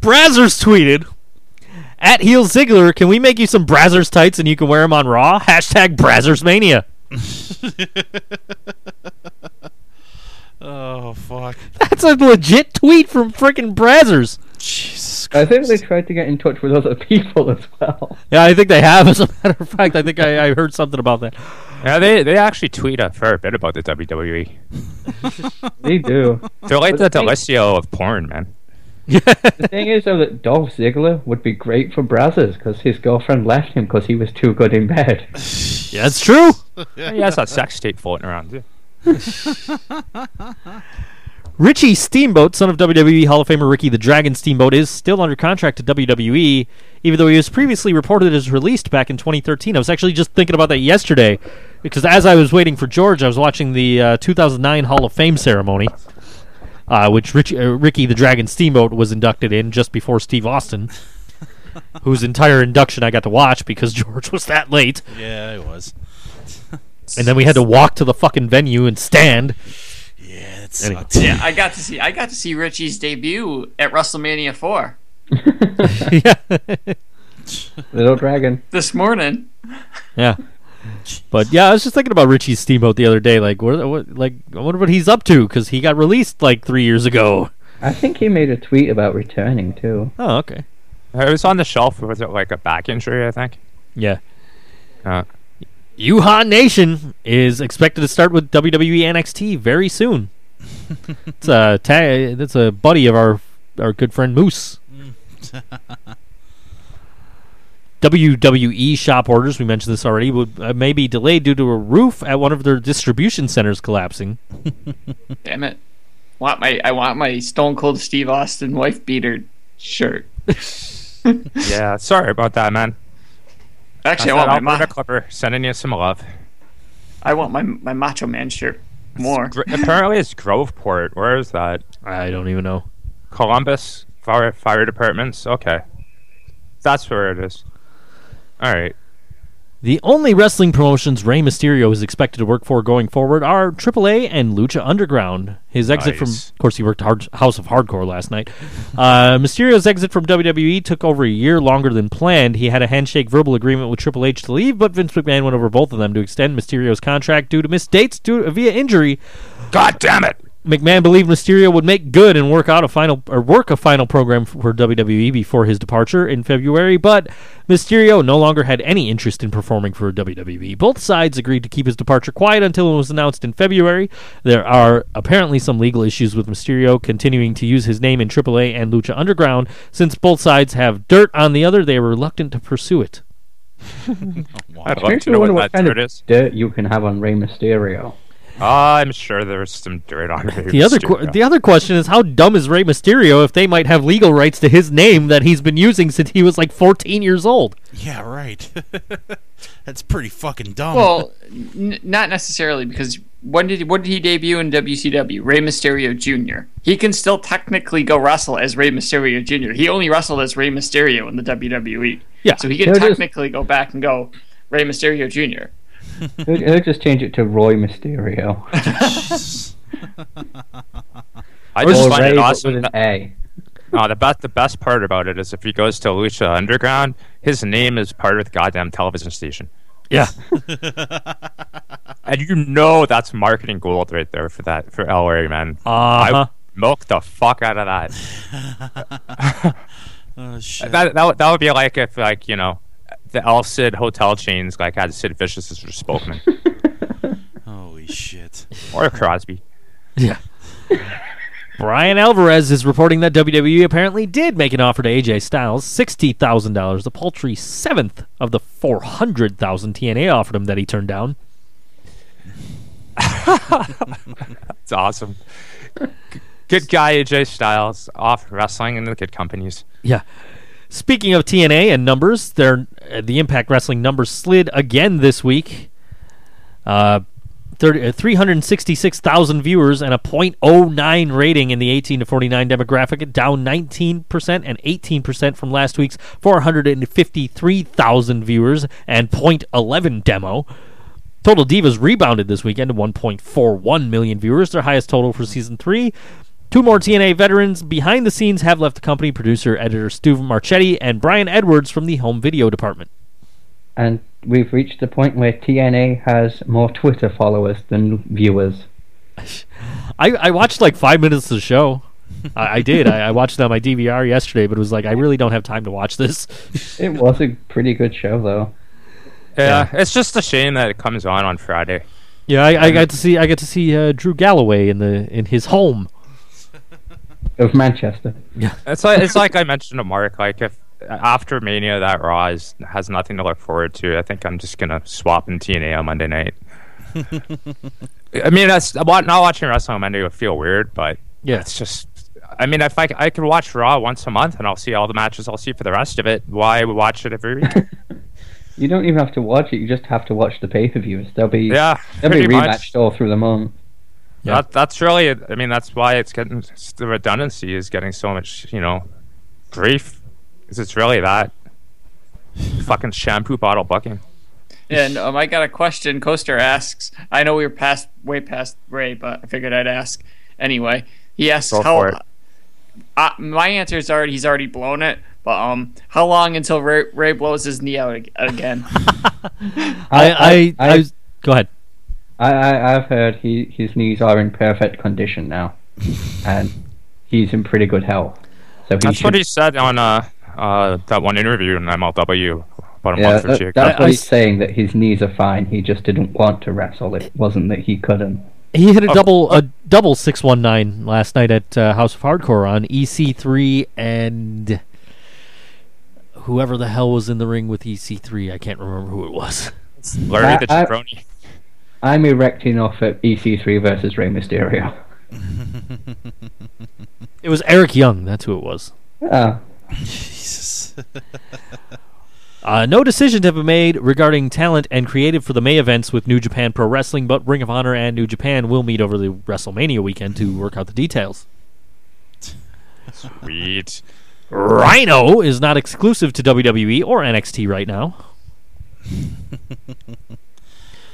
S1: Brazzers tweeted at Heel Ziggler, can we make you some Brazzers tights and you can wear them on Raw? Hashtag Brazzers Mania.
S5: oh fuck!
S1: That's a legit tweet from freaking Brazzers.
S4: I
S5: Jesus Christ!
S4: think they tried to get in touch with other people as well.
S1: Yeah, I think they have. As a matter of fact, I think I, I heard something about that.
S3: Yeah, they they actually tweet a fair bit about the WWE.
S4: They do.
S3: They're like the
S4: But they-
S3: Delesio of porn, man.
S4: the thing is, though, that Dolph Ziggler would be great for Brazzers because his girlfriend left him because he was too good in bed.
S1: Yeah, that's true.
S3: He has that sex tape floating around. Too.
S1: Richie Steamboat, son of WWE Hall of Famer Ricky the Dragon Steamboat, is still under contract to WWE, even though he was previously reported as released back in 2013. I was actually just thinking about that yesterday, because as I was waiting for George, I was watching the uh, 2009 Hall of Fame ceremony, uh, which Rich, uh, Ricky the Dragon Steamboat was inducted in just before Steve Austin, whose entire induction I got to watch because George was that late.
S5: Yeah, it was.
S1: And then we had to walk to the fucking venue and stand.
S5: Yeah, it
S1: Anyway.
S5: sucked.
S2: Yeah, I got to see I got to see Richie's debut at WrestleMania 4
S1: yeah.
S4: Little dragon.
S2: this morning.
S1: Yeah. But yeah, I was just thinking about Richie's steamboat the other day. Like, what, what like, I wonder what he's up to because he got released like three years ago.
S4: I think he made a tweet about returning too.
S1: Oh, okay.
S3: It was on the shelf with like a back injury, I think.
S1: Yeah.
S3: Uh,
S1: Yuha Nation is expected to start with E WWE NXT very soon. it's a ta- that's a buddy of our our good friend Moose. WWE E shop orders, we mentioned this already, would uh, may be delayed due to a roof at one of their distribution centers collapsing.
S2: Damn it. Want my I want my Stone Cold Steve Austin wife beater shirt.
S3: yeah, sorry about that, man.
S2: Actually, I
S3: That's
S2: want
S3: that
S2: my
S3: Alberta
S2: ma-
S3: Clipper sending you some love.
S2: I want my my Macho Man shirt more.
S3: Gr- Apparently, it's Groveport. Where is that?
S1: I don't even know.
S3: Columbus Fire Fire Departments. Okay, that's where it is. All right.
S1: The only wrestling promotions Rey Mysterio is expected to work for going forward are AAA and Lucha Underground. His exit
S3: Nice.
S1: from, of course, he worked hard, House of Hardcore last night. Uh, Mysterio's exit from WWE took over a year longer than planned. He had a handshake verbal agreement with Triple H to leave, but Vince McMahon went over both of them to extend Mysterio's contract due to missed dates due, via injury.
S3: God damn it!
S1: McMahon believed Mysterio would make good and work out a final or work a final program for WWE before his departure in February, but Mysterio no longer had any interest in performing for WWE. Both sides agreed to keep his departure quiet until it was announced in February. There are apparently some legal issues with Mysterio continuing to use his name in AAA and Lucha Underground since both sides have dirt on the other. They are reluctant to pursue it.
S5: Oh,
S3: I'd
S4: I
S3: love to
S4: actually
S3: know
S4: wonder
S3: what,
S4: what
S3: that
S4: kind
S3: dirt
S4: of
S3: is. Uh,
S4: dirt you can have on Rey Mysterio.
S3: I'm sure there's some dirt on it.
S1: The other qu- the other question is how dumb is Rey Mysterio if they might have legal rights to his name that he's been using since he was like 14 years old?
S5: Yeah, right. That's pretty fucking dumb.
S2: Well, n- not necessarily because when did when did he debut in WCW? Rey Mysterio Jr. He can still technically go wrestle as Rey Mysterio Jr. He only wrestled as Rey Mysterio in the WWE.
S1: Yeah.
S2: So he can
S4: There it is.
S2: technically go back and go Rey Mysterio Jr.
S4: He'll, he'll just change it to Roy Mysterio.
S3: I
S4: Or
S3: just find
S4: Ray,
S3: it
S4: but
S3: awesome.
S4: with an
S3: that-
S4: A.
S3: uh, the best the best part about it is if he goes to Lucha Underground, his name is part of the goddamn television station.
S1: Yeah.
S3: And you know that's marketing gold right there for that for LA man.
S1: Uh-huh.
S3: I milk the fuck out of that.
S5: Oh, shit.
S3: that, that, would- that would be like if like you know the El Cid hotel chains like had Sid Vicious as their spokesman
S5: Holy shit.
S3: or Crosby.
S1: Yeah. Brian Alvarez is reporting that WWE apparently did make an offer to AJ Styles, $60,000, the paltry seventh of the 400,000 TNA offered him that he turned down.
S3: It's awesome. G- Good guy AJ Styles off wrestling in the good companies.
S1: Yeah. Speaking of TNA and numbers, their uh, the Impact Wrestling numbers slid again this week. Uh, 30, uh, 366,000 viewers and a .09 rating in the 18 to 49 demographic, down 19% and 18% from last week's 453,000 viewers and .11 demo. Total Divas rebounded this weekend to 1.41 million viewers, their highest total for season three. Two more TNA veterans behind the scenes have left the company producer, editor Stu Marchetti, and Brian Edwards from the home video department.
S4: And we've reached the point where TNA has more Twitter followers than viewers.
S1: I, I watched like five minutes of the show. I, I did. I, I watched it on my DVR yesterday, but it was like, I really don't have time to watch this.
S4: It was a pretty good show, though.
S3: Yeah, it's just a shame that it comes on on Friday.
S1: Yeah, I, I got to see I got to see uh, Drew Galloway in the in his home.
S4: Of Manchester.
S3: It's like it's like I mentioned to Mark. Like if after Mania that Raw is, has nothing to look forward to, I think I'm just gonna swap in TNA on Monday night. I mean, that's wa- not watching wrestling on Monday would feel weird, but
S1: Yeah.
S3: it's just. I mean, if I, c- I could watch Raw once a month and I'll see all the matches I'll see for the rest of it, why watch it every week?
S4: You don't even have to watch it, you just have to watch the pay per views. They'll be,
S3: yeah,
S4: they'll be
S3: pretty
S4: rematched
S3: much.
S4: all through the month.
S1: Yeah.
S3: That, that's really. I mean, that's why it's getting it's the redundancy is getting so much. You know, grief. Because it's really that fucking shampoo bottle bucking.
S2: And um, I got a question. Coaster asks. I know we were past way past Ray, but I figured I'd ask anyway. He asks
S3: Go
S2: how.
S3: for it.
S2: Uh, my answer is already he's already blown it. But um, how long until Ray, Ray blows his knee out ag- again?
S1: I, I,
S4: I-
S1: I, was- go ahead.
S4: I, I I've heard he his knees are in perfect condition now, and he's in pretty good health. So he
S3: That's
S4: should,
S3: what he said on uh, uh, that one interview in MLW about a
S4: yeah,
S3: month or
S4: that-
S3: two ago.
S4: that's
S1: I- I
S4: what he's
S1: s-
S4: saying that his knees are fine. He just didn't want to wrestle. It wasn't that he couldn't.
S1: He hit a double a double six one nine last night at uh, House of Hardcore on EC three and whoever the hell was in the ring with EC three. I can't remember who it was.
S3: Larry the
S4: I- I-
S3: Jabroni.
S4: I'm erecting off at EC3 versus Rey Mysterio.
S1: It was Eric Young. That's who it was.
S4: Yeah,
S5: Jesus.
S1: Uh, no decisions have been made regarding talent and creative for the May events with New Japan Pro Wrestling, but Ring of Honor and New Japan will meet over the WrestleMania weekend to work out the details.
S3: Sweet.
S1: Rhino is not exclusive to WWE or NXT right now.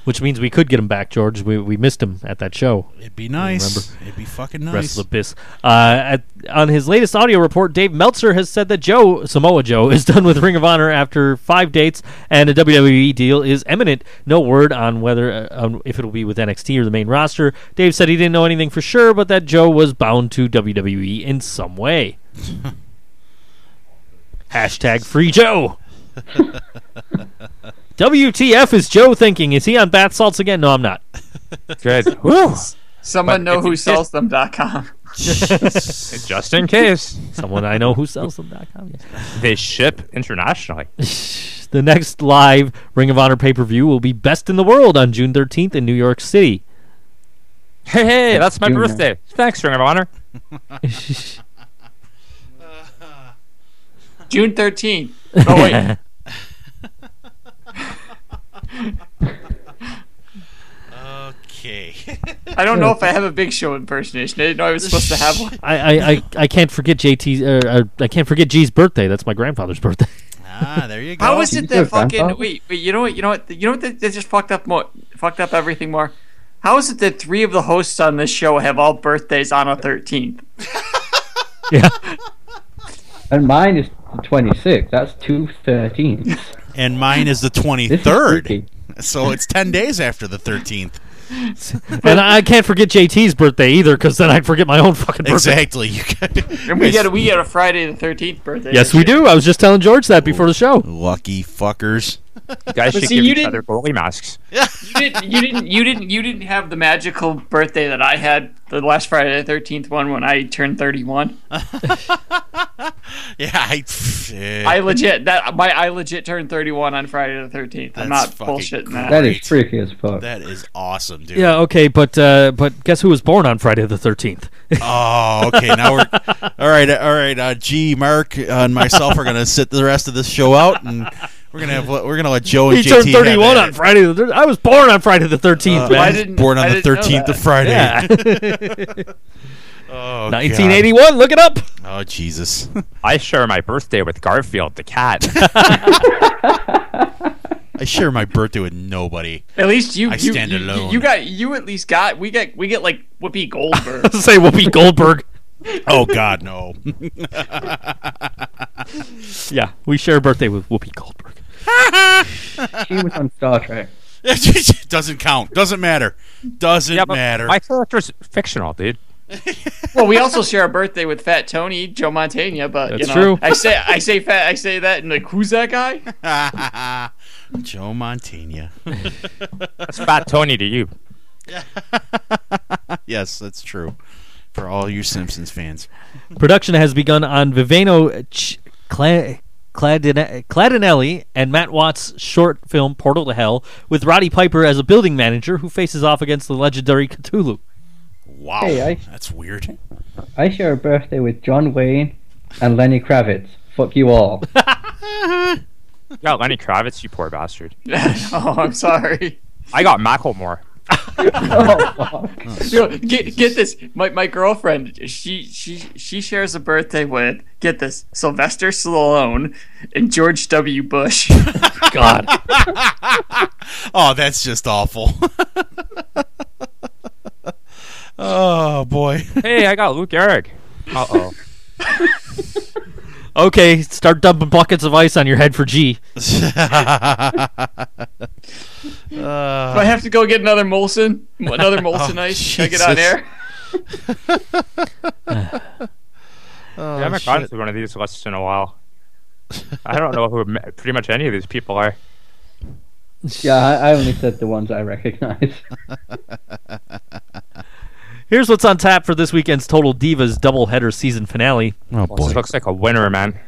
S1: Which means we could get him back, George. We, we missed him at that show.
S5: It'd be nice. It'd be fucking nice.
S1: Wrestle Abyss. Uh, at, on his latest audio report, Dave Meltzer has said that Joe Samoa Joe is done with Ring of Honor after five dates, and a WWE deal is imminent. No word on whether uh, on if it'll be with NXT or the main roster. Dave said he didn't know anything for sure, but that Joe was bound to WWE in some way. Hashtag free Joe. WTF is Joe thinking? Is he on bath salts again? No, I'm not.
S3: Good. Woo.
S2: Someone
S3: But
S2: know
S3: if
S2: who
S3: you-
S2: sells them. dot com.
S5: Jesus.
S3: Just in case
S1: Someone I know who sells them. dot com. Yeah.
S3: they ship internationally.
S1: The next live Ring of Honor pay per view will be Best in the World on June 13th in New York City.
S3: Hey, hey, that's my
S4: Junior.
S3: birthday. Thanks, Ring of Honor.
S2: June thirteenth. Oh wait,
S5: okay.
S2: I don't know if I have a big show impersonation. I didn't know I was supposed to have one.
S1: I I, I, I can't forget JT. Uh, uh, I can't forget G's birthday. That's my grandfather's birthday.
S5: ah, there you go.
S2: How is it
S4: Your
S2: that fucking
S4: grandpa?
S2: wait, wait, you know what, you know what, you know what that, that just fucked up more, fucked up everything more. How is it that three of the hosts on this show have all birthdays on a thirteenth?
S1: yeah,
S4: and mine is 26. That's two 13s.
S5: And mine is the
S4: This is
S5: 23rd.
S4: freaky.
S5: So it's ten days after the thirteenth.
S1: and I can't forget JT's birthday either, because then I'd forget my own fucking birthday.
S5: Exactly. You got-
S2: And we get a, we get a Friday the thirteenth birthday.
S1: Yes,
S2: this
S1: we
S2: year.
S1: do. I was just telling George that before the show.
S5: lucky fuckers.
S3: You guys should
S2: see,
S3: give
S2: you
S3: each
S2: didn't-
S3: other goalie masks.
S2: You didn't you didn't you didn't you didn't have the magical birthday that I had the last Friday the thirteenth one when I turned thirty one.
S5: Yeah, I.
S2: I legit that my I legit turned thirty one on Friday the thirteenth. I'm
S5: That's
S2: not
S5: fucking
S2: bullshitting
S4: That
S2: that.
S4: is
S5: Great.
S4: freaky as fuck.
S5: that is awesome, dude.
S1: Yeah, okay, but uh, but guess who was born on Friday the thirteenth?
S5: Oh, okay. Now we're all right. All right. Uh, G, Mark, uh, and myself are gonna sit the rest of this show out, and we're gonna have we're gonna let Joe and
S1: he
S5: JT
S1: turned
S5: have
S1: thirty-one
S5: at
S1: on
S5: it.
S1: Friday the thirteenth. I was born on Friday the thirteenth,
S2: I
S1: man.
S2: didn't-
S5: Born on
S2: I
S5: the
S2: didn't know
S5: thirteenth of
S2: that.
S5: Friday.
S1: Yeah,
S5: Oh, God.
S1: nineteen eighty-one. Look it up.
S5: Oh, Jesus.
S3: I share my birthday with Garfield the cat.
S5: I share my birthday with nobody.
S2: At least you
S5: I
S2: you,
S5: stand
S2: you,
S5: alone.
S2: you got you at least got we get we get like Whoopi Goldberg.
S1: Say Whoopi Goldberg.
S5: Oh God, no.
S1: Yeah, we share a birthday with Whoopi Goldberg.
S4: She was on Star Trek.
S5: Doesn't count. Doesn't matter. Doesn't
S3: yeah, but
S5: matter.
S3: my character's fictional, dude.
S2: well, we also share a birthday with Fat Tony Joe Montana, but you
S1: That's
S2: know,
S1: true.
S2: I say I say fat I say that and like who's that guy?
S5: Joe Montana.
S3: That's Fat Tony to you.
S5: Yes, that's true. For all you Simpsons fans.
S1: Production has begun on Vivano Ch- Cla- Cladine- Cladinelli and Matt Watts' short film Portal to Hell, with Roddy Piper as a building manager who faces off against the legendary Cthulhu.
S5: Wow,
S4: Hey, I-
S5: that's weird.
S4: I share a birthday with John Wayne and Lenny Kravitz. Fuck you all.
S3: Yeah, Lenny Kravitz, you poor bastard.
S2: oh, I'm sorry.
S3: I got Macklemore.
S4: oh, fuck.
S2: Yo, get, get this. My, my girlfriend, she she she shares a birthday with get this Sylvester Stallone and George W. Bush.
S1: God,
S5: Oh, that's just awful. oh boy.
S3: Hey, I got Luke Gehrig. Uh oh.
S1: Okay, start dumping buckets of ice on your head for G.
S2: Do I have to go get another Molson, another Molson
S5: Oh,
S2: ice. Can I get on
S5: Jesus.
S2: air?
S5: Oh,
S3: I haven't gotten to one of these lists in a while. I don't know who ma- pretty much any of these people are.
S4: Yeah, I, I only said the ones I recognize.
S1: Here's what's on tap for this weekend's Total Divas doubleheader season finale.
S5: oh
S3: This looks like a winner, man.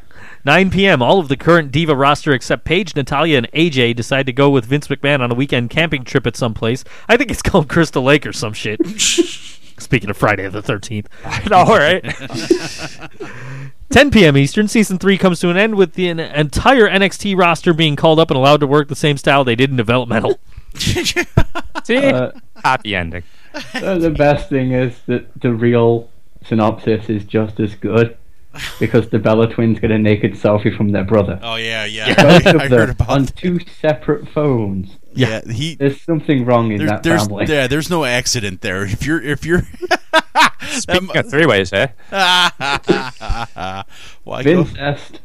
S1: 9 p.m. All of the current Diva roster except Paige, Natalia, and AJ decide to go with Vince McMahon on a weekend camping trip at some place. I think it's called Crystal Lake or some shit. Speaking of Friday the 13th.
S3: I know, right?
S1: 10 p.m. Eastern, season three comes to an end with the en- entire NXT roster being called up and allowed to work the same style they did in developmental.
S3: See?
S4: Uh,
S3: Happy ending.
S4: Uh, the best thing is that the real synopsis is just as good because the Bella twins get a naked selfie from their brother.
S5: Oh yeah, yeah.
S4: Both
S5: I,
S4: of
S5: I heard
S4: them
S5: about
S4: on
S5: that.
S4: two separate phones.
S5: Yeah, he
S4: There's something wrong in
S5: there-
S4: that
S5: there's
S4: family.
S5: yeah, there's no accident there. If you're if you're Um,
S3: Speaking of three ways, eh?
S5: Why go-
S4: Incest.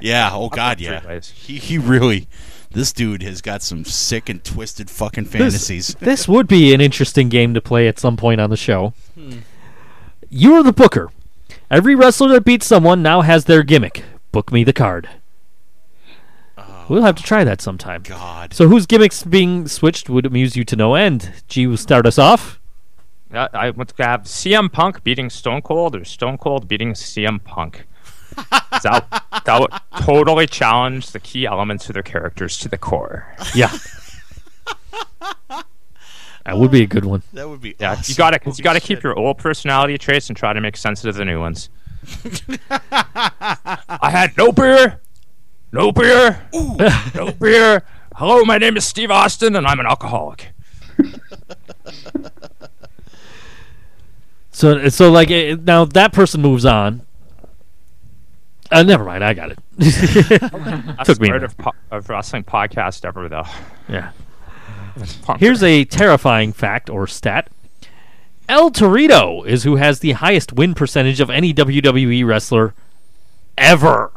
S5: Yeah, oh god, yeah.
S3: ways.
S5: He he really this dude has got some sick and twisted fucking fantasies.
S1: This would be an interesting game to play at some point on the show. You are the booker. Every wrestler that beats someone now has their gimmick. Book me the card. We'll have to try that sometime.
S5: God.
S1: So, whose gimmicks being switched would amuse you to no end? G will start us off.
S3: Yeah, I want to have CM Punk beating Stone Cold or Stone Cold beating CM Punk. that, that would totally challenge the key elements of their characters to the core.
S1: Yeah. that would be a good one.
S5: That would be
S3: Yeah,
S5: awesome.
S3: you gotta you gotta keep your old personality traits and try to make sense of the new ones. I had no beer, no beer, no beer. Hello, my name is Steve Austin, and I'm an alcoholic.
S1: So, so like eh, now that person moves on. Uh, never mind, I got it.
S3: That's
S1: Took me a
S3: the word
S1: minute.
S3: of, po- of wrestling podcast ever though.
S1: yeah.
S3: Punk.
S1: Here's a terrifying fact or stat. El Torito is who has the E highest win percentage of any WWE wrestler ever.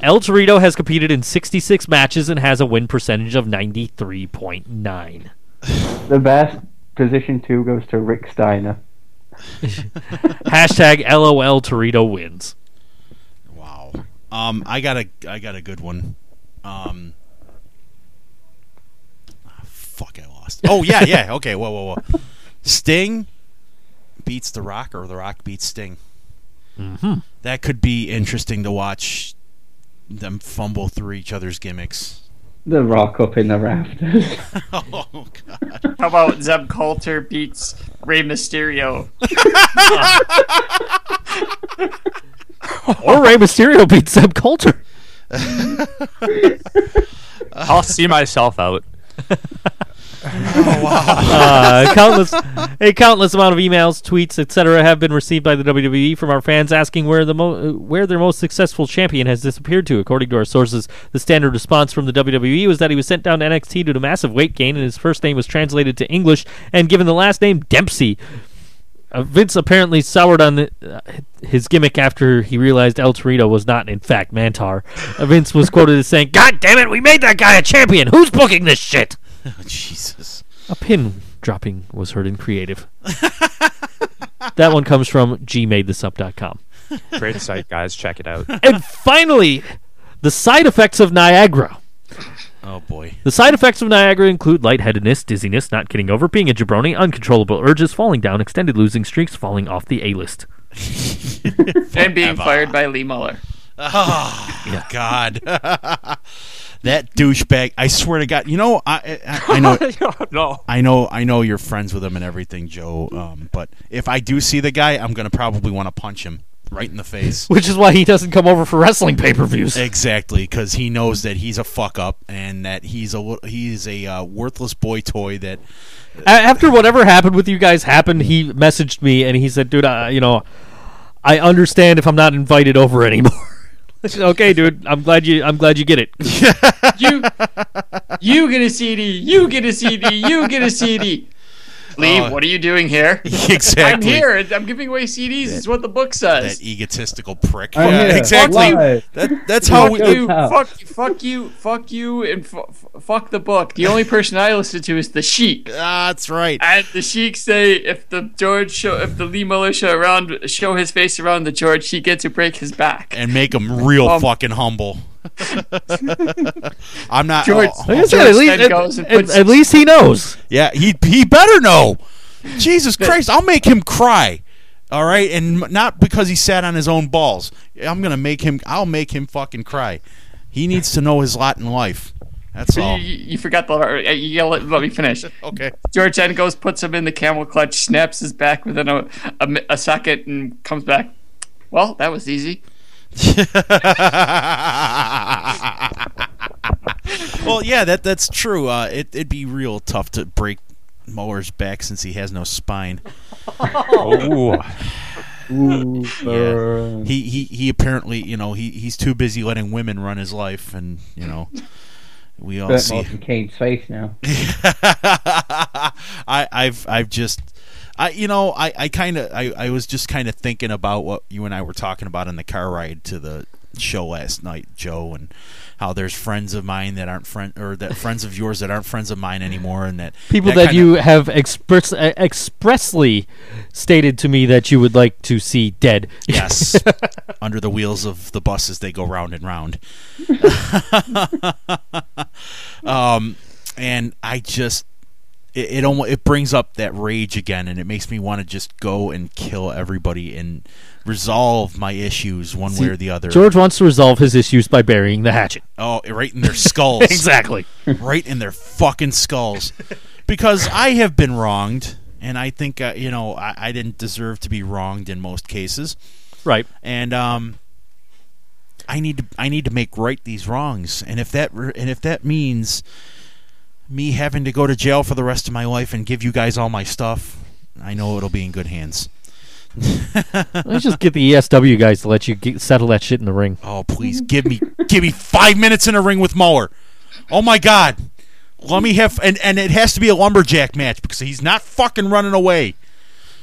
S1: El Torito has competed in 66 matches and has a win percentage of 93.9.
S4: The best position two goes to Rick Steiner.
S1: Hashtag LOL Torito wins.
S5: Wow. Um, I got a I got a good one. Um, ah, fuck, I lost. Oh yeah, yeah. Okay, whoa, whoa, whoa. Sting beats The Rock, or The Rock beats Sting.
S1: Mhm.
S5: That could be interesting to watch them fumble through each other's gimmicks.
S4: The Rock up in the rafters.
S5: oh god.
S2: How about Zeb Coulter beats Rey Mysterio?
S1: Or Rey Mysterio beats Zeb Coulter. Oh,
S3: I'll see myself out.
S5: Oh wow.
S1: uh, countless a countless amount of emails, tweets, etc. have been received by the WWE from our fans asking where the mo- uh, where their most successful champion has disappeared to. According to our sources, the standard response from the WWE was that he was sent down to NXT due to massive weight gain, and his first name was translated to English and given the last name Dempsey. Uh, Vince apparently soured on the, uh, his gimmick after he realized El Torito was not, in fact, Mantar. Uh, Vince was quoted as saying, "God damn it, we made that guy a champion. Who's booking this shit?"
S5: Jesus.
S1: A pin dropping was heard in creative. that one comes from gmadethistup.com.
S3: Great site, guys. Check it out.
S1: And finally, the side effects of Niagara.
S5: Oh boy.
S1: The side effects of Niagara include lightheadedness, dizziness, not getting over, being a jabroni, uncontrollable urges, falling down, extended losing streaks, falling off the A list.
S2: and being fired by Lee Muller.
S5: Oh God, that douchebag! I swear to God, you know I I, I know
S3: no.
S5: I know I know you're friends with him and everything, Joe. Um, but if I do see the guy, I'm gonna probably want to punch him right in the face.
S1: Which is why he doesn't come over for wrestling pay per views.
S5: exactly, because he knows that he's a fuck up and that he's a li- he's a uh, worthless boy toy. That
S1: A- after whatever happened with you guys happened, he messaged me and he said, "Dude, I, you know, I understand if I'm not invited over anymore." I said, okay, dude, I'm glad you. I'm glad you get it.
S2: You, you get a CD. You get a CD. You get a CD. Lee,
S5: Oh.
S2: what are you doing here? I'm
S5: exactly.
S2: here. and I'm giving away CDs. Is what the book says.
S5: That egotistical prick.
S4: I'm
S5: Yeah,
S4: here.
S5: exactly.
S4: Live.
S5: That, that's how we.
S4: Fuck
S2: you,
S4: Hotel.
S2: fuck, fuck you, fuck you, and fu- fu- fuck the book. The only person I listen to is the Sheik.
S5: Ah, that's right.
S2: And the Sheik say if the George show, if the Lee Muller show around, show his face around the George, he gets to break his back.
S5: and make him real
S2: Um,
S5: fucking humble. I'm not.
S2: George-
S5: oh,
S1: Like I
S5: oh,
S1: said,
S2: George
S1: at least,
S2: then
S1: at,
S2: goes and
S1: at-
S2: puts-
S1: at least he knows.
S5: yeah, he he better know. Jesus Christ, I'll make him cry. All right, and m- not because he sat on his own balls. I'm gonna make him. I'll make him fucking cry. He needs to know his lot in life. That's all.
S2: You, you forgot the. uh, You gotta let, let me finish.
S5: Okay.
S2: George then goes, puts him in the camel clutch, snaps his back within a, a, mi- a second, and comes back. Well, that was easy.
S5: well, yeah, that that's true. Uh, it it'd be real tough to break Muller's back since he has no spine.
S3: Ooh.
S4: Ooh,
S5: Yeah. He, he he apparently you know he he's too busy letting women run his life and you know we all
S4: Burt
S5: see
S4: Morton Kane's face now.
S5: I I've I've just I you know I I kind of I I was just kind of thinking about what you and I were talking about in the car ride to the show last night Joe and how there's friends of mine that aren't friend or that friends of yours that aren't friends of mine anymore and that
S1: People that,
S5: that kinda-
S1: you have express, uh, expressly stated to me that you would like to see dead.
S5: Yes. Under the wheels of the buses, they go round and round. um, and I just, it, it almost it brings up that rage again, and it makes me want to just go and kill everybody and resolve my issues one way or the other.
S1: George wants to resolve his issues by burying the hatchet.
S5: Oh, right in their skulls.
S1: Exactly.
S5: right in their fucking skulls because I have been wronged, and I think uh, you know I, I didn't deserve to be wronged in most cases.
S1: Right.
S5: and um, I need to I need to make right these wrongs, and if that re- and if that means me having to go to jail for the rest of my life and give you guys all my stuff, I know it'll be in good hands.
S1: Let's just get the ESW guys to let you get, settle that shit in the ring.
S5: Oh please give me give me five minutes in a ring with Muller. Oh my God, let me have and and it has to be a lumberjack match because he's not fucking running away.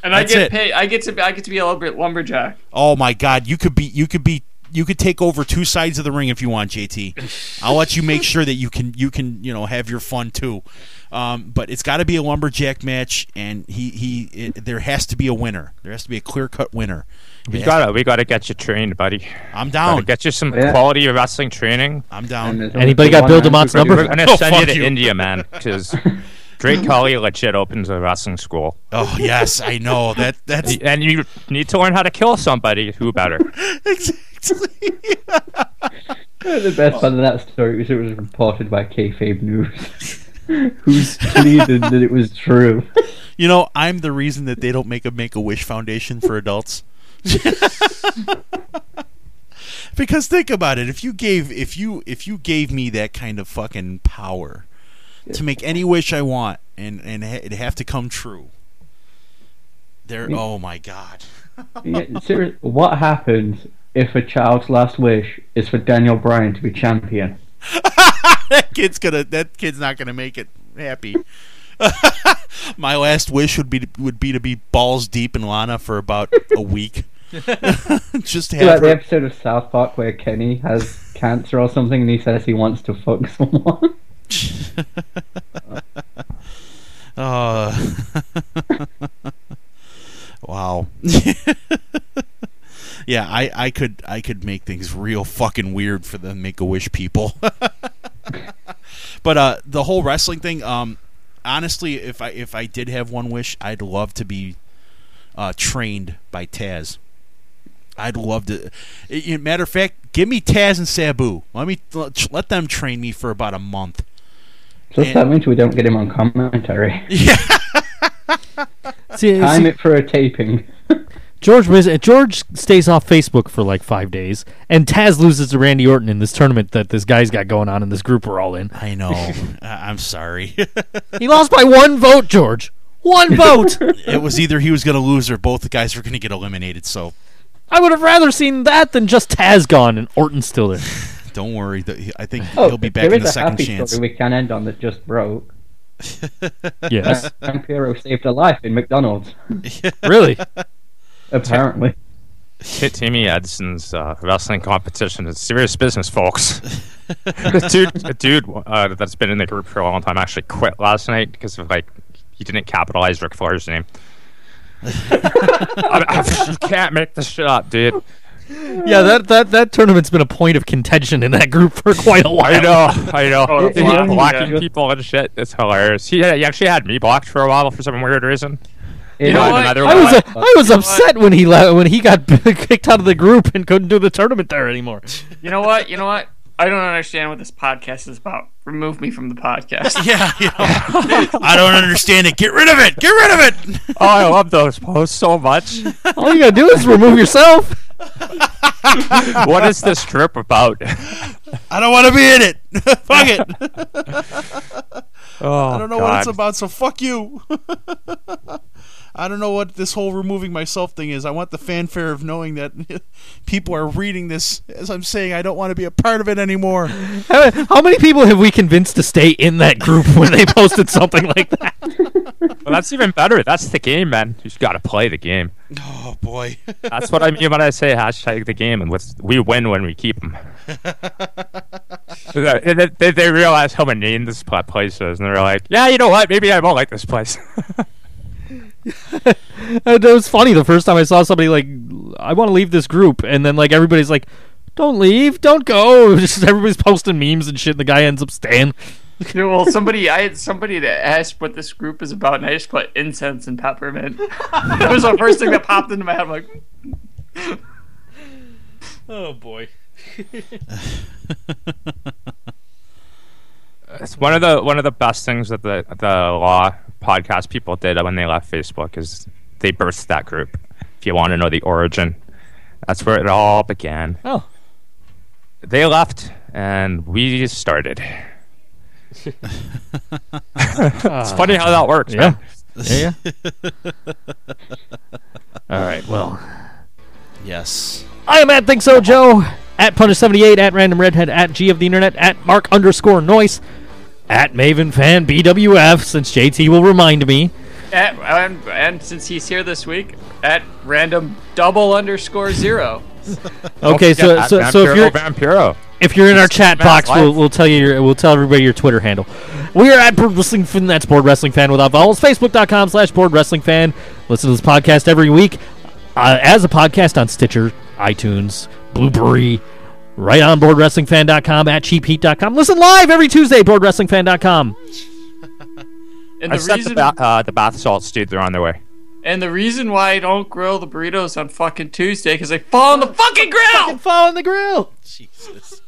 S2: And
S5: That's
S2: I get
S5: it.
S2: paid. I get to. be- I get to be a lumber, lumberjack.
S5: Oh my God, you could be you could be you could take over two sides of the ring if you want, JT. I'll let you make sure that you can you can you know have your fun too. Um, but it's got to be a lumberjack match, and he he it, there has to be a winner. There has to be a clear cut winner.
S3: We
S5: Yeah.
S3: gotta, we gotta get you trained, buddy.
S5: I'm
S3: Gotta
S5: down.
S3: get you some
S4: Yeah.
S3: quality wrestling training.
S5: I'm
S4: And
S5: down.
S4: there's only
S1: Anybody got
S4: one
S1: Bill
S4: man
S1: DeMott's
S4: who could do
S1: number?
S4: it.
S3: We're gonna send
S5: fuck
S3: Oh, you to
S5: you.
S3: India, man, because Drake Colley legit opens a wrestling school,
S5: Oh yes, I know that. That's
S3: and you need to learn how to kill somebody. Who better?
S5: exactly.
S4: The best part of that story was it was reported by Kayfabe News, who's pleaded that it was true.
S5: You know, I'm the reason that they don't make a Make a Wish Foundation for adults. because think about it, if you gave if you if you gave me that kind of fucking power to make any wish I want and and ha- it have to come true. There oh my god.
S4: Yeah, serious- what happens if a child's last wish is for Daniel Bryan to be champion?
S5: that kid's gonna that kid's not gonna make it happy. my last wish would be would be to be balls deep in Lana for about a week. Just have
S4: like
S5: her-
S4: the episode of South Park where Kenny has cancer or something and he says he wants to fuck someone.
S5: Uh, wow. yeah, I, I could I could make things real fucking weird for the Make a Wish people. but uh, the whole wrestling thing. Um, honestly, if I if I did have one wish, I'd love to be uh, trained by Taz. I'd love to. i- i- matter of fact, give me Taz and Sabu. Let me let them train me for about a month.
S4: Does
S5: Yeah.
S4: that mean we don't get him on commentary?
S1: See,
S4: Time
S1: see,
S4: it for a taping.
S1: George was- uh, George stays off Facebook for like five days, and Taz loses to Randy Orton in this tournament that this guy's got going on in this group we're all in.
S5: I know. I- I'm sorry.
S1: He lost by one vote, George. One vote.
S5: it was either he was going to lose or both the guys were going to get eliminated. So
S1: I would have rather seen that than just Taz gone and Orton still there.
S5: don't worry. th- I think
S4: Oh,
S5: he'll be back
S4: there
S5: in
S4: is
S5: the
S4: a
S5: second
S4: happy
S5: chance.
S4: story we can end on that just broke.
S1: Yes,
S4: Vampiro saved a life in McDonald's,
S1: really.
S4: apparently.
S3: T- Timmy Edson's uh, wrestling competition is serious business, folks. a dude, a dude uh, that's been in the group for a long time actually quit last night because of like he didn't capitalize Ric Flair's name. I, I- you can't make this shit up, dude.
S1: Yeah, that, that that tournament's been a point of contention in that group for quite a
S3: I
S1: while.
S3: know, I know.
S4: It- it-
S3: blocking
S4: yeah.
S3: people and shit. It's hilarious. He, he actually had me blocked for a while for some weird reason.
S4: It-
S3: know
S2: what?
S3: Another
S1: I
S3: one.
S1: was uh, I was upset when he le- when he got kicked out of the group and couldn't do the tournament there anymore.
S2: You know what? You know what? I don't understand what this podcast is about. Remove me from the podcast.
S5: yeah, you know, I don't understand it. Get rid of it. Get rid of it.
S3: oh, I love those posts so much.
S1: All you gotta do is remove yourself.
S3: what is this trip about?
S5: I don't want to be in it. fuck it. I
S3: Oh,
S5: don't know what it's about. So fuck you. I don't know what this whole removing myself thing is. I want the fanfare of knowing that people are reading this as I'm saying I don't want to be a part of it anymore.
S1: How, how many people have we convinced to stay in that group when they posted something like that?
S3: Well, that's even better. That's the game, man. You just gotta play the game.
S5: Oh boy.
S3: That's what I mean when I say hashtag the game, and with we win when we keep them. they, they, they realize how mundane this pla- place is, and they're like, "Yeah, you know what? Maybe I won't like this place."
S1: It was funny the first time I saw somebody like, I want to leave this group, and then like everybody's like, don't leave, don't go. Just everybody's posting memes and shit, and the guy ends up staying.
S2: You know, well, somebody I had somebody that asked what this group is about, and I just put incense and peppermint. that was the first thing that popped into my head. I'm like,
S1: Oh boy.
S3: it's one of the one of the best things that the the law podcast people did when they left Facebook is they birthed that group. If you want to know the origin, that's where it all began.
S1: Oh.
S3: They left, and we started. it's funny how that works.
S1: Yeah.
S3: man.
S1: Yeah. yeah. All right. Well,
S5: Yes.
S1: I am at Think So Joe, at Punish78, at Random Redhead, at G of the Internet, at Mark underscore Noise, at Maven Fan BWF, since JT will remind me.
S2: at, and, and since he's here this week, at random double underscore zero.
S1: Okay, so
S3: Yeah,
S1: so,
S3: at
S1: so if
S3: Vampiro-
S1: you're
S3: Vampiro.
S1: if you're in our chat
S3: Matt's
S1: box, we'll,
S3: life.
S1: we'll tell you your, we'll tell everybody your Twitter handle. We are at Board Wrestling Fan. That's Board Wrestling Fan without vowels. Facebook.com slash Board Wrestling Fan. Listen to this podcast every week uh, as a podcast on Stitcher, iTunes, Blueberry, right on BoardWrestlingFan.com, at CheapHeat.com. Listen live every Tuesday, BoardWrestlingFan.com.
S2: And the
S3: I just got
S2: reason
S3: the, ba- uh, the bath salts, dude. They're on their way.
S2: and the reason why I don't grill the burritos on fucking Tuesday because they fall on the fucking ground.
S1: Fall on the grill.
S5: Jesus.